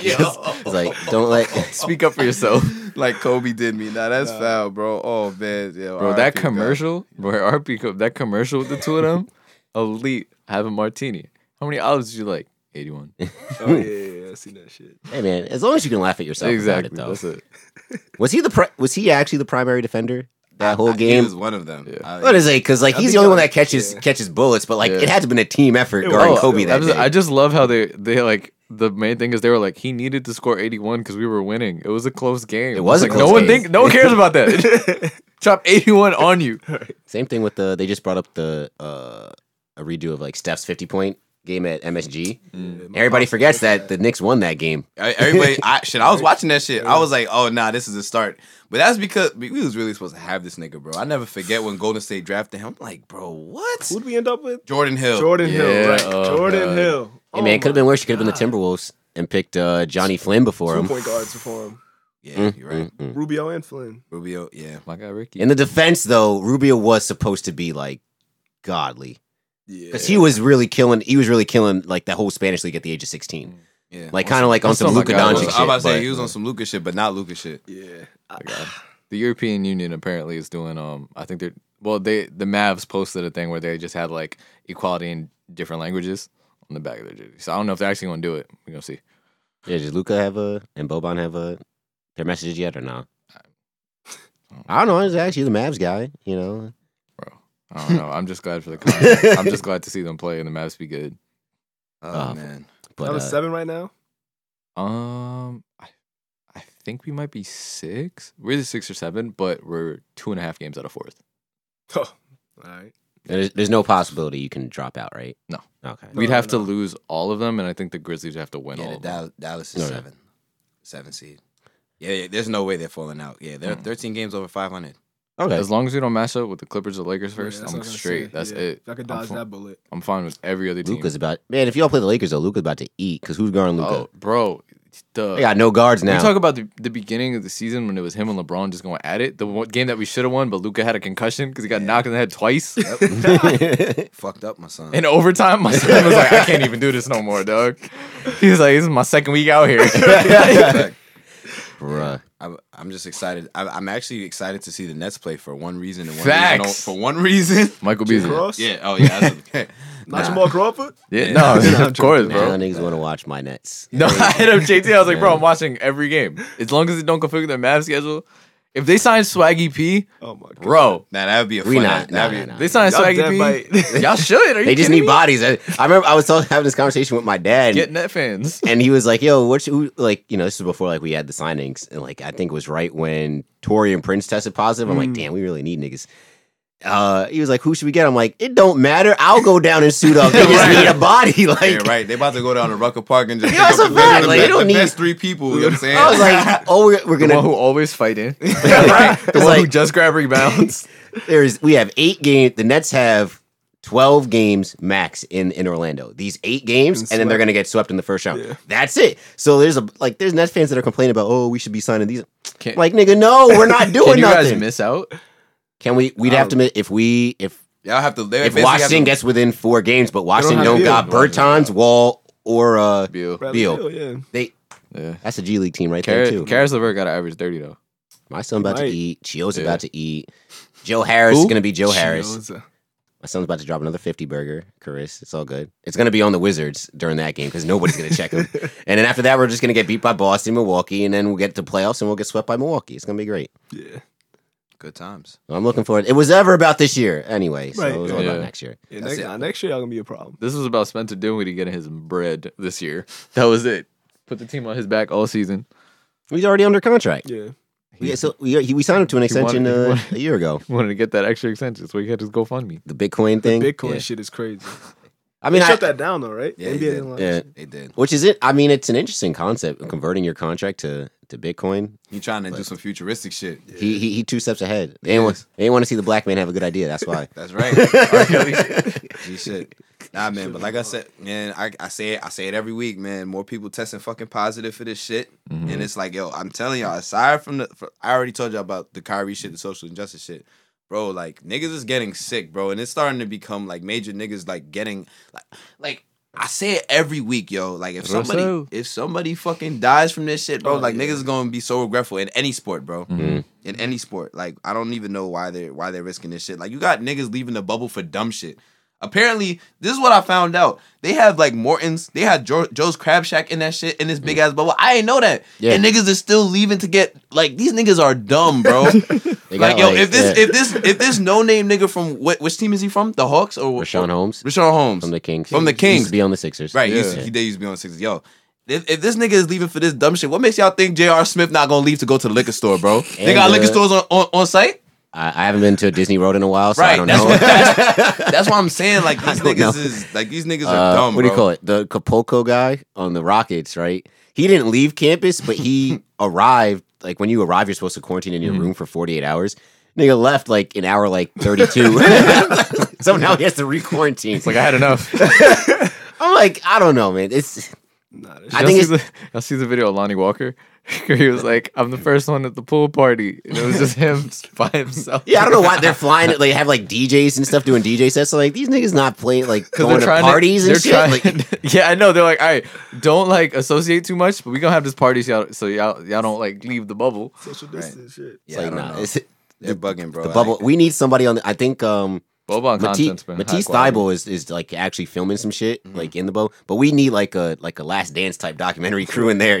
S3: It's like don't let. [laughs]
S1: Speak up for [laughs] yourself.
S2: Like Kobe did me. Nah, that's foul, bro. Oh man, yeah,
S1: Bro, that commercial where RP co- that commercial with the two of [laughs] them, elite. Have a martini. How many olives did you like? Eighty one.
S4: oh yeah, yeah, yeah, I seen that shit.
S3: Hey man, as long as you can laugh at yourself.
S1: exactly.
S3: About it,
S1: That's
S3: though.
S1: it.
S3: Was he the pri- was he actually the primary defender that whole
S2: He
S3: game?
S2: was one of them. I-
S3: What is it? Because like he's
S4: think
S3: the only
S4: I-
S3: one that catches
S4: yeah.
S3: catches bullets, but like
S1: Yeah.
S3: it had to have been a team effort
S4: It
S3: guarding
S4: was.
S3: Kobe
S1: I
S3: that
S1: Oh, just,
S3: day.
S1: I just love how they they like the main thing is they were like he needed to score 81 because we were winning. It was a close game.
S3: It was
S1: It's
S3: a
S1: like,
S3: close
S1: no one
S3: game.
S1: think no one cares about
S3: [laughs]
S1: that. [laughs] Drop 81 on you.
S3: Same thing with the they just brought up the uh, a redo of like Steph's fifty point game at MSG. Everybody
S2: Oh,
S3: forgets that the Knicks won that game.
S2: I- Everybody, [laughs] I, shit, I was watching that shit. I was like, oh, nah, this is a start. But that's because we we was really supposed to have this nigga, bro. I never forget when Golden State drafted him. I'm like, bro, what?
S4: Who'd we end up with?
S2: Jordan Hill.
S4: Jordan
S1: Yeah,
S4: Hill, right?
S1: oh,
S4: Jordan
S1: God.
S4: Hill. Oh,
S3: Hey
S2: Oh
S3: man, it could have been worse. You could have been the Timberwolves and picked uh, Johnny Flynn before
S4: two
S3: him.
S4: point guards before him.
S2: Yeah, you're right.
S3: Mm-mm.
S4: Rubio and Flynn.
S2: Rubio, yeah.
S1: My guy Ricky.
S3: In the defense, though, Rubio was supposed to be like godly
S4: Yeah,
S3: because he was really killing. He was really killing like that whole Spanish league at the age of sixteen.
S2: Yeah.
S3: Like kind of like on
S1: That's
S3: some
S1: not my
S3: Luka
S1: guy.
S2: I
S1: of
S2: was,
S3: Doncic
S2: I
S3: shit.
S2: was about to say
S3: but-
S2: he was on some Luca shit, but not Luca shit.
S4: yeah.
S1: My guy. The European Union apparently is doing um I think they're Well, they the Mavs posted a thing where they just had like equality in different languages on the back of their jersey. So I don't know if they're actually going to do it. We're going to see.
S3: Yeah, does Luca have a and Boban have a their messages yet or no? I don't know. It's actually the Mavs guy. You know,
S1: I don't know. I'm just glad for the
S3: [laughs]
S1: content. I'm just glad to see them play and the Mavs be good.
S2: Oh,
S3: Oh.
S2: man.
S3: but
S4: that was
S3: uh,
S4: seven right now. [laughs]
S1: Um, I, I think we might be six. We're either six or seven, but we're two and a half games out of fourth.
S4: Oh, all right.
S3: there's, there's no possibility you can drop out, right?
S1: No.
S3: Okay.
S1: We'd
S4: no,
S1: have to
S4: no.
S1: lose all of them, and I think the Grizzlies have to win all
S2: Yeah, the
S1: of them.
S2: Dal- Dallas is
S3: No, no.
S2: seven, seven seed. Yeah, yeah, there's no way they're falling out. Yeah, they're
S1: Mm.
S2: 13 games
S3: [laughs]
S2: over 500.
S3: Okay.
S1: As long as we don't match up with the Clippers or Lakers
S4: Yeah,
S1: first,
S4: that's what
S1: I'm
S4: I was gonna
S1: straight.
S4: say.
S1: That's
S4: Yeah,
S1: it.
S4: If I could
S1: I'm
S4: dodge
S1: fi-
S4: that bullet.
S1: I'm fine with every other team.
S3: Luca's about man. If y'all play the Lakers though, Luca's about to eat because who's guarding Luca?
S1: oh, bro, the
S3: They got no guards now.
S1: You
S3: [laughs]
S1: talk about the, the beginning of the season when it was him and LeBron just going at it. The one game that we should have won, but Luca had a concussion because he got knocked in the head
S4: [laughs]
S1: twice.
S2: Fucked up, my son.
S1: In overtime, my son was like, I can't even do this no more,
S4: [laughs]
S1: dog. He was like, This is my second week out here.
S3: [laughs]
S2: Like,
S3: Bruh.
S2: I'm, I'm just excited. I, I'm actually excited to see the Nets play for one reason and one
S1: Facts.
S2: reason. o- For one reason.
S1: Michael Beasley.
S4: Cross?
S2: Yeah. Oh yeah. [laughs] that's-
S4: Not Jamal Crawford?
S1: Yeah, no, of course,
S3: Now
S1: bro.
S3: niggas want to watch my Nets.
S1: No, I hit up JT. I was like, bro, I'm watching every game. As long as it don't configure their map schedule. If they sign Swaggy P,
S4: Oh my god.
S1: bro,
S2: nah, that would be a
S3: We
S2: fun.
S3: not-
S2: that'd
S3: nah,
S2: be-
S3: nah, nah.
S1: they sign
S4: Y'all dead
S1: Swaggy P.
S4: bite.
S1: Y'all should. Are you
S3: They just
S1: kidding
S3: need
S1: me?
S3: bodies. I, I remember I was talking, having this conversation with my dad,
S1: Get net fans.
S3: and he was like, "Yo, what? You, like, you know, this is before like we had the signings, and like I think it was right when Tori and Prince tested positive. I'm
S1: Mm.
S3: like, damn, we really need niggas." Uh, he was like, "Who should we get?" I'm like, "It don't matter. I'll go down and suit up. They
S1: [laughs]
S3: just
S2: Right.
S3: need a body." [laughs] Like,
S2: [laughs] Yeah, right. They about to go down to Rucker Park and just
S3: Yeah, [laughs]
S2: pick
S3: that's
S2: up
S3: a
S2: the best-
S3: fact.
S2: the,
S3: Like, they
S2: best-
S3: don't
S2: the
S3: need-
S2: best three people. You know what I'm saying?
S3: I was like, "Oh, we're, we're
S1: The
S3: gonna
S1: one who always fight [laughs] in.
S3: right.
S1: The
S3: It's
S1: one who
S3: like-
S1: just grabbed rebounds. [laughs]
S3: there's we have eight games. The Nets have twelve games max in in Orlando. These eight games, and,
S4: And
S3: then they're
S4: swept.
S3: gonna get swept in the first round.
S4: Yeah.
S3: That's it. So there's a like there's Nets fans that are complaining about oh we should be signing these.
S1: Can,
S3: Like nigga, no, we're not doing
S1: can you guys
S3: nothing.
S1: miss out?
S3: can we? We'd have to mi- if we if
S2: y'all have to. they
S3: if
S2: basically have
S3: Washington
S2: to-
S3: gets within four games, but Washington
S4: have
S3: don't
S4: Beal.
S3: got Bertans, Wall, or uh
S1: Beal.
S4: Bradley
S3: Beal.
S4: Beal, yeah.
S3: they.
S1: Yeah.
S3: That's a G League team right there too.
S1: Karis LeVert got an average 30, though.
S3: My son about
S4: Right.
S3: to eat. Chio's
S1: Yeah.
S3: about to eat. Joe Harris is
S1: Who?
S3: gonna be Joe Harris.
S4: Chioza.
S3: My son's about to drop another 50 burger, Chris. It's all good. It's going to be on the Wizards during that game because nobody's going to check
S4: [laughs]
S3: him. And then after that, we're just going to get beat by Boston, Milwaukee, and then we'll get to playoffs and we'll get swept by Milwaukee. It's going to be great.
S4: Yeah.
S2: good times.
S3: I'm looking forward. It was ever about this year anyway, so
S4: Right.
S3: it was all about
S1: Yeah.
S3: next year.
S4: yeah
S2: That's
S4: next,
S2: it.
S4: nah, next year, y'all gonna be a problem.
S1: This was about Spencer Dinwiddie getting his bread this year. That was it. Put the team on his back all season.
S3: He's already under contract.
S4: Yeah.
S3: We, so we, he- we signed him to an extension
S1: wanted- he
S3: uh,
S1: wanted-
S3: a year ago.
S1: Wanted to get that extra extension, so he had his GoFundMe.
S3: The Bitcoin thing.
S4: Bitcoin
S3: Yeah.
S4: shit is crazy.
S3: I mean,
S4: they
S3: I,
S4: shut that down though, right?
S2: Yeah,
S4: NBA
S2: they did.
S4: didn't like
S3: yeah,
S2: They did.
S3: which is it. I mean, it's an interesting concept converting your contract to, to Bitcoin.
S2: He trying to do some futuristic shit.
S3: He, he he two steps ahead. They didn't, want, they didn't want to see the black man have a good idea. That's
S2: [laughs]
S3: why.
S2: That's right. R. Kelly. G shit. Nah, man. But like I said, man, I, I say it. I say it every week, man. More people testing fucking positive for this shit, and it's like, yo, I'm telling y'all. Aside from the, for, I already told y'all about the Kyrie shit, the social injustice shit, bro. Like niggas is getting sick, bro, and it's starting to become like major niggas like getting like like. I say it every week, yo. Like if
S1: Russell.
S2: somebody if somebody fucking dies from this shit, bro,
S4: Oh,
S2: like
S4: yeah.
S2: niggas is gonna be so regretful in any sport, bro
S3: Mhm.
S2: in any sport. Like I don't even know why they're why they're risking this shit. Like you got niggas leaving the bubble for dumb shit. Apparently, this is what I found out. They have like Morton's, they had jo- Joe's Crab Shack in that shit in this big ass bubble. I ain't know that.
S3: Mm. Yeah.
S2: And niggas is still leaving to get like these niggas are dumb, bro.
S3: [laughs] They
S2: like
S3: got,
S2: yo, if this
S3: yeah,
S2: if this if this no name nigga from what which team is he from? The Hawks or what?
S3: Rashawn Holmes.
S2: Rashawn Holmes
S3: From the Kings.
S2: From the
S3: Used
S2: Kings.
S3: to be on the Sixers.
S2: Right, he used to-
S3: Yeah.
S2: he did used to be on sixes. Yo, if, if this nigga is leaving for this dumb shit, what makes y'all think J.R. Smith not gonna leave to go to the liquor store,
S3: [laughs]
S2: bro? they
S3: And,
S2: got
S3: uh,
S2: liquor stores on, on, on site,
S3: I, I haven't been to a Disney Road in a while, so I
S2: right?
S3: don't
S2: [laughs] That's
S3: know. [laughs]
S2: what, that's, that's what I'm saying. Like these
S3: don't
S2: niggas
S3: know.
S2: is like these [laughs] niggas
S3: Uh,
S2: are dumb.
S3: what do you
S2: bro.
S3: call it? The Capulco guy on the Rockets, right? He didn't leave campus, but
S2: [laughs]
S3: he arrived. Like when you arrive, you're supposed to quarantine in your
S2: Mm-hmm.
S3: room for 48 hours. Nigga left like an hour, like
S2: [laughs]
S3: 32. [laughs] so now he has to re quarantine.
S1: Like, [laughs] I had enough.
S3: I'm like, I don't know, man. It's
S4: Nah, this
S3: I
S1: I think
S3: think it's
S1: see the, y'all see the video of Lonnie Walker. [laughs] Where he was like, I'm the first one at the pool party. And it was just [laughs] him by himself.
S3: yeah. I don't know why they're flying. They have like DJs and stuff doing DJ sets. So like these niggas not playing like
S1: Because
S3: going to parties and shit.
S1: [laughs]
S3: like,
S1: yeah, I know. They're like, all right, don't like associate too much, but we gonna have this party so y'all, so y'all, y'all don't like leave the bubble.
S4: social distance shit.
S3: It's
S2: Yeah, I
S3: like,
S2: don't
S3: nah,
S2: know.
S3: it's,
S2: They're bugging, bro.
S3: the bubble.
S2: Like,
S3: we need somebody on. The, I think um,
S1: Boban
S3: Matisse
S1: content's been high
S3: Matisse
S1: quality. Mm-hmm.
S3: Thibault is, is like actually filming some shit like in the boat, but we need like a like a Last Dance type documentary [laughs] crew in there.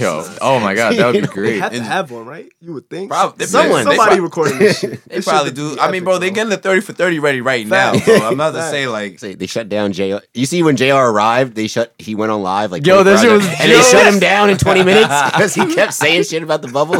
S1: [laughs] Yo, oh my god, that [laughs] would be
S4: They
S1: great.
S4: have to
S2: And-
S4: have one, right? You would think.
S2: Prob- they-
S3: Someone-
S4: somebody
S2: they-
S4: recording this shit.
S2: they probably do. I mean, bro, they getting the thirty for thirty ready right now,
S4: Facts.
S2: bro. I'm about to
S4: Facts.
S2: say like
S3: they shut down Jr. You see when Jr. arrived, they shut. He went on live like
S1: Yo,
S3: 24
S1: that shit
S3: hours,
S1: was
S3: and they
S1: dope.
S3: shut him down in twenty minutes
S1: [laughs]
S3: because he kept saying shit about the bubble.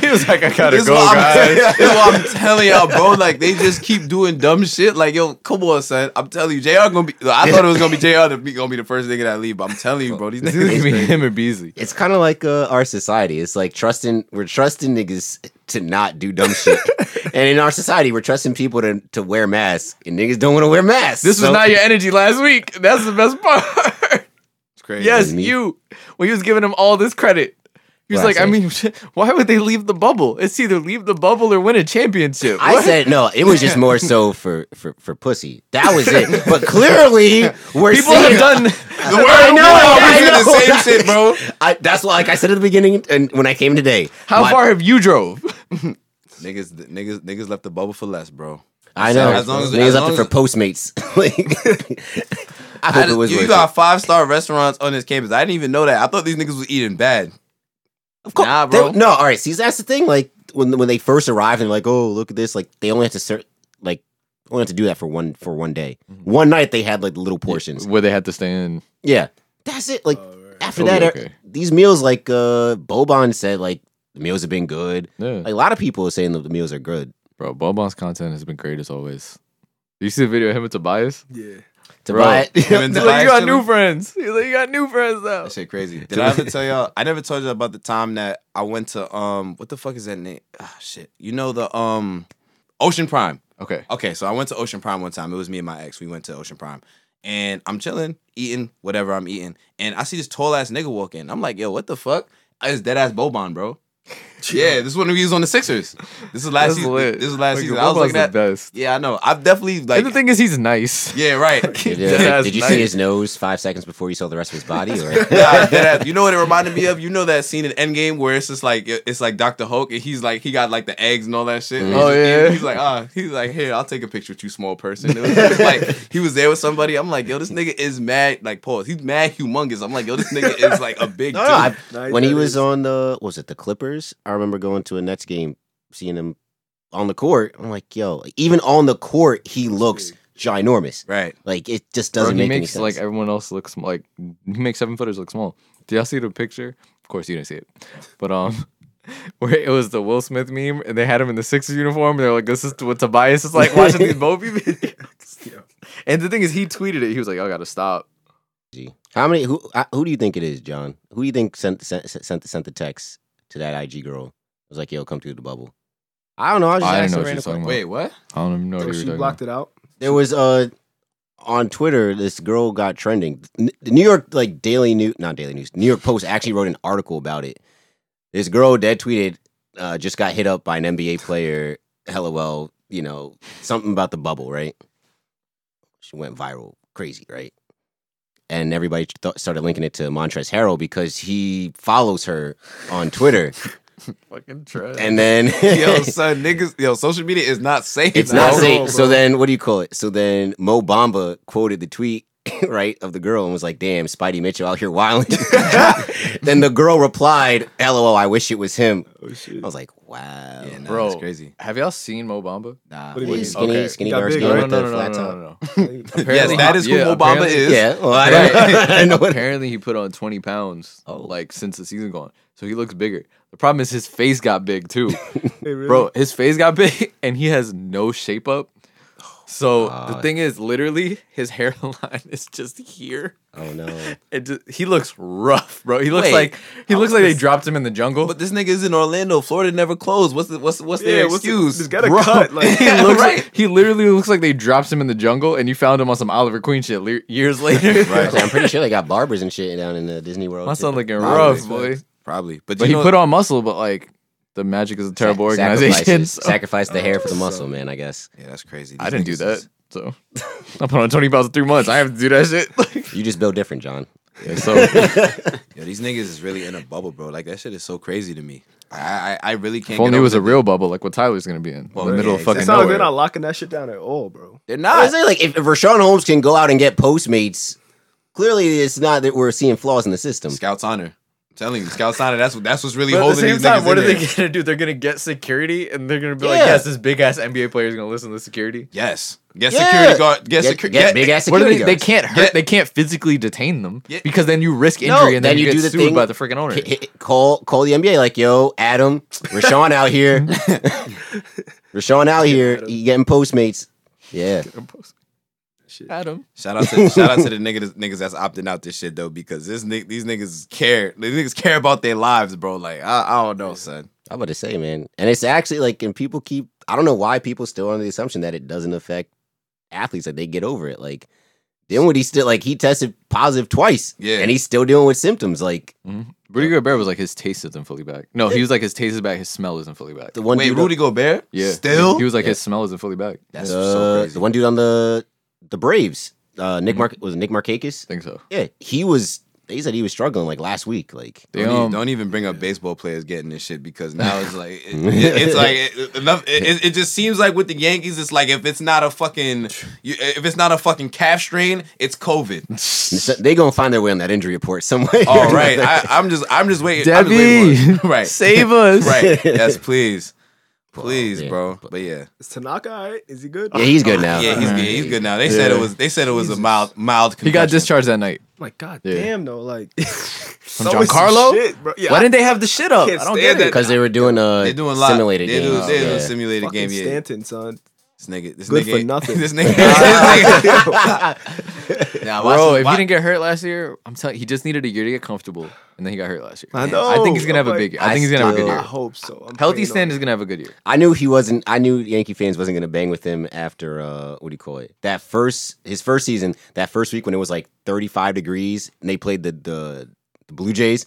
S1: He was like, I gotta
S2: This is
S1: go, [laughs]
S2: what I'm-
S1: guys.
S2: this is what I'm telling y'all, bro. Like they just keep doing dumb shit. Like yo, come on, son. I'm telling you, Jr. Gonna be. I thought it was gonna be Jr. To be, gonna be the first nigga that leave, but I'm telling you, bro. These
S1: It's either
S2: niggas.
S1: gonna be him or Beasley.
S3: It's kind of like uh, our society. It's like trusting. We're trusting niggas to not do dumb
S1: [laughs]
S3: shit, and in our society, we're trusting people to to wear masks, and niggas don't want to wear masks.
S1: This was
S3: So-
S1: not your energy last week. That's the best part. [laughs]
S2: It's crazy.
S1: yes,
S3: Me.
S1: you. When he was giving him all this credit, he was
S3: What I
S1: like, I
S3: say?
S1: mean, [laughs] why would they leave the bubble? It's either leave the bubble or win a championship.
S3: [laughs] I
S1: What?
S3: said no. It was just more so for for for pussy. That
S1: [laughs]
S3: was it. But clearly, we're
S1: people
S3: seeing-
S1: have done.
S2: The world, I
S3: know, I
S2: we
S3: know.
S2: doing the same shit, bro.
S3: I, that's why, like I said at the beginning, and when I came today,
S1: How
S3: my-
S1: far have you drove?
S2: Niggas, niggas, niggas left the bubble for less, bro.
S3: I know.
S2: As long as-
S3: niggas
S2: as
S3: up
S2: long
S3: there for
S2: as-
S3: Postmates. [laughs] like, I hope
S2: I
S3: it
S2: just-
S3: was.
S2: you,
S3: worth
S2: you got five star restaurants on this campus. I didn't even know that. I thought these niggas was
S1: [laughs]
S2: eating bad. Of
S3: course-
S2: nah,
S3: They-
S2: bro.
S3: no, all right. See, that's the thing. Like when when they first arrived and like, oh, look at this. Like they only had to serve, like only had to do that for one for one day. One night they had like little portions. Yeah,
S1: Where they had to stay in.
S3: that's it. Like
S4: Oh,
S3: after
S1: Totally
S3: that, er-
S1: okay.
S3: these meals, like uh Boban said, like the meals have been good.
S1: Yeah.
S3: Like, a lot of people are saying that the meals are good.
S1: Bro, Boban's content has been great as always. You see the video of him and Tobias?
S4: Yeah.
S3: To
S1: Bro,
S3: buy it,
S2: Him and
S1: He's like, you got
S2: Tobias
S1: new
S2: chilling.
S1: friends. He's like, you got new friends now.
S2: That
S1: [laughs]
S2: shit crazy. Did I ever tell y'all? I never told you all about the time that I went to um what the fuck is that name? Ah shit. You know the um Ocean Prime.
S1: Okay.
S2: Okay, so I went to Ocean Prime one time. It was me and my ex. We went to Ocean Prime. And I'm chilling, eating whatever I'm eating. And I see this tall ass nigga walk in. I'm like, yo, what the fuck? It's dead ass Boban,
S1: [laughs]
S2: bro. yeah, this is when we was on the Sixers. This is last
S1: That's
S2: season.
S1: lit.
S2: This is last
S1: Like,
S2: season. I was
S1: Boban's
S2: looking
S1: the
S2: at
S1: best.
S2: Yeah, I know. I've definitely like
S1: and the thing is, he's nice. [laughs]
S2: Yeah, right.
S3: Did, uh,
S1: That's
S3: did you
S1: nice.
S3: see his nose five seconds before you saw the rest of his body? Or? [laughs]
S2: Nah, dead ass. You know what it reminded me of? You know that scene in Endgame where it's just like it's like Doctor Hulk and he's like he got like the eggs and all that shit. And
S1: Oh,
S2: he's just
S1: yeah.
S2: eating. He's like ah, he's like here, I'll take a picture with you, small person. It was just like he was there with somebody. I'm like yo, this nigga is mad. Like pause. He's mad humongous. I'm like yo, this nigga is like a big.
S3: No,
S2: dude.
S3: no, I-
S4: Nah,
S3: when he
S4: that
S3: was
S4: is-
S3: on the what was it the Clippers? I remember going to a Nets game, seeing him on the court. I'm like, yo, even on the court, he looks ginormous.
S2: right.
S3: Like it just
S1: Bro,
S3: doesn't
S1: he
S3: make
S1: makes
S3: any
S1: like
S3: sense.
S1: everyone else look sm- like he makes seven footers look small. Did y'all see the picture? Of course you didn't see it, but um, [laughs] where it was the Will Smith meme, and they had him in the Sixers uniform. and They're like, "This is what Tobias is like watching these Moby videos." And the thing is, he tweeted it. He was like, "I gotta stop."
S3: G. How many? Who? I- Who do you think it is, John? Who do you think sent sent sent, sent the text to that IG girl? It was like, yo, come through the bubble. I don't know. I was just
S1: I don't know
S3: asking
S1: what
S3: random
S1: you're talking
S3: questions.
S1: about.
S2: Wait, what?
S1: I don't even know what
S4: So
S1: you were
S4: she
S1: talking
S4: blocked
S1: about.
S4: it out.
S3: There was uh on Twitter, this girl got trending. N- The New York like Daily News, not Daily News, New York Post actually wrote an article about it. This girl dead tweeted, uh, just got hit up by an NBA player. LOL, you know something about the bubble, right? She went viral, crazy, right? And everybody th- started linking it to Montrezl Harrell because he follows her on Twitter,
S1: Fucking trash.
S3: and then [laughs]
S2: Yo, son, niggas. Yo, social media is not safe.
S3: It's
S2: bro.
S3: not
S4: Bro.
S3: safe.
S4: Bro.
S3: So then, what do you call it? So then, Mo Bamba quoted the tweet [laughs] right of the girl and was like, "Damn, Spidey Mitchell out here wilding." [laughs] then the girl replied, "LOL, I wish it was him."
S4: Oh shit.
S3: I was like, "Wow,
S2: Yeah, nah,
S1: Bro.
S2: that's crazy.
S1: Have y'all seen Mo Bamba?
S2: Nah.
S4: What do you
S3: He's
S4: mean?
S3: skinny,
S1: Okay.
S3: skinny,
S4: Got
S3: dark
S4: big,
S3: skin
S4: right?
S3: with the flat top."
S2: Yes,
S1: Apparently-
S2: that is who
S1: yeah,
S2: Obama
S1: apparently-
S2: is.
S3: Yeah, well, I, don't- [laughs] I know
S1: [laughs]
S3: what.
S1: Apparently, he put on 20 pounds like since the season gone, so he looks bigger. The problem is his face got big too.
S4: Hey, really?
S1: Bro, his face got big [laughs] and he has no shape up. So the thing is, literally, his [laughs] hairline is just here.
S3: Oh [laughs] no,
S1: It just, he looks rough, bro. He looks
S2: Wait,
S1: like he looks like they dropped him in the jungle.
S2: But this nigga is in Orlando, Florida. Never closed. What's the, what's what's
S4: yeah,
S2: their
S4: what's the-
S2: excuse?
S4: Just got a
S1: Bro.
S4: cut. Like,
S1: he looks,
S2: [laughs] right.
S1: he literally looks like they dropped him in the jungle, and you found him on some Oliver Queen shit le- years [laughs] later.
S3: I was like, I'm pretty sure they got barbers and shit down in the Disney World.
S1: My
S3: too.
S1: son looking [laughs]
S2: Probably.
S1: rough, boy.
S2: Probably, but,
S1: But
S2: you
S1: he
S2: know,
S1: put on muscle, but like the Magic is a
S3: Sa-
S1: terrible organization. [laughs]
S3: sacrifices-
S1: so
S3: Sacrifice the hair for the muscle, man. I guess
S2: Yeah, that's crazy.
S1: I
S2: These
S1: didn't do
S2: niggas
S1: that.
S2: is-
S1: So [laughs] I put on 20 pounds in three months. I have to do that [laughs] shit.
S3: you just build different, John.
S1: so
S2: Yo, these niggas is really in a bubble, bro. Like that shit is so crazy to me. I, I, I really can't.
S1: If only
S2: get
S1: it
S2: over
S1: was a
S2: the-
S1: real bubble, like what Tyler's gonna be in,
S2: Well,
S1: in the middle
S2: yeah,
S1: of
S2: exactly.
S1: fucking
S4: It's not like they're
S1: nowhere.
S4: not locking that shit down at all, bro.
S2: They're
S3: I was
S2: not.
S3: saying, like if, if Rashawn Holmes can go out and get Postmates, clearly it's not that we're seeing flaws in the system.
S2: Scouts honor. I'm telling you, Scouts honor. That's that's what's really
S6: But at the
S2: holding
S6: same
S2: these
S6: time,
S2: niggas
S6: what are
S2: in
S6: they
S2: there.
S6: gonna do? They're gonna get security, and they're gonna be like,
S3: Yeah.
S6: "Yes, this big ass NBA player is gonna listen to security."
S2: Yes. Get
S3: Yeah.
S2: security guard. Get,
S3: Get,
S2: security.
S3: get big ass
S1: What do
S3: security
S1: they, they
S3: guards.
S1: can't hurt.
S2: Get-
S1: they can't physically detain them
S2: Yeah.
S1: because then you risk injury
S3: No,
S1: and then, you, get sued by the freaking owner.
S3: Hit- hit- call call the NBA like, yo,
S2: [laughs]
S3: Adam, Rashawn out here. Rashawn out here. You getting Postmates. Yeah.
S1: Adam,
S2: Shout out to
S3: [laughs]
S2: shout out to the niggas, niggas that's opting out this shit though because this ni- these niggas care these niggas care about their lives, bro. Like I, I don't know, son.
S3: I'm about to say, man. And it's actually like, and people keep, I don't know why people still under the assumption that it doesn't affect athletes, that they get over it. Like, then what he still, like, he tested positive twice.
S2: Yeah.
S3: And he's still dealing with symptoms. Like,
S1: Rudy Gobert was like his taste isn't fully back. No, he was like his taste is back. His smell isn't fully back.
S3: the one
S2: Wait,
S3: dude,
S2: Rudy Gobert?
S1: Yeah,
S2: Still?
S1: he was like his smell isn't fully back. I
S3: uh,
S2: that's so crazy. Mm-hmm.
S3: the one dude on the, the Braves, uh, Nick Mark, was it Nick Markakis?
S1: think so.
S3: Yeah. He was, they said he was struggling like last week. Like,
S1: They,
S2: don't,
S1: um,
S2: even, don't even bring up baseball players getting this shit because now it's like
S1: [laughs]
S2: it- it- it's like it, enough. It, it- it just seems like with the Yankees, it's like if it's not a fucking you, if it's not a fucking calf strain,
S1: [laughs]
S2: it's COVID.
S3: so- they going to find their way on that injury report some way. or
S2: All Oh,
S3: [laughs]
S2: right,
S3: another.
S2: I, I'm just I'm just waiting. I'm just waiting for it. right,
S1: save [laughs] us.
S2: [laughs] right. Yes, please, please,
S3: yeah.
S2: bro. But yeah.
S4: Is Tanaka all right? Is he good?
S3: yeah, he's good now.
S2: Yeah, he's good. He's good now. They said it was. They said it was a mild, mild. Concussion.
S1: He got discharged that night.
S4: Like God
S1: Yeah.
S4: damn though, like from
S1: Giancarlo?
S4: shit, bro. Yeah,
S1: Why didn't they have the shit up?
S4: I can't
S1: I don't
S4: stand
S1: get it.
S4: that.
S3: Because Uh-huh. they were doing a
S2: They doing a lot.
S3: simulated
S2: they
S3: game.
S2: Do, they do
S3: Yeah.
S2: simulated
S4: fucking
S2: game. Yeah,
S4: Stanton, son.
S2: this nigga. This
S4: Good
S2: nigga. [laughs]
S4: for nothing.
S1: [laughs]
S2: this nigga. this nigga- Nah, watch
S1: Bro,
S2: this-
S1: if
S2: wa-
S1: he didn't get hurt last year, I'm telling he just needed a year to get comfortable, and then he got hurt last year.
S4: I
S1: Man, I think
S4: know.
S1: he's gonna have a
S4: I'm
S1: big year.
S4: like,
S1: I think he's gonna have a good
S3: I
S4: I
S1: year.
S4: hope so. I'm
S1: Healthy
S4: praying
S1: Stan is gonna have a good year.
S3: I knew he wasn't. I knew Yankee fans wasn't going to bang with him after uh, what do you call it? That first his first season, that first week when it was like 35 degrees, and they played the the, the Blue Jays,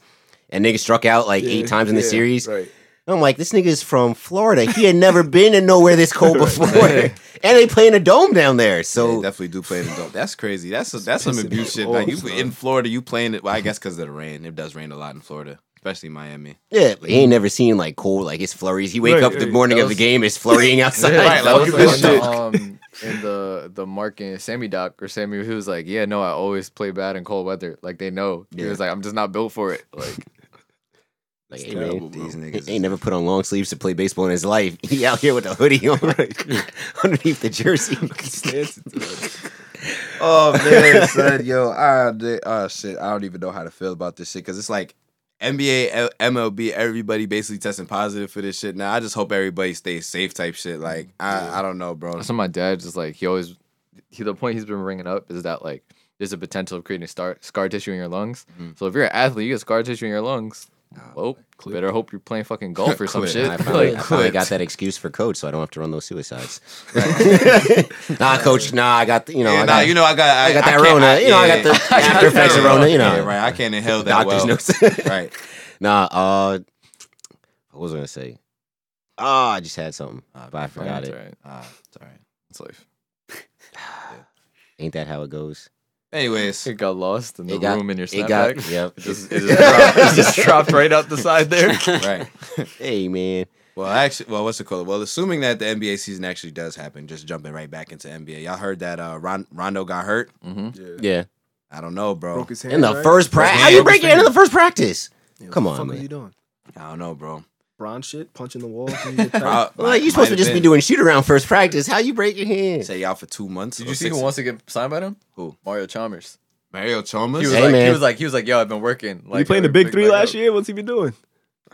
S3: and niggas struck out like
S4: on it.
S3: eight
S4: Yeah,
S3: times in the
S4: yeah,
S3: series.
S4: Right.
S3: I'm like, this nigga is from Florida. He had
S4: [laughs]
S3: never been in nowhere this cold before, and they play in a dome down there.
S2: They
S3: So
S2: definitely do play in the dome. That's crazy. That's that's some
S4: pissing me
S2: abuse shit. Like you
S4: off,
S2: in
S4: son.
S2: Florida, you playing it. Well, I guess because of the rain. It does rain a lot in Florida, especially Miami.
S3: yeah, but he ain't never seen like cold like it's flurries. He wake
S4: Right,
S3: up the
S4: right.
S3: morning
S1: That
S3: of the
S1: was-
S3: game, it's flurrying outside.
S2: Right, like,
S1: That was
S2: look at this
S1: like [laughs] on
S2: shit.
S1: the, um, in the the Mark and Sammy doc or Sammy, he was like, "Yeah, no, I always play bad in cold weather. Like they know." He was like, "I'm just not built for it." Like
S3: Like,
S2: It's
S3: hey, man,
S2: terrible, bro.
S3: these
S2: These
S3: niggas
S2: niggas
S3: ain't never put on long sleeves to play baseball in his life. [laughs] He out here with a hoodie on [laughs] underneath the jersey.
S2: Oh [laughs] man, son, yo, I, did- oh shit, I don't even know how to feel about this shit because it's like NBA, L- MLB, everybody basically testing positive for this shit. Now I just hope everybody stays safe, type shit. Like I, I don't know, bro.
S1: so my dad just like he always he, the point he's been bringing up is that like there's a potential of creating scar scar tissue in your lungs. So if you're an athlete, you get scar tissue in your lungs. Well, better hope you're playing fucking [laughs] golf or some
S2: Clip.
S1: shit.
S3: I finally,
S1: Like,
S3: I finally got that excuse for coach, so I don't have to run those suicides. [laughs] nah, coach. Nah, I got the, you know,
S2: Yeah,
S3: I
S2: nah,
S3: got,
S2: you know, I got, I,
S3: I got that
S2: can't-
S3: Rona. you know, I got
S2: yeah,
S3: the
S2: yeah. [laughs]
S3: after effects of Rona. You know,
S2: Yeah, right. I
S3: [laughs]
S2: can't inhale that
S3: doctor's
S2: well.
S3: notes.
S2: Right.
S3: nah, uh, what was I gonna say? Ah, I just had something, but I
S1: Yeah,
S3: forgot
S1: it's
S3: it.
S1: alright.
S2: Ah, it's
S3: [laughs]
S2: all right.
S1: It's life.
S3: Ain't that how it goes?
S2: Anyways,
S1: It got lost in the
S3: It got-
S1: room in your snapback. [laughs]
S3: It got, yep.
S1: just,
S3: [laughs]
S1: it just dropped, it just [laughs] dropped right out the side [laughs] there.
S2: right.
S3: hey man,
S2: Well, actually, well, what's it called? Well, assuming that the NBA season actually does happen, just jumping right back into NBA. Y'all heard that uh, Ron- Rondo got hurt?
S1: Mm-hmm.
S4: Yeah.
S3: yeah.
S2: I don't know, bro.
S4: Broke his hand
S3: In the
S4: right?
S3: first practice, how
S2: hand,
S3: you
S2: broke
S3: break
S2: his
S3: your hand in
S2: finger.
S3: the first practice?
S4: Yeah,
S3: Come
S4: what the
S3: on,
S4: fuck
S3: man.
S4: are you doing?
S2: I don't know, bro.
S4: Bron shit, punching the wall. Can you get back?
S2: Pro-
S3: Well,
S2: might-
S3: you're supposed to
S2: might
S3: just
S2: have
S3: be
S2: been.
S3: doing shoot around first practice. How you break your hand?
S2: Say y'all for two months.
S1: Did
S2: or
S1: you see
S2: six-
S1: who wants to get signed by them?
S2: Who?
S1: Mario Chalmers.
S2: Mario
S1: He
S2: Chalmers?
S1: was
S3: Hey,
S1: like, he
S3: man.
S1: was like, he was like, yo, I've been working. Like,
S4: you playing
S1: yo,
S4: the big
S1: pick
S4: three
S1: back
S4: last
S1: up.
S4: year? What's he been doing?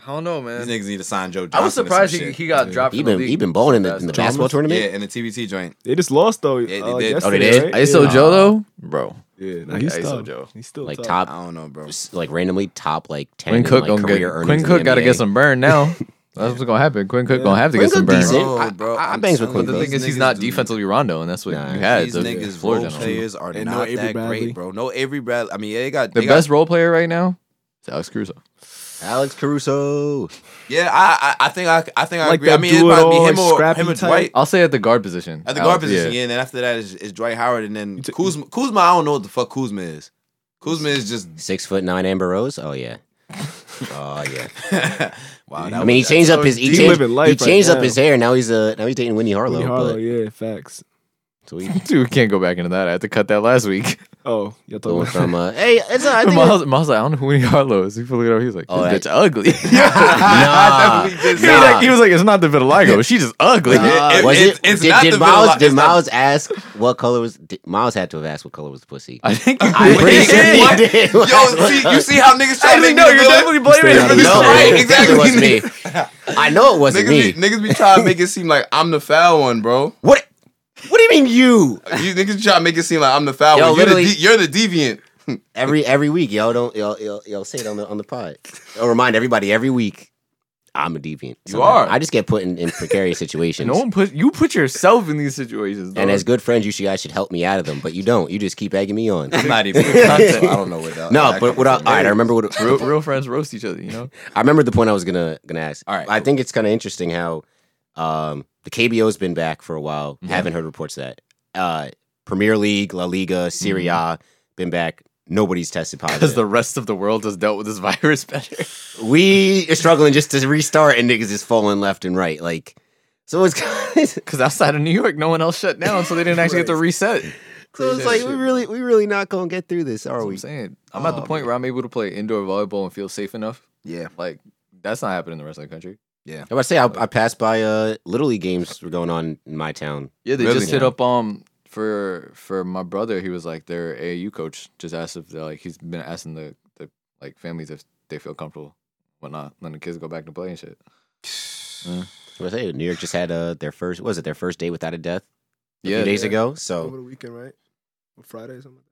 S1: I don't know,
S2: These
S1: man.
S2: niggas need to sign Joe Johnson.
S1: I was
S2: or some
S1: surprised he,
S2: shit.
S1: he got dropped.
S3: He
S1: from the
S3: been
S1: league.
S3: he been balling in the, in the
S1: Basketball.
S3: basketball tournament.
S2: Yeah, in the TBT joint.
S4: They just lost though.
S2: Yeah, they
S4: uh,
S2: did.
S3: Oh, they
S4: yesterday,
S3: did?
S4: Right?
S1: ISO
S4: yeah.
S1: Joe though, bro.
S4: Yeah, nah, he's
S1: ISO
S4: tough.
S1: Joe.
S4: He's still
S3: Like
S4: tough.
S2: I
S3: top,
S2: don't know, bro.
S3: like randomly top like ten.
S1: Quinn
S3: in,
S1: Cook
S3: like,
S1: gonna
S3: career
S1: get
S3: earnings
S1: Quinn
S3: in
S1: Cook
S3: the
S1: got to
S3: NBA.
S1: get some burn now. That's what's gonna happen. Quinn Cook
S4: Yeah.
S1: gonna have to
S3: Quinn
S1: get some
S3: Cook
S1: burn.
S3: decent.
S2: Bro,
S3: I-
S2: bro,
S3: I- I
S2: I'm
S3: bangs with
S2: telling
S1: But
S3: Quinn
S2: you,
S1: the
S3: Cook.
S1: thing
S2: these
S1: is, he's
S2: niggas
S1: not
S2: do-
S1: defensively Rondo, and that's what
S3: Nah.
S1: you had.
S2: These
S1: the
S2: niggas
S1: floor
S2: role
S1: general.
S2: players are
S4: And no
S2: not
S4: Avery
S2: that
S4: Bradley.
S2: great, bro. No Avery Bradley. I mean, yeah, they got
S1: The
S2: they
S1: best role player right now is Alex Caruso.
S3: Alex Caruso.
S2: Got, yeah, I, I I think I I think I
S4: Like
S2: agree. I
S4: that
S2: mean, it's
S4: do-it-all,
S2: probably him
S4: like,
S2: or
S4: scrappy
S2: him or
S4: type.
S2: Dwight.
S1: I'll say at the guard position.
S2: At the guard
S1: Alex,
S2: position,
S1: yeah.
S2: yeah. and then after that is, is Dwight Howard, and then Kuzma. Kuzma, I don't know what the fuck Kuzma is. Kuzma is just
S3: Six foot nine Amber Rose. Oh yeah. Oh yeah.
S2: [laughs] wow,
S3: I mean, he changed up his he
S4: He
S3: changed,
S4: living life
S3: he changed
S4: right
S3: up
S4: now.
S3: his hair. Now he's uh now he's dating Winnie Harlow.
S4: Winnie Harlow,
S3: but
S4: yeah, facts.
S3: sweet.
S1: Dude, we can't go back into that. I had to cut that last week.
S4: Oh,
S3: The
S4: y'all talking
S3: one
S4: about
S3: from uh, hey, it's uh, I think
S1: Miles, Miles like, I don't know who Winnie Harlow is. He looked it up. He was like, this [laughs]
S3: Oh, that-
S1: bitch
S3: [laughs]
S5: [laughs]
S1: ugly.
S2: [laughs]
S3: Nah.
S2: I definitely did
S1: he,
S2: not.
S1: was like, he was like, it's not the vitiligo. She's just ugly.
S2: It-
S3: was
S2: it's-
S3: it,
S2: it's
S3: did,
S2: not
S3: did
S2: the
S3: Miles
S2: vanilla-
S3: did
S2: it's not-
S3: Miles ask what color was did, Miles had to have asked what color was the pussy.
S1: [laughs] I think
S3: I'm pretty
S2: Wait,
S3: sure he
S2: what?
S3: did.
S2: Yo, see, you see how niggas try to make
S1: no,
S2: me
S1: you're
S2: feel-
S1: definitely blaming
S4: Stay
S1: him
S4: out
S1: for
S4: of
S1: this.
S4: this.
S3: no,
S2: Right,
S3: it definitely
S2: exactly.
S3: wasn't me. I know it wasn't
S2: Niggas
S3: me.
S2: be, niggas be trying to [laughs] make it seem like I'm the foul one, bro.
S3: What? What do you mean you?
S2: You niggas try to make it seem like I'm the foul
S3: Yo,
S2: one. You're the,
S3: literally-
S2: de- you're the deviant.
S3: Every every week, y'all don't y'all, y'all, y'all say it on the on the pod. I'll remind everybody every week. I'm a deviant.
S2: You are.
S3: I just get put in, in precarious
S2: [laughs]
S3: situations.
S1: No one put you put yourself in these situations.
S3: And
S1: dog.
S3: as good friends, you should, guys should help me out of them, but you don't. You just keep egging me on.
S2: I'm not [laughs] even content. I don't know what
S3: [laughs]
S2: that.
S3: No, but what? I, all right, I remember what. [laughs]
S1: real, real friends roast each other, you know.
S3: I remember the point I was gonna gonna ask.
S2: All right,
S3: I
S2: cool.
S3: think it's kind of interesting how um, the KBO's been back for a while.
S1: Mm-hmm.
S3: Haven't heard reports of that uh, Premier League, La Liga, Serie A been back. Nobody's tested
S1: Because
S3: positive.
S1: Mm-hmm. the rest of the world has dealt with this [laughs] virus better.
S3: we are struggling just to restart, and niggas is falling left and right. Like, so it's [laughs] so
S1: Because outside of New York, no one else shut down, so they didn't actually get to reset. That's
S3: it's like we really we really not gonna get through this, are
S1: what
S3: we?
S1: I'm saying. I'm at the point where I'm able to play indoor volleyball and feel safe enough.
S2: Yeah.
S1: Like that's not happening in the rest of the country.
S3: I was about to say I, I passed by uh, little league games were going on in my town.
S1: Yeah, they
S2: Really?
S1: just hit up um for for my brother. He was like their AAU coach. Just asked if they're, like he's been asking the, the like families if they feel comfortable, whatnot, letting the kids go back to play and shit.
S3: I was gonna say New York just had uh, their first what was it their first day without a death a
S1: Yeah,
S3: few days
S4: yeah.
S3: ago.
S4: over
S3: So
S4: the weekend, right? Or Friday or something.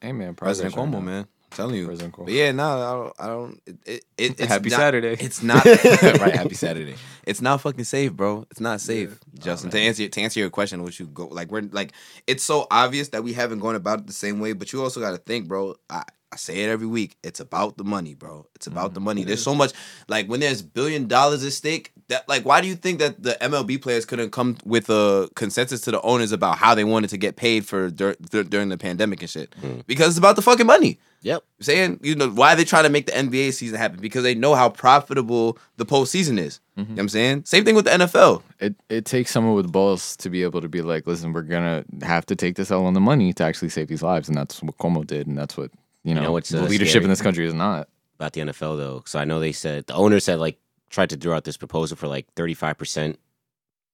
S1: hey man, progress
S2: President
S1: right now.
S2: Cuomo, man. I'm telling you.
S1: President Cuomo.
S2: But yeah, no, I don't. I don't. It, it, it, it's
S1: Happy
S2: not,
S1: Saturday.
S2: It's not [laughs] right. Happy Saturday. It's not fucking safe, bro. It's not safe, Justin. to answer to answer your question, what you go like we're like it's so obvious that we haven't gone about it the same way, but you also got to think, bro. I, I say it every week. It's about the money, bro. It's about the money. There's so much like when there's billion dollars at stake. That like, why do you think that the MLB players couldn't come with a consensus to the owners about how they wanted to get paid for dur- dur- during the pandemic and shit? Because it's about the fucking money
S3: yep.
S2: saying you know why they trying to make the NBA season happen because they know how profitable the postseason is. You know what I'm saying same thing with the NFL.
S1: It it takes someone with balls to be able to be like, listen, we're gonna have to take this L on the money to actually save these lives, and that's what Cuomo did, and that's what you know,
S3: know what's,
S1: the
S3: uh,
S1: leadership
S3: scary?
S1: in this country is not.
S3: about the NFL though, so I know they said the owners had like tried to throw out this proposal for like thirty five percent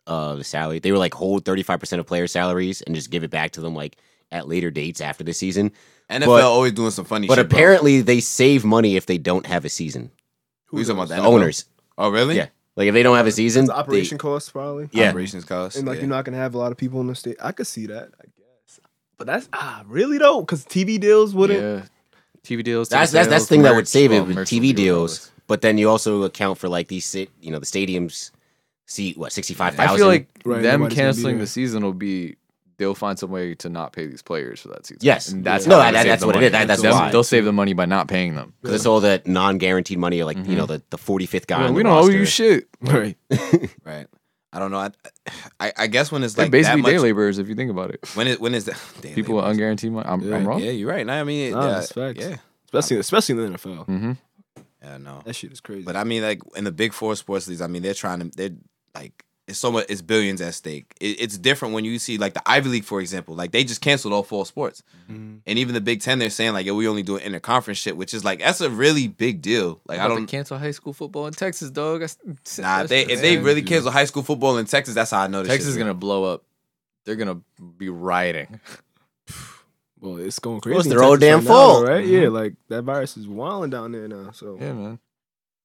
S3: of the salary. They were like hold thirty five percent of player salaries and just give it back to them like at later dates after the season.
S2: NFL
S3: But-
S2: always doing some funny
S3: But
S2: shit. bro.
S3: apparently they save money if they don't have a season.
S2: we talking about the
S3: The
S2: NFL?
S3: owners,
S2: Oh really?
S3: yeah, like if they don't have a season,
S4: It's operation
S3: They,
S4: costs probably.
S3: yeah.
S2: Operations cost.
S4: And like
S2: yeah.
S4: you're not gonna have a lot of people in the state. I could see that, I guess. But that's ah really though, because TV deals wouldn't.
S1: Yeah. TV deals.
S3: That's
S1: ticket
S3: that's that's
S1: sales,
S3: the thing that
S1: merch,
S3: would save it
S1: well,
S3: with
S1: merch
S3: TV
S1: would be
S3: deals.
S1: regardless.
S3: But then you also account for like these, sit- you know, the stadiums seat what sixty five thousand.
S1: I feel like them
S4: Right, nobody's gonna be
S1: canceling
S4: there.
S1: the season will be they'll find some way to not pay these players for that season.
S3: Yes.
S1: and that's
S3: Yeah. No,
S1: how they
S3: that-
S1: save
S3: that's
S1: the
S3: what it
S1: money.
S3: is. That- that's
S1: Them-
S3: why.
S1: they'll save the money by not paying them.
S3: because it's all that non guaranteed money, like you know, the the forty fifth guy. on the
S1: Mm-hmm. we don't owe you
S3: roster.
S1: shit.
S4: Right.
S2: right. I don't know. I, I I guess when it's
S1: They're
S2: like
S1: basically
S2: that much,
S1: day laborers if you think about it.
S2: when it when is that [laughs] day
S1: People with
S2: labor.
S1: unguaranteed money. I'm,
S4: Yeah.
S1: I'm wrong.
S2: Yeah, you're right. Nah, I mean,
S4: Nah,
S2: yeah,
S4: that's facts.
S2: yeah,
S4: Especially especially in the NFL.
S1: Mm-hmm.
S2: yeah, no.
S4: That shit is crazy.
S2: But I mean, like in the big four sports leagues, I mean, they're trying to they're like it's so much it's billions at stake. It, it's different when you see like the Ivy League, for example, like they just canceled all four sports,
S4: Mm.
S2: and even the Big Ten, they're saying like, yo, we only do interconference shit, which is like that's a really big deal. Like I don't.
S1: cancel high school football in Texas, dog. [laughs]
S2: Nah, if they if they really cancel high school football in Texas, that's how I know this
S1: Texas
S2: shit's
S1: is gonna blow up. They're gonna be rioting.
S4: well, it's going crazy.
S3: it's
S4: in
S3: their own
S4: Texas
S3: damn
S4: right now, though,
S3: fault.
S4: right? Yeah, like that virus is wilding down there now. So
S1: Yeah, man.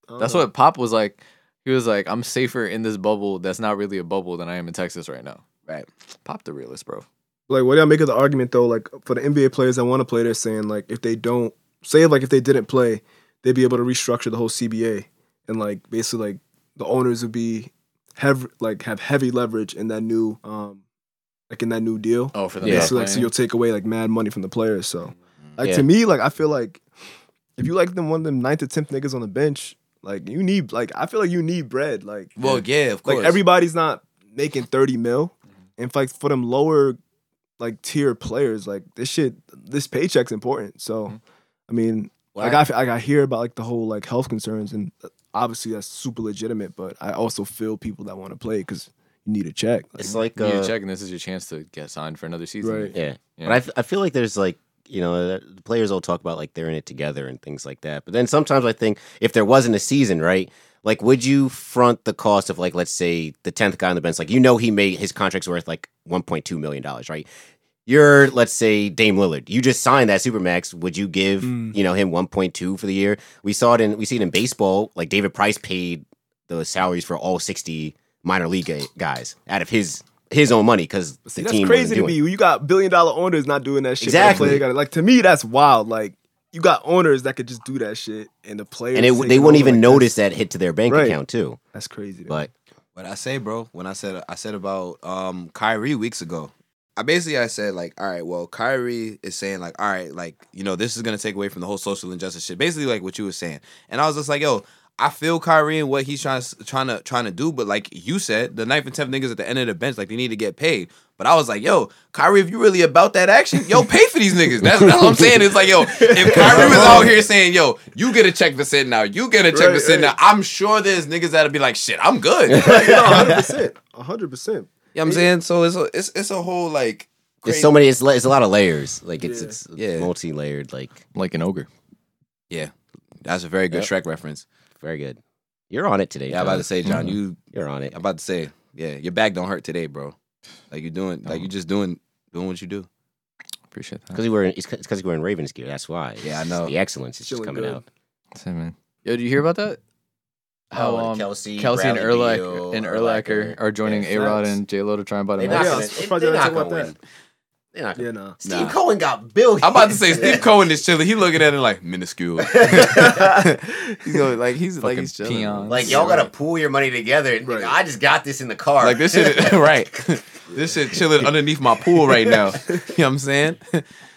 S4: I don't
S1: That's
S4: know.
S1: what Pop was like. He was like, "I'm safer in this bubble that's not really a bubble than I am in Texas right now."
S2: Right.
S1: Pop the realist, bro.
S4: Like, what do y'all make of the argument though? Like, for the NBA players that want to play, they're saying like, if they don't, say like if they didn't play, they'd be able to restructure the whole CBA, and like basically like the owners would be have like have heavy leverage in that new um like in that new deal.
S1: Oh, for the Mm-hmm.
S3: Yeah.
S1: yeah.
S4: So like, so you'll take away like mad money from the players. So like
S3: Yeah.
S4: to me, like I feel like if you like them one of them ninth to tenth niggas on the bench, like you need like I feel like you need bread. Like
S2: Well, yeah, of course.
S4: like everybody's not making 30 mil and like for them lower
S3: Mm-hmm.
S4: like tier players like this shit this paycheck's important so i mean Like I, f- like I hear about like the whole like health concerns, and uh, obviously that's super legitimate. But I also feel people that want to play because you need a check. Like,
S3: it's like
S1: You need
S3: uh,
S1: to check, and this is your chance to get signed for another season.
S4: Right.
S3: Yeah.
S1: Yeah.
S3: But I, f- I feel like there's like, you know, uh, the players all talk about like they're in it together and things like that. But then sometimes I think if there wasn't a season, right? Like, would you front the cost of like, let's say the 10th guy on the bench? Like, you know, he made his contract's worth like $1.2 million, right? You're, let's say, Dame Lillard. You just signed that Supermax. Would you give,
S4: Mm.
S3: you know, him 1.2 for the year? We saw it in, we see it in baseball. Like, David Price paid the salaries for all 60 minor league ga- guys out of his his own money because the
S4: See,
S3: team
S4: that's
S3: wasn't
S4: crazy to
S3: doing it.
S4: me. You got billion dollar owners not doing that shit. but the
S3: Exactly.
S4: player got it. Like to me, that's wild. Like you got owners that could just do that shit, and the players
S3: and
S4: taking
S3: it, they wouldn't
S4: over,
S3: even
S4: like,
S3: notice that hit to their bank
S4: Right.
S3: account too.
S4: That's, that's crazy.
S3: But
S2: What I say, bro, when I said I said about um Kyrie weeks ago, I basically I said like, all right, well, Kyrie is saying like, all right, like you know, this is gonna take away from the whole social injustice shit. Basically, like what you were saying, and I was just like, yo. I feel Kyrie and what he's trying to trying to trying to do, but like you said, the ninth and tenth niggas at the end of the bench, like they need to get paid. But I was like, yo, Kyrie, if you really about that action, yo, pay for these niggas. That's all I'm saying. It's like, yo, if Kyrie was out here saying, yo, you get a check for sitting out, you get a check for
S4: Right,
S2: sitting
S4: right.
S2: out, I'm sure there's niggas that'll be like, shit, I'm good.
S4: hundred percent, hundred percent.
S2: You know what I'm saying? So it's a, it's it's a whole like
S3: there's so many. It's, la- it's a lot of layers. Like it's
S4: Yeah.
S3: it's
S2: Yeah.
S3: multi layered. Like
S1: Like an ogre.
S2: Yeah. That's a very good Shrek reference.
S3: very good. You're on it today.
S2: Yeah, I'm about
S3: John.
S2: to say, John, you
S3: You're on it.
S2: I'm about to say, yeah, your back don't hurt today, bro. Like you're doing like you just doing doing what you do.
S1: Appreciate that.
S3: Because we're in, it's because we're in Ravens gear. That's why. It's
S2: Yeah, I
S3: just
S2: know.
S3: The excellence is just
S4: Feeling
S3: coming
S4: good.
S3: out.
S1: That's it, man. Yo, did you hear about that?
S2: Oh,
S1: How um,
S3: Oh, Kelsey,
S1: Kelsey and Erlacher and Erlacher are joining
S3: Yeah,
S1: A Rod
S4: facts.
S1: and J Lo to try and buy the
S3: They're
S4: not
S3: not
S1: Mets.
S3: going
S4: gonna- Yeah, they- surprised they
S3: to
S4: they're not gonna
S3: win.
S4: win. Yeah, nah.
S3: Steve
S2: Nah.
S3: Cohen got billions.
S2: I'm about to [laughs] say
S3: [laughs]
S2: Steve Cohen is chilling. He looking at it like minuscule. [laughs]
S1: he's going, like he's like
S6: Fucking
S1: he's chilling.
S6: peons.
S3: Like y'all gotta pool your money together.
S4: Right.
S3: I just got this in the car.
S2: like
S3: [laughs]
S2: this shit [laughs] right. This shit chilling underneath my pool right [laughs] now. You know what I'm saying?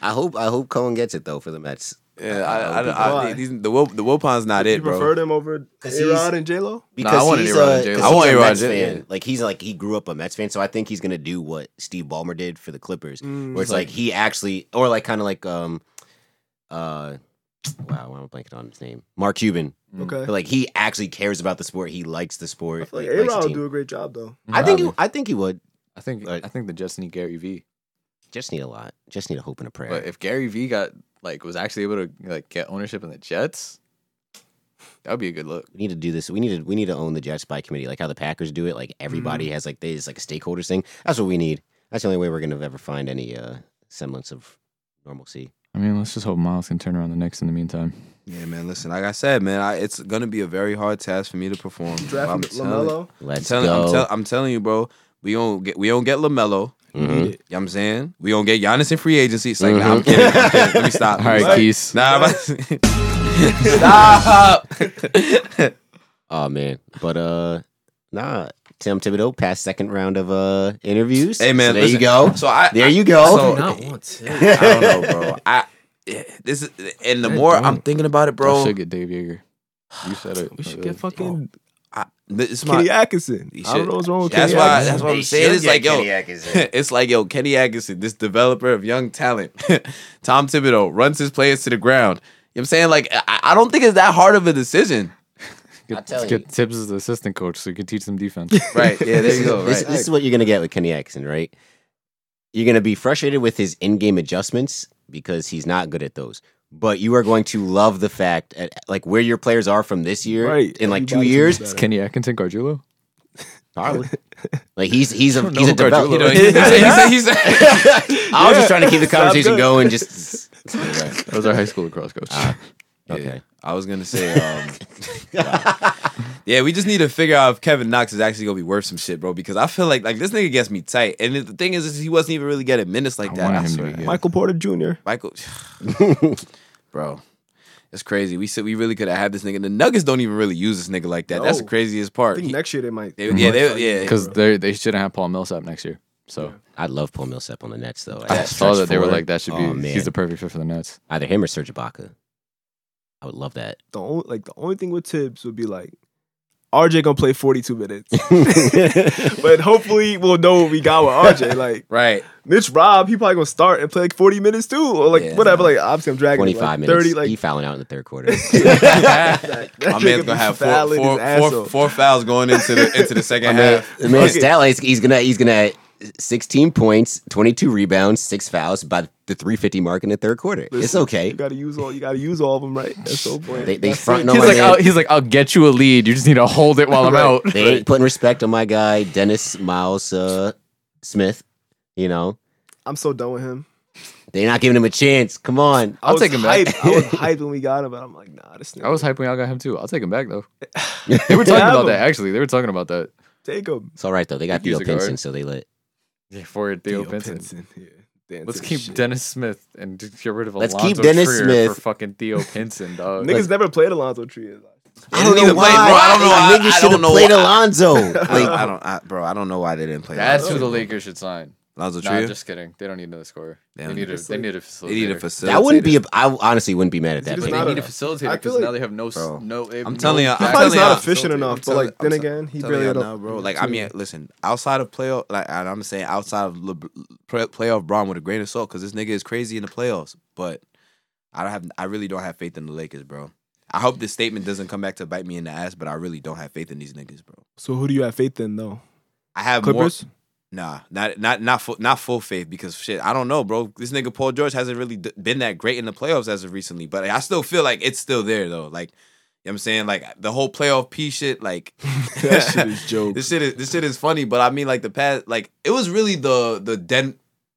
S3: I hope I hope Cohen gets it though for the Mets.
S2: [laughs] Yeah, I, I, I,
S4: Why?
S2: these, the Wil- the Wilpon's not
S4: you
S2: it, bro.
S4: prefer them over
S3: 'Cause
S4: A Rod
S3: he's-
S4: and J Lo?
S3: because
S1: I wanted
S3: he's
S1: A-Rod
S3: a,
S1: and J-Lo.
S3: 'cause
S2: I
S3: he's
S2: want
S3: a
S2: A-Rod
S3: Mets
S2: and J-Lo.
S3: fan. Like he's like he grew up a Mets fan, so I think he's gonna do what Steve Ballmer did for the Clippers,
S4: Mm.
S3: where it's like, he actually, or like kind of like um, uh, wow, why am I blanking on his name? Mark Cuban,
S2: Mm.
S1: Mm.
S4: Okay.
S3: but like he actually cares about the sport. He likes the sport.
S4: I feel like
S3: likes
S4: A
S3: the
S4: Rod would
S3: team.
S4: do a great job though.
S3: I think he, I think he would.
S1: I think
S3: Like-
S1: I think the Jets need Gary V.
S3: Just need a lot. Just need a hope and a prayer.
S1: But if Gary V got like was actually able to like get ownership in the Jets, that would be a good look.
S3: we need to do this. We need to we need to own the Jets by committee, like how the Packers do it. Like everybody
S4: Mm-hmm.
S3: has like they it's like a stakeholders thing. That's what we need. That's the only way we're gonna ever find any uh semblance of normalcy.
S1: I mean, let's just hope Miles can turn around the Knicks in the meantime.
S2: Yeah, man. Listen, like I said, man, I, it's gonna be a very hard task for me to perform. I'm
S4: Drafting
S2: telling-
S4: Lamelo.
S2: I'm
S3: Let's
S2: telling,
S3: go.
S2: I'm, tell, I'm telling you, bro. We don't get we don't get Lamelo.
S3: Mhm.
S2: You know what I'm saying we don't get Giannis in free agency. It's like,
S3: Mm-hmm.
S2: nah, I'm kidding. I'm
S3: [laughs]
S2: kidding. Let me stop.
S1: All right,
S2: Let me
S1: Keys.
S2: stop. Nah, but,
S3: [laughs]
S2: stop.
S3: Oh man, but uh, nah. Tim Thibodeau passed second round of uh interviews.
S2: hey,
S3: So
S2: man.
S3: there
S2: listen.
S3: you go.
S2: So I
S3: there you [laughs]
S2: so-
S3: go.
S2: Not
S6: once.
S2: I don't know, bro. I yeah, this is and the
S1: They're
S2: more I'm
S1: dumb.
S2: thinking about
S1: I
S2: it, bro.
S1: should get Dave Yeager. You said it. Uh,
S6: We should get fucking.
S2: I, this is my,
S4: Kenny Atkinson.
S2: He
S4: I
S2: should-
S4: don't know what's wrong with
S2: that's
S4: Kenny
S2: why.
S4: Atkinson.
S2: That's what
S3: They
S2: I'm saying.
S3: should
S2: It's
S3: get
S2: like yo,
S3: Kenny
S2: [laughs]
S3: Atkinson.
S2: it's like yo, Kenny Atkinson, this developer of young talent, [laughs] Tom Thibodeau runs his players to the ground. You know what I'm saying? Like, I, I don't think it's that hard of a decision.
S3: I'll tell
S1: Let's
S3: you.
S1: get Tibbs as the assistant coach so you can teach them defense. [laughs]
S2: Right. Yeah, there you go.
S3: this,
S2: Right.
S3: this is what you're gonna get with Kenny Atkinson, right? You're gonna be frustrated with his in-game adjustments because he's not good at those. But you are going to love the fact at like where your players are from this year
S4: Right.
S3: in like two
S4: Everybody's
S3: years.
S4: gonna be
S1: Kenny Atkinson, Gargiulo.
S2: [laughs]
S3: Probably. like he's he's a he's a
S1: know who Gargiulo
S3: developer.
S2: You know, he [laughs]
S1: [laughs]
S2: said- he said- he said-
S3: I was just trying to keep the
S4: Sounds
S3: conversation
S4: good.
S3: going. Just
S1: That was our high school lacrosse coach. [laughs]
S3: okay.
S2: I was gonna say, um, [laughs] yeah, we just need to figure out if Kevin Knox is actually gonna be worth some shit, bro. Because I feel like like this nigga gets me tight, and the thing is, is he wasn't even really getting minutes like
S1: I
S2: that.
S1: wanted
S2: I
S1: him to
S2: swear.
S1: be good.
S4: Michael Porter Jr.
S2: Michael, [sighs] bro, it's crazy. We said we really could have had this nigga. The Nuggets don't even really use this nigga like that. That's the
S4: No.
S2: craziest
S4: I
S2: part.
S4: think
S2: He-
S4: next year they might.
S2: They- yeah, they- yeah.
S1: Because they they shouldn't have Paul Millsap next year. So
S3: I'd love Paul Millsap on the Nets though.
S1: I
S3: That
S1: saw
S3: stretch
S1: that they were
S3: forward.
S1: like, that should be.
S3: Oh, man.
S1: he's the perfect fit for the Nets.
S3: either him or Serge Ibaka. I would love that.
S1: [laughs]
S4: the only like the only thing with Tibbs would be like, RJ gonna play
S2: [laughs]
S4: 42 minutes. but hopefully we'll know what we got with
S2: [laughs]
S4: RJ. Like [laughs]
S2: Right.
S4: Mitch Rob, he probably gonna start and play like 40 minutes too, or like
S2: Yeah.
S4: whatever. Like obviously I'm dragging him,
S3: 25
S4: like,
S3: minutes.
S4: 30. Like
S3: he fouling out in the third
S1: [laughs]
S3: quarter. [laughs]
S2: My man's gonna have four,
S4: fouling
S2: four,
S4: his ass
S2: four,
S4: off.
S2: four fouls going into the into the
S4: [laughs]
S2: second half.
S3: I mean, stat line, he's gonna he's gonna have 16 points, 22 rebounds, six fouls by the 350 mark in the third quarter. it's
S4: Listen,
S3: okay.
S4: You gotta use all. You gotta use all of them, right? That's so point.
S3: They they fronting on
S1: He's
S3: my
S1: like,
S3: man.
S4: "Oh,
S1: I'll, he's like, I'll get you a lead. You just need to hold it while I'm
S4: Right.
S1: out. [laughs]
S3: they ain't putting respect on my guy Dennis Miles uh, Smith. You know
S4: I'm so done with him.
S3: they're not giving him a chance. Come on.
S4: I
S1: I'll
S4: was
S1: take him back.
S4: hyped. [laughs] I
S2: [laughs]
S4: was hyped when we got him, but I'm like, nah, this nigga.
S1: I was hyping when y'all got him too. I'll take him back though. They were talking
S4: Have
S1: about
S4: him.
S1: that actually. They were talking about that.
S4: Take him.
S3: It's all right though. They got
S1: Use
S3: Theo
S1: a guard.
S3: Pinson, so they let.
S1: For Theo Benson.
S4: Yeah. Dancing
S1: Let's
S4: and
S1: keep
S4: shit.
S1: Dennis Smith and just get rid of
S3: Let's
S1: Alonzo
S3: keep Dennis
S1: Trier
S3: Smith.
S1: for fucking Theo Pinson, dog.
S4: Niggas never played Alonzo Trier.
S2: I don't either, wait, bro, I don't know
S3: Like,
S2: why- I
S3: Niggas
S2: don't
S3: should have
S2: know
S3: played
S2: why-
S3: Alonzo.
S2: Like, I
S3: Like,
S2: don't, I, bro. I don't know why they didn't play.
S1: That's
S2: Lonzo.
S1: who the Lakers should sign.
S2: Lonzo
S1: Nah,
S2: Trier.
S1: just kidding. They don't need another scorer. They,
S2: They don't
S1: need a
S2: need
S1: they need a
S2: They
S1: facilitator.
S2: need a facilitator.
S3: that wouldn't be. A, I honestly wouldn't be mad at that.
S4: just
S3: but-
S4: not
S1: They
S4: a-
S1: need a facilitator
S4: I feel
S1: because
S4: like-
S1: now they have no s-
S2: Bro,
S1: no. they have
S2: I'm
S1: no
S2: telling you, I'm
S1: backup.
S4: probably
S2: telling
S4: not
S2: y'all-
S4: efficient
S2: I'm
S4: enough, but,
S2: telling-
S4: like, then
S2: I'm
S4: again, he
S2: telling
S4: barely
S2: y'all
S4: had a-
S2: now, bro. Like I mean, listen, outside of playoff, like and I'm saying outside of Le- play- playoff Braun with a grain of salt, because this nigga is crazy in the playoffs. But I don't have, I really don't have faith in the Lakers, bro. I hope this statement doesn't come back to bite me in the ass, but I really don't have faith in these niggas, bro.
S4: [laughs] So who do you have faith in
S2: [laughs]
S4: though?
S2: I have
S4: Clippers?
S2: More, nah, not not not full, not full faith because shit, I don't know, bro. This nigga Paul George hasn't really d- been that great in the playoffs as of recently, but I still feel like it's still there though. Like, you know what I'm saying? Like the whole playoff P shit, like
S4: That
S2: [laughs]
S4: shit is joke.
S2: this shit is this shit is funny, but I mean like the past like it was really the the den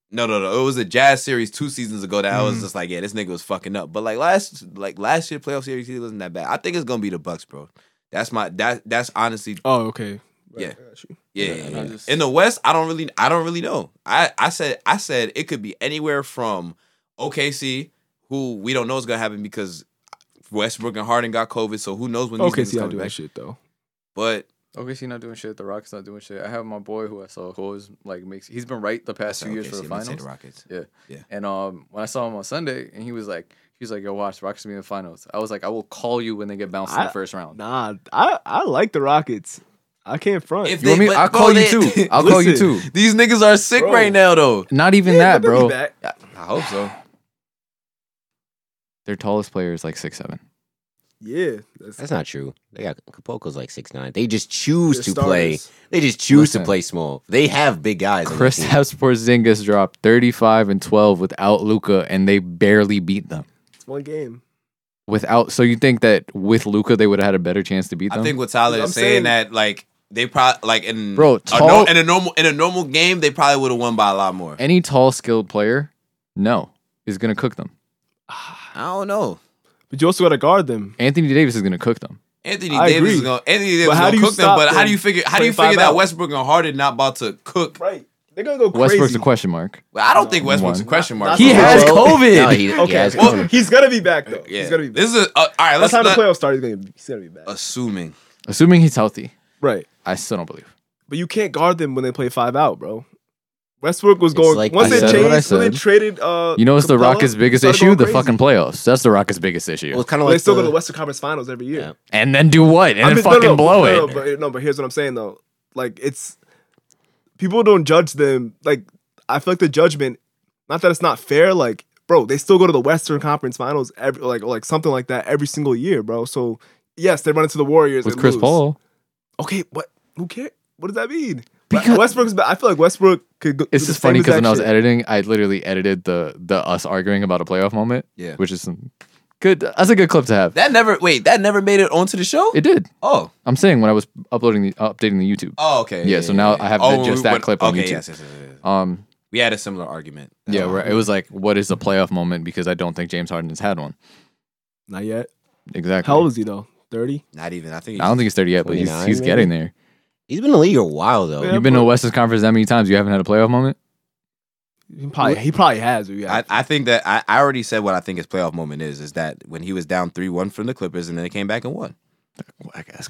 S2: no no no it was the Jazz series two seasons ago that I
S4: Mm-hmm.
S2: was just like yeah this nigga was fucking up, but like last like last year playoff series he wasn't that bad. I think it's gonna be the Bucks, bro. That's my that that's honestly
S4: Oh, okay.
S2: Yeah.
S4: I got you.
S2: yeah. yeah, yeah.
S1: I just-
S2: In the West, I don't really I don't really know. I I said I said it could be anywhere from OKC, who we don't know is gonna happen because Westbrook and Harden got COVID, so who knows when these
S4: Okay,
S2: niggas
S4: see, I
S2: coming
S4: do that
S2: back.
S4: shit though.
S2: But
S1: OKC not doing shit. The Rockets not doing shit. I have my boy who I saw who always like makes. He's been right the past two years
S2: OKC,
S1: for the
S2: I'm gonna say
S1: finals.
S2: the Rockets.
S1: And um, when I saw him on Sunday, and he was like, he was like, "Yo, watch, Rockets gonna be in the finals." I was like, "I will call you when they get bounced in
S4: I-
S1: the first round."
S4: Nah, I I like the Rockets. I can't front.
S2: If
S1: You want
S2: they-
S1: me?
S2: but,
S1: I'll
S2: bro,
S1: call you
S2: they-
S4: [laughs]
S1: too. I'll call you too.
S4: Listen.
S2: These niggas are sick
S4: Bro.
S2: right now, though.
S1: Not even
S4: Yeah,
S1: that,
S4: they'll be
S1: bro.
S4: back.
S2: I hope so.
S1: Their tallest player is like six seven.
S4: Yeah, that's,
S3: That's not true. They got Capoco's like six nine. They just choose
S4: They're
S3: to play.
S4: starters.
S3: They just choose
S1: Listen.
S3: to play small. They have big guys. on their
S1: Chris
S3: team.
S1: Porzingis dropped thirty five and twelve without Luca, and they barely beat them.
S4: it's one game.
S1: Without, so you think that with Luca they would have had a better chance to beat them?
S2: I think what Tyler
S4: I'm
S2: is saying,
S4: saying-
S2: that like they probably like in
S1: Bro,
S2: a
S1: tall-
S2: no, in a normal in a normal game they probably would have won by a lot more.
S1: any tall skilled player, no, is gonna cook them.
S2: I don't know.
S4: But you also gotta guard them.
S1: Anthony Davis is gonna cook them.
S2: Anthony
S4: I
S2: Davis is
S4: agree.
S2: gonna Anthony Davis
S4: But
S2: is
S4: how do
S2: gonna
S4: you
S2: cook them,
S4: stop
S2: but how
S4: them
S2: do you figure how do you
S4: playing
S2: figure
S4: five
S2: that
S4: out?
S2: Westbrook and Harden not about to cook?
S4: Right, they're gonna go crazy.
S1: Westbrook's a question mark.
S2: Well, I don't think Westbrook's
S1: One.
S2: a question mark.
S4: Not- He
S2: bro.
S4: has
S1: COVID.
S3: No, he, he
S4: Okay,
S3: has
S4: well,
S3: COVID.
S4: he's gonna be back though.
S2: yeah.
S4: He's gonna be back.
S2: This is a, uh, all right.
S4: That's
S2: Let's
S4: how the
S2: not
S4: playoffs start. He's gonna be, he's gonna be back.
S2: assuming.
S1: Assuming he's healthy,
S4: Right,
S1: I still don't believe.
S4: but you can't guard them when they play five out, bro. Westbrook was
S3: It's
S4: going
S3: like-
S4: once
S1: I
S4: they
S1: said what I
S4: changed when they
S1: said.
S4: traded. Uh,
S1: [laughs] You know what's the
S4: Capella,
S1: Rockets' biggest
S4: started
S1: issue?
S4: going
S1: The
S4: crazy.
S1: fucking playoffs. That's the Rockets' biggest issue.
S3: Well, it's kind of
S4: Well, they
S3: like
S4: still
S3: the,
S4: go to Western Conference Finals every year.
S3: Yeah.
S1: and then do what? And
S4: I
S1: then
S4: mean, no,
S1: fucking
S4: no,
S1: blow
S4: no,
S1: it.
S4: No, but, no, but here's what I'm saying though. Like it's people don't judge them. Like I feel like the judgment. Not that it's not fair. Like bro, they still go to the Western Conference Finals every like like something like that every single year, bro. So yes, they run into the Warriors
S1: With
S4: and
S1: Chris
S4: lose.
S1: Paul,
S4: Okay, what? Who cares? What does that mean?
S1: Because-
S4: Because Westbrook's. ba- I feel like Westbrook could. Go, do
S1: it's
S4: the
S1: just funny
S4: same
S1: because when I
S4: exact
S1: was
S4: shit.
S1: editing, I literally edited the the us arguing about a playoff moment.
S2: Yeah.
S1: which is some good. That's a good clip to have.
S2: That never wait. That never made it onto the show.
S1: it did.
S2: oh.
S1: I'm saying when I was uploading the updating the YouTube.
S2: Oh. Okay. Oh,
S1: Yeah, so now I have the-
S2: when
S1: just
S2: we
S1: that
S2: went-
S1: clip on
S2: okay,
S1: YouTube.
S2: Yes, yes, yes, yes, yes.
S1: Um,
S2: We had a similar argument.
S1: yeah,
S4: Oh.
S1: where it was like, what is the playoff moment? Because I don't think James Harden has had one.
S4: Not yet.
S1: Exactly.
S4: How old is he though? Thirty.
S2: Not even. I think.
S1: I don't think he's 30 yet, but he's
S3: 29
S1: he's
S3: maybe?
S1: getting there.
S3: He's been in the league a while though.
S4: Yeah.
S1: You've been to Western Conference that many times. You haven't had a playoff moment.
S4: He probably. He probably has. Yeah.
S2: I, I think that I, I already said what I think his playoff moment is is that when he was down three one from the Clippers and then they came back and won.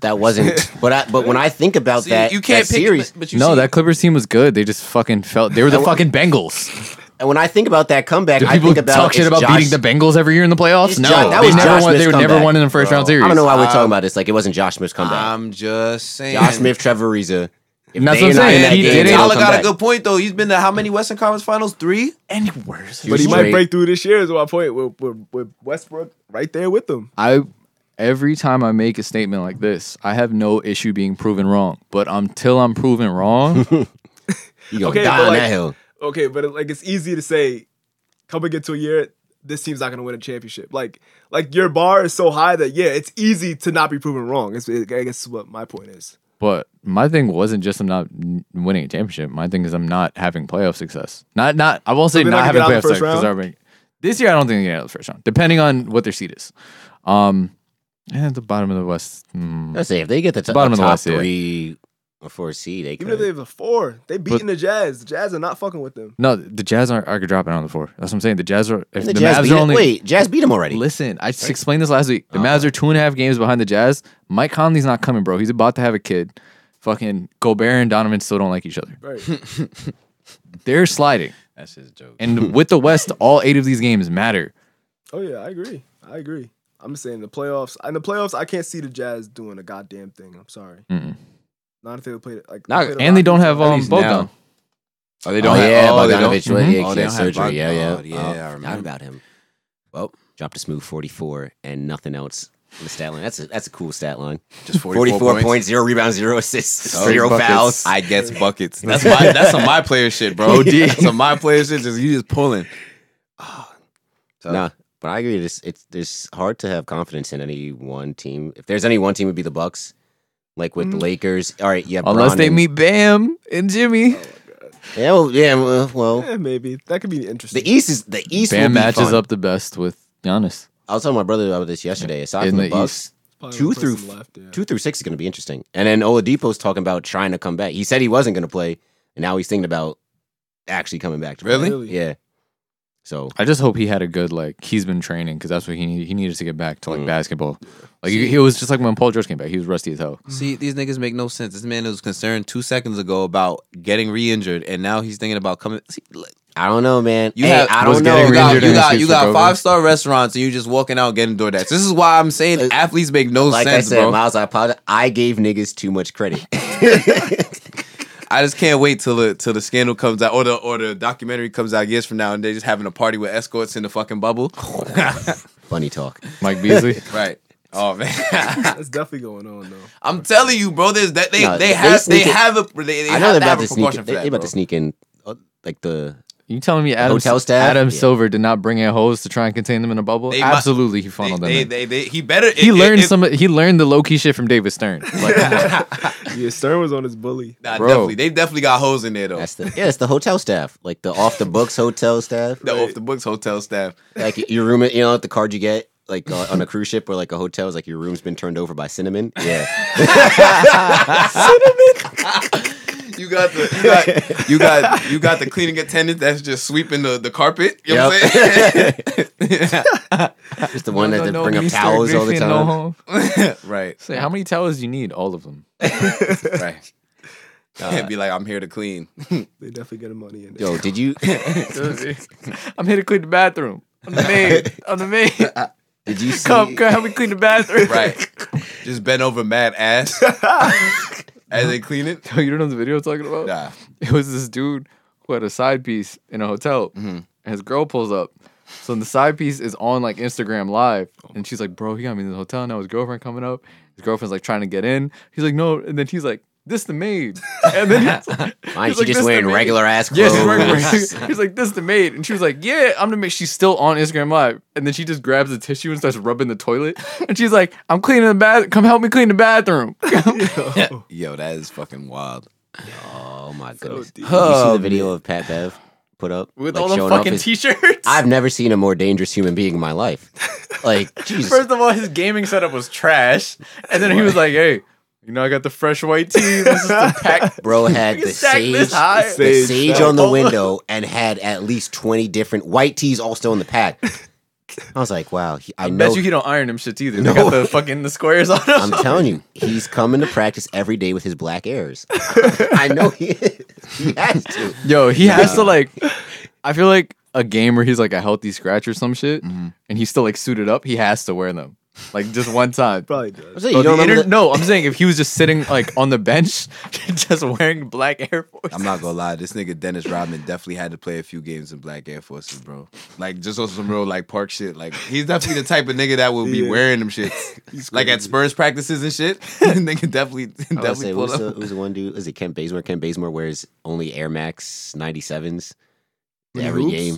S3: That wasn't. But I, but when I think about
S2: See,
S3: that,
S2: you can't
S3: that
S2: pick
S3: series.
S2: But you
S1: No,
S2: see-
S1: that Clippers team was good. They just fucking felt they were the fucking Bengals.
S3: and when I think about that comeback,
S5: Do
S3: I
S5: people
S3: think about
S5: talk shit
S3: it's
S5: about
S3: Josh-
S5: beating the Bengals every year in the playoffs?
S3: it's
S5: No,
S3: Josh- that
S5: they
S3: was
S5: never
S3: Josh
S5: won. They
S3: Smith's
S5: were never
S3: comeback,
S5: won in the first
S3: bro.
S5: round series.
S3: I don't know why we're
S2: Um,
S3: talking about this. Like it wasn't Josh Smith's comeback.
S2: I'm just saying.
S3: Josh Smith, Trevor Ariza. If
S5: That's
S3: they are not
S5: what I'm
S3: in
S5: saying.
S3: that
S5: He
S3: game,
S5: did
S3: they
S5: it.
S3: don't
S2: Tyler
S3: come
S2: got
S3: back.
S2: a good point though. He's been to how many Western Conference Finals? Three.
S5: Any worse?
S3: He was
S4: But he might
S3: straight.
S4: break through this year is my point. With, with, with Westbrook right there with them.
S1: I every time I make a statement like this, I have no issue being proven wrong. But until I'm proven wrong,
S3: [laughs] You gonna
S4: Okay,
S3: die
S4: but
S3: on
S4: like-
S3: that hill.
S4: Okay, but like it's easy to say, coming into a year, this team's not going to win a championship. Like, like your bar is so high that yeah, it's easy to not be proven wrong. It's, I guess is what my point is.
S1: but my thing wasn't just I'm not n- winning a championship. My thing is I'm not having playoff success. Not not I won't say
S4: they're
S1: not
S4: not
S1: having
S4: gonna
S1: playoff
S4: get out of the first
S1: success. 'cause
S4: round?
S1: they're having- This year I don't think they get out of the first round, depending on what their seed is. Um, and at the bottom of the West, hmm.
S3: I say if they get the, t-
S1: Bottom of the
S3: top
S1: West, yeah.
S3: three or four seed, they
S4: Even if they
S3: could.
S4: have a four, they beating the Jazz. The Jazz are not fucking with them.
S1: no, the Jazz aren't, are dropping on the floor. That's what I'm saying. The Jazz are if
S3: And
S1: the,
S3: the, Jazz
S1: Mavs
S3: beat
S1: are
S3: it-
S1: only
S3: wait, Jazz beat him already.
S1: Listen, I just explained this last week. The Mavs are two and a half games behind the Jazz. Mike Conley's not coming, bro. He's about to have a kid. Fucking Gobert and Donovan still don't like each other.
S4: Right.
S1: They're sliding.
S2: That's his joke.
S1: [laughs] And with the West, all eight of these games matter.
S4: [laughs] Oh yeah, I agree. I agree. I'm just saying the playoffs. In the playoffs, I can't see the Jazz doing a goddamn thing. I'm sorry.
S1: Mm-mm.
S4: Not if they play it like.
S2: Not-
S4: play the
S1: And they don't
S4: Rockets.
S1: have um,
S2: least now.
S1: Bogdan.
S2: Oh, they
S3: oh,
S2: don't. have,
S3: yeah,
S2: oh, they don't-
S3: Bogdanovich. went-
S1: Mhm.
S3: Yeah,
S2: Oh,
S3: he
S2: they
S3: had
S2: don't have
S3: surgery. Yeah, yeah. Oh,
S2: Bogdan. Yeah, I
S3: forgot
S2: remember.
S3: about him.
S2: Well.
S3: dropped a smooth 44 and nothing else. in The stat line. That's a that's a cool stat line.
S2: Just
S3: 44, points. zero rebounds, zero assists,
S2: Oh,
S3: zero
S2: buckets.
S3: fouls. [laughs]
S2: I gets buckets. That's [laughs] my that's some my player shit, bro. That's some my player shit. Just you just pulling. Ah,
S3: No, nah, but I agree. It's it's there's hard to have confidence in any one team. If there's any one team, it'd be the Bucks. Like with the Lakers. All right, yeah.
S1: Unless they meet Bam and Jimmy.
S3: Yeah, well, yeah. Well, well,
S4: [laughs] Yeah, maybe that could be interesting.
S1: E
S3: the East is the East.
S1: Bam
S3: will be
S1: matches
S3: fun.
S1: up the best with Giannis.
S3: I was telling my brother about this yesterday. Aside
S1: In
S3: from the,
S1: the
S3: Bucks,
S4: Probably
S3: two
S4: gonna play
S3: through
S4: some left, yeah.
S3: two through six is going to be interesting. And then Oladipo's talking about trying to come back. He said he wasn't going to play, and now he's thinking about actually coming back. To play.
S2: Really?
S4: Really?
S3: Yeah. So
S1: I just hope he had a good like he's been training because that's what he needed. He needed to get back to like
S3: Mm.
S1: basketball. Like he, he was just like when Paul George came back, he was rusty as hell.
S2: See,
S3: Mm.
S2: these niggas make no sense. This man was concerned two seconds ago about getting re-injured, and now he's thinking about coming. See, like,
S3: I don't know, man.
S2: you
S3: Hey,
S2: have,
S3: I
S1: was
S3: don't
S1: getting
S3: know.
S2: You got,
S1: re-injured
S2: you
S1: and
S2: got,
S1: his
S2: you
S1: shit
S2: got
S1: over.
S2: five star restaurants, and you just walking out getting DoorDash. This is why I'm saying
S3: Uh,
S2: athletes make no
S3: Like
S2: sense,
S3: I said,
S2: bro.
S3: Miles, I apologize. I gave niggas too much credit. [laughs]
S2: I just can't wait till the till the scandal comes out, or the or the documentary comes out years from now, and they're just having a party with escorts in the
S3: [laughs]
S2: fucking bubble.
S3: Funny talk.
S1: Mike [laughs] Beasley.
S2: right. Oh man, [laughs]
S4: That's definitely going
S1: [laughs]
S4: on though.
S2: I'm telling you, bro. There's that they
S3: No,
S2: they
S3: they
S2: have they,
S3: sneak it.
S2: have a they, they
S3: I know they're
S2: have to
S3: about
S2: have
S3: to
S2: a
S3: sneak.
S2: precaution
S3: In,
S2: for
S3: they,
S2: that.
S3: they about to
S2: bro.
S3: sneak in, uh, like the
S2: [laughs]
S1: You telling me Adam,
S3: hotel staff?
S1: Adam
S3: Yeah.
S1: Silver did not bring in hoes to try and contain them in a bubble?
S2: They mu-
S1: Absolutely, he funneled them.
S2: They,
S1: in.
S2: they, they, he better.
S1: he
S2: if-
S1: learned
S2: if-
S1: some. He learned the low key shit from David
S2: [laughs]
S1: Stern. Like,
S4: Yeah, Stern was on his bully.
S2: Nah,
S1: Bro.
S2: definitely. They definitely got hoes in there though.
S3: that's the yeah, it's the hotel staff, like the off the books hotel staff,
S2: the off the books hotel staff.
S3: like your room. You know, like the card you get like uh, on a cruise ship or like a hotel is like your room's been turned over by cinnamon. Yeah,
S2: You got the you got you got you got the cleaning attendant that's just sweeping the, the carpet. You know what I'm saying?
S3: [laughs] just the one that
S1: [laughs]
S3: they bring up towels all the time.
S2: [laughs] right.
S1: Say, how many towels do you need? All of
S2: [laughs]
S1: them.
S2: Right. Can't be like I'm here to clean.
S4: They definitely get money in there.
S3: Yo, did you
S1: I'm here to clean the bathroom. I'm the maid. I'm the maid.
S3: [laughs] did you see?
S1: Come, come help me clean the bathroom. [laughs]
S2: Right. Just bent over mad ass as they clean it.
S1: Yo, Oh, you don't know the video I'm talking about?
S2: Nah.
S1: [laughs] It was this dude who had a side piece in a hotel,
S3: Mm-hmm.
S1: and his girl pulls up. So the side piece is on like Instagram Live, and she's like, "Bro, he got me in the hotel now. His girlfriend coming up. His girlfriend's like trying to get in. He's like, no, and then he's like, this the maid, and then
S3: [laughs]
S1: he's,
S3: Mind
S1: he's
S3: you,
S1: like, "This
S3: just
S1: the
S3: wearing
S1: maid."
S3: regular ass clothes.
S1: Yeah, she's wearing regular- [laughs] he's like, this the maid, and she was like, yeah, I'm the maid. She's still on Instagram Live, and then she just grabs a tissue and starts rubbing the toilet, and she's like, I'm cleaning the bath. Come help me clean the bathroom. [laughs]
S4: [laughs]
S2: Yo, that is fucking wild.
S3: [laughs] Oh my goodness!
S4: deep.
S3: Did you see the video of Pat Bev put up
S5: With
S3: like,
S5: all the
S3: showing off
S5: fucking
S3: his-
S5: t-shirts.
S3: I've never seen a more dangerous human being in my life. Like Jesus,
S5: First of all, his gaming setup was trash, and then he was like, "Hey, you know, I got the fresh white tea. This is the
S7: [laughs]
S5: pack.
S3: bro had
S5: You
S3: the
S5: stack
S3: sage,
S5: this high.
S3: the sage on the
S5: Oh.
S3: window, and had at least twenty different white tees all still in the pack. I was like, wow. He, I,
S5: I
S3: know.
S5: bet you he don't iron them shits either. They got the fucking the squares on them.
S3: I'm
S1: [laughs]
S3: telling you, he's coming to practice every day with his [laughs] black airs. I know he is. He has to.
S1: Yo, he has to like.
S7: I feel like a gamer, he's like a healthy scratch or some shit, and he's still like suited up. He has to wear them, like just one time.
S4: Probably does.
S7: Bro,
S3: So
S2: Oh,
S3: you don't
S7: the
S3: remember
S7: inter-
S3: that-
S7: No, I'm saying if he was just sitting like on the
S1: [laughs]
S7: bench, just wearing black Air Force.
S2: I'm not gonna lie, this nigga Dennis Rodman definitely had to play a few games in Black Air Forces, bro. Like just on some real like park shit. Like he's definitely the type of nigga that would be
S4: Yeah.
S2: wearing them shit. like at Spurs practices and shit. [laughs] nigga definitely
S3: I was
S2: definitely
S3: gonna
S2: pull
S3: say, who's,
S2: up.
S3: the, who's the one dude? Is it Kent Bazemore? Kent Bazemore wears only Air Max 97s
S4: When he
S3: every
S4: hoops?
S3: game.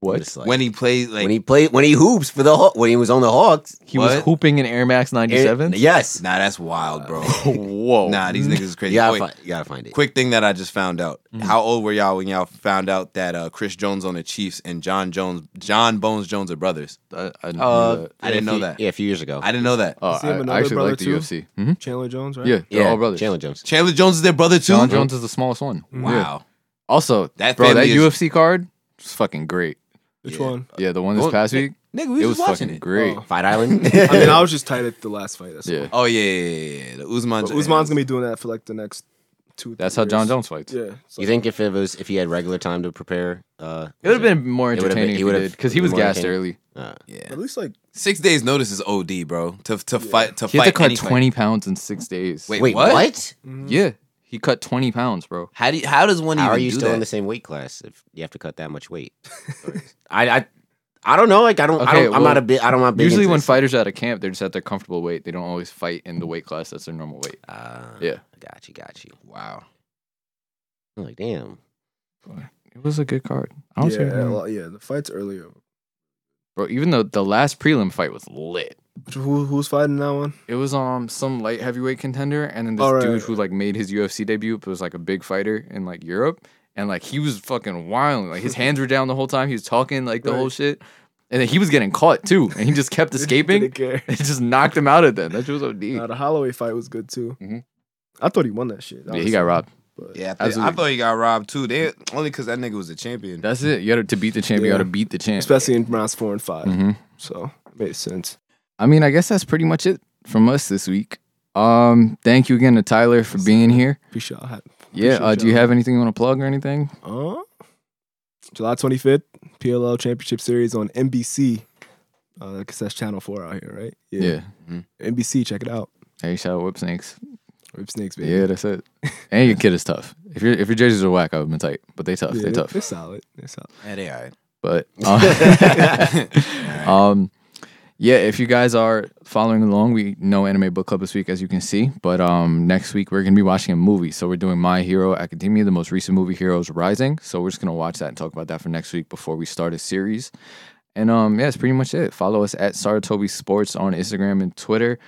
S7: What?
S3: It's like-
S2: When he played like
S3: when he played when he hoops for the Haw- when he was on the Hawks.
S7: He
S2: What?
S7: was hooping in Air Max
S3: Air-
S7: 97.
S3: Yes.
S2: [laughs] Nah, that's wild, bro.
S1: Oh.
S7: Whoa. Mm.
S2: nah, these niggas is
S3: You
S2: crazy.
S3: gotta,
S2: Wait,
S3: find, you gotta find it.
S2: quick thing that I just found out. How old were y'all when y'all found out that uh, Chris Jones on the Chiefs and John Jones John Bones Jones are brothers?
S1: I, I didn't
S2: Uh,
S1: know that.
S2: I didn't
S3: Yeah, a
S2: know
S3: few-
S2: that.
S3: Yeah, a few years ago.
S2: I didn't know that.
S1: Oh,
S4: see him
S1: I, I
S4: another
S1: actually
S4: brother
S1: like the
S4: too?
S1: UFC. hmm
S4: Chandler Jones, right?
S1: Yeah, they're
S3: yeah,
S1: all brothers.
S3: Chandler Jones.
S2: Chandler Jones is their brother too.
S1: John Jones is the smallest one. Yeah.
S2: Wow.
S1: Also,
S2: That
S1: bro, that
S2: family is-
S1: UFC card is fucking great.
S4: Which
S2: Yeah.
S4: one?
S1: Yeah, the one this
S2: Well,
S1: past week,
S2: Nigga, we
S1: it was
S2: was just watching
S1: fucking
S2: it.
S1: great.
S4: Oh.
S3: Fight
S2: [laughs]
S3: Island.
S4: I mean, I was just tight at the last fight. That's
S1: Yeah,
S4: all.
S2: Oh yeah, yeah, yeah, yeah. The Usman.
S4: But Usman's gonna be doing that for like the next two.
S1: that's
S4: three
S1: how John
S4: years.
S1: Jones fights.
S4: Yeah. so-
S3: you think if it was if he had regular time to prepare, uh,
S1: It would have been more
S3: It would've been-
S1: entertaining
S3: he
S1: if he
S3: would've-
S1: did because he
S3: it
S1: was
S3: would've
S1: gassed
S3: came-
S1: early.
S3: uh,
S2: Yeah.
S4: At least like
S2: Six days notice is OD, bro. To to fight to
S1: He had
S2: fight.
S1: to cut
S2: any fight.
S1: twenty pounds in six days.
S2: Wait,
S3: wait,
S2: what?
S3: what?
S4: mm,
S1: yeah, he cut twenty pounds, bro.
S2: How do you, how does one
S3: How are
S2: even
S3: you
S2: do
S3: still
S2: that?
S3: in the same weight class if you have to cut that much
S2: [laughs]
S3: weight? I, I I don't know. Like I don't. I
S1: Okay,
S3: don't I'm
S1: well,
S3: not a bit. I don't want.
S1: Usually, when
S3: this.
S1: fighters are at a camp, they're just at their comfortable weight. They don't always fight in the weight class that's their normal weight.
S3: Uh,
S1: Yeah.
S3: Got you. Got you.
S2: Wow.
S3: I'm like damn.
S1: It was a good card. I don't see
S4: yeah,
S1: what
S4: a
S1: wrong-
S4: lot- yeah, the fights earlier.
S1: bro. Even though the last prelim fight was lit,
S4: Which- Who, who's fighting that one?
S1: it was um some light heavyweight contender, and then this
S4: All Oh, right,
S1: dude
S4: right,
S1: who like made his UFC debut but was like a big fighter in like Europe, and like he was fucking wild.
S4: [laughs]
S1: Like his hands were down the whole time. He was talking like the whole
S4: Right.
S1: shit, and then he was getting caught too, and he just
S4: [laughs]
S1: kept escaping.
S4: Didn't
S1: [laughs]
S4: care.
S1: It just knocked him out of there. That shit was OD.
S4: Nah, the Holloway fight was good too.
S1: Mhm.
S4: I thought he won that shit.
S1: yeah, he got robbed.
S2: Yeah, I, think, I
S1: Absolutely.
S2: thought he got robbed too. They only because that nigga was a champion.
S1: That's it. You got to beat the champ. You
S4: Yeah.
S1: got to beat the champ.
S4: especially in rounds four and 5
S1: hmm
S4: So it made sense.
S1: I mean, I guess that's pretty much it from us this week. Um, thank you again to Tyler for being here.
S4: Appreciate it.
S1: Yeah. Uh,
S4: Appreciate
S1: do you
S4: y'all.
S1: have anything you want to plug or anything?
S4: Uh, July 25th, PLL Championship Series on NBC. Uh, I guess that's Channel 4 out here, right? NBC, check it out.
S1: Hey, shout out Whip Snakes.
S4: Rip Snakes, baby.
S1: Yeah, that's it. and your kid is tough. If your if your jerseys are whack, I would have been tight. But they tough. they
S4: they're,
S1: tough.
S4: they're solid. They're
S1: [laughs]
S4: solid.
S2: Yeah, they alright.
S1: But um, [laughs] um, yeah, if you guys are following along, we know anime book club this week, as you can see. But um, next week we're gonna be watching a movie. So we're doing My Hero Academia, the most recent movie, Heroes Rising. So we're just gonna watch that and talk about that for next week before we start a series. And um, yeah, that's pretty much it. Follow us at Saratobi Sports on Instagram and Twitter.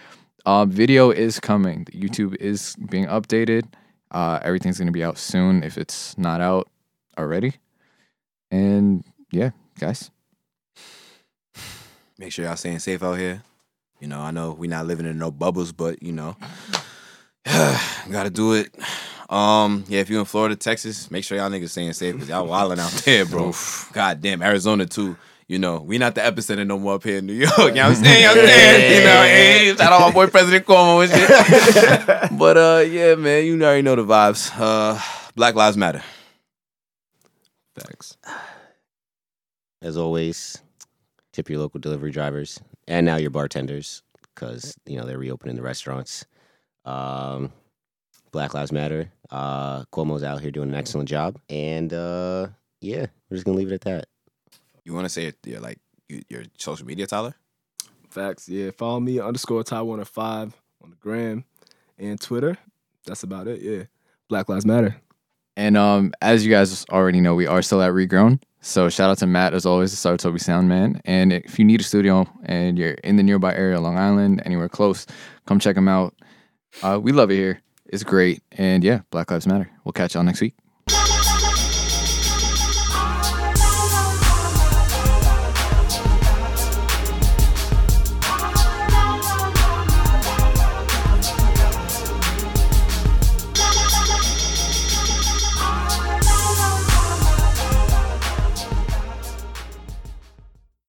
S1: Uh, video is coming. The YouTube is being updated. Uh, everything's gonna be out soon if it's not out already. And yeah, guys.
S2: Make sure y'all staying safe out here. You know, I know we not living in no bubbles, but you know, [sighs] gotta do it. Um, yeah, if you in Florida, Texas, make sure y'all niggas staying safe because y'all wilding out
S3: [laughs]
S2: there, bro. God damn, Arizona too. You know, we not the epicenter no more up here in
S3: [laughs]
S2: New York. You know what I'm saying? You know what I'm saying? You know, hey, shout out my boy President Cuomo and
S3: [laughs]
S2: shit. but uh, yeah, man, you already know the vibes. Uh, Black Lives Matter.
S4: Facts.
S3: As always, tip your local delivery drivers and now your bartenders because you know they're reopening the restaurants. Um, Black Lives Matter. Uh, Cuomo's out here doing an excellent job, and uh, yeah, we're just gonna leave it at that.
S2: You want to say it, your like your, your social media, Tyler?
S4: Facts. Yeah. Follow me underscore Taiwan at five on the gram and Twitter. That's about it. Yeah. Black Lives Matter.
S1: And um, as you guys already know, we are still at Regrown. So shout out to Matt as always, the Saratobi Sound Man. And if you need a studio and you're in the nearby area, Long Island, anywhere close, come check him out. Uh, we love it here. It's great. And yeah, Black Lives Matter. We'll catch y'all next week.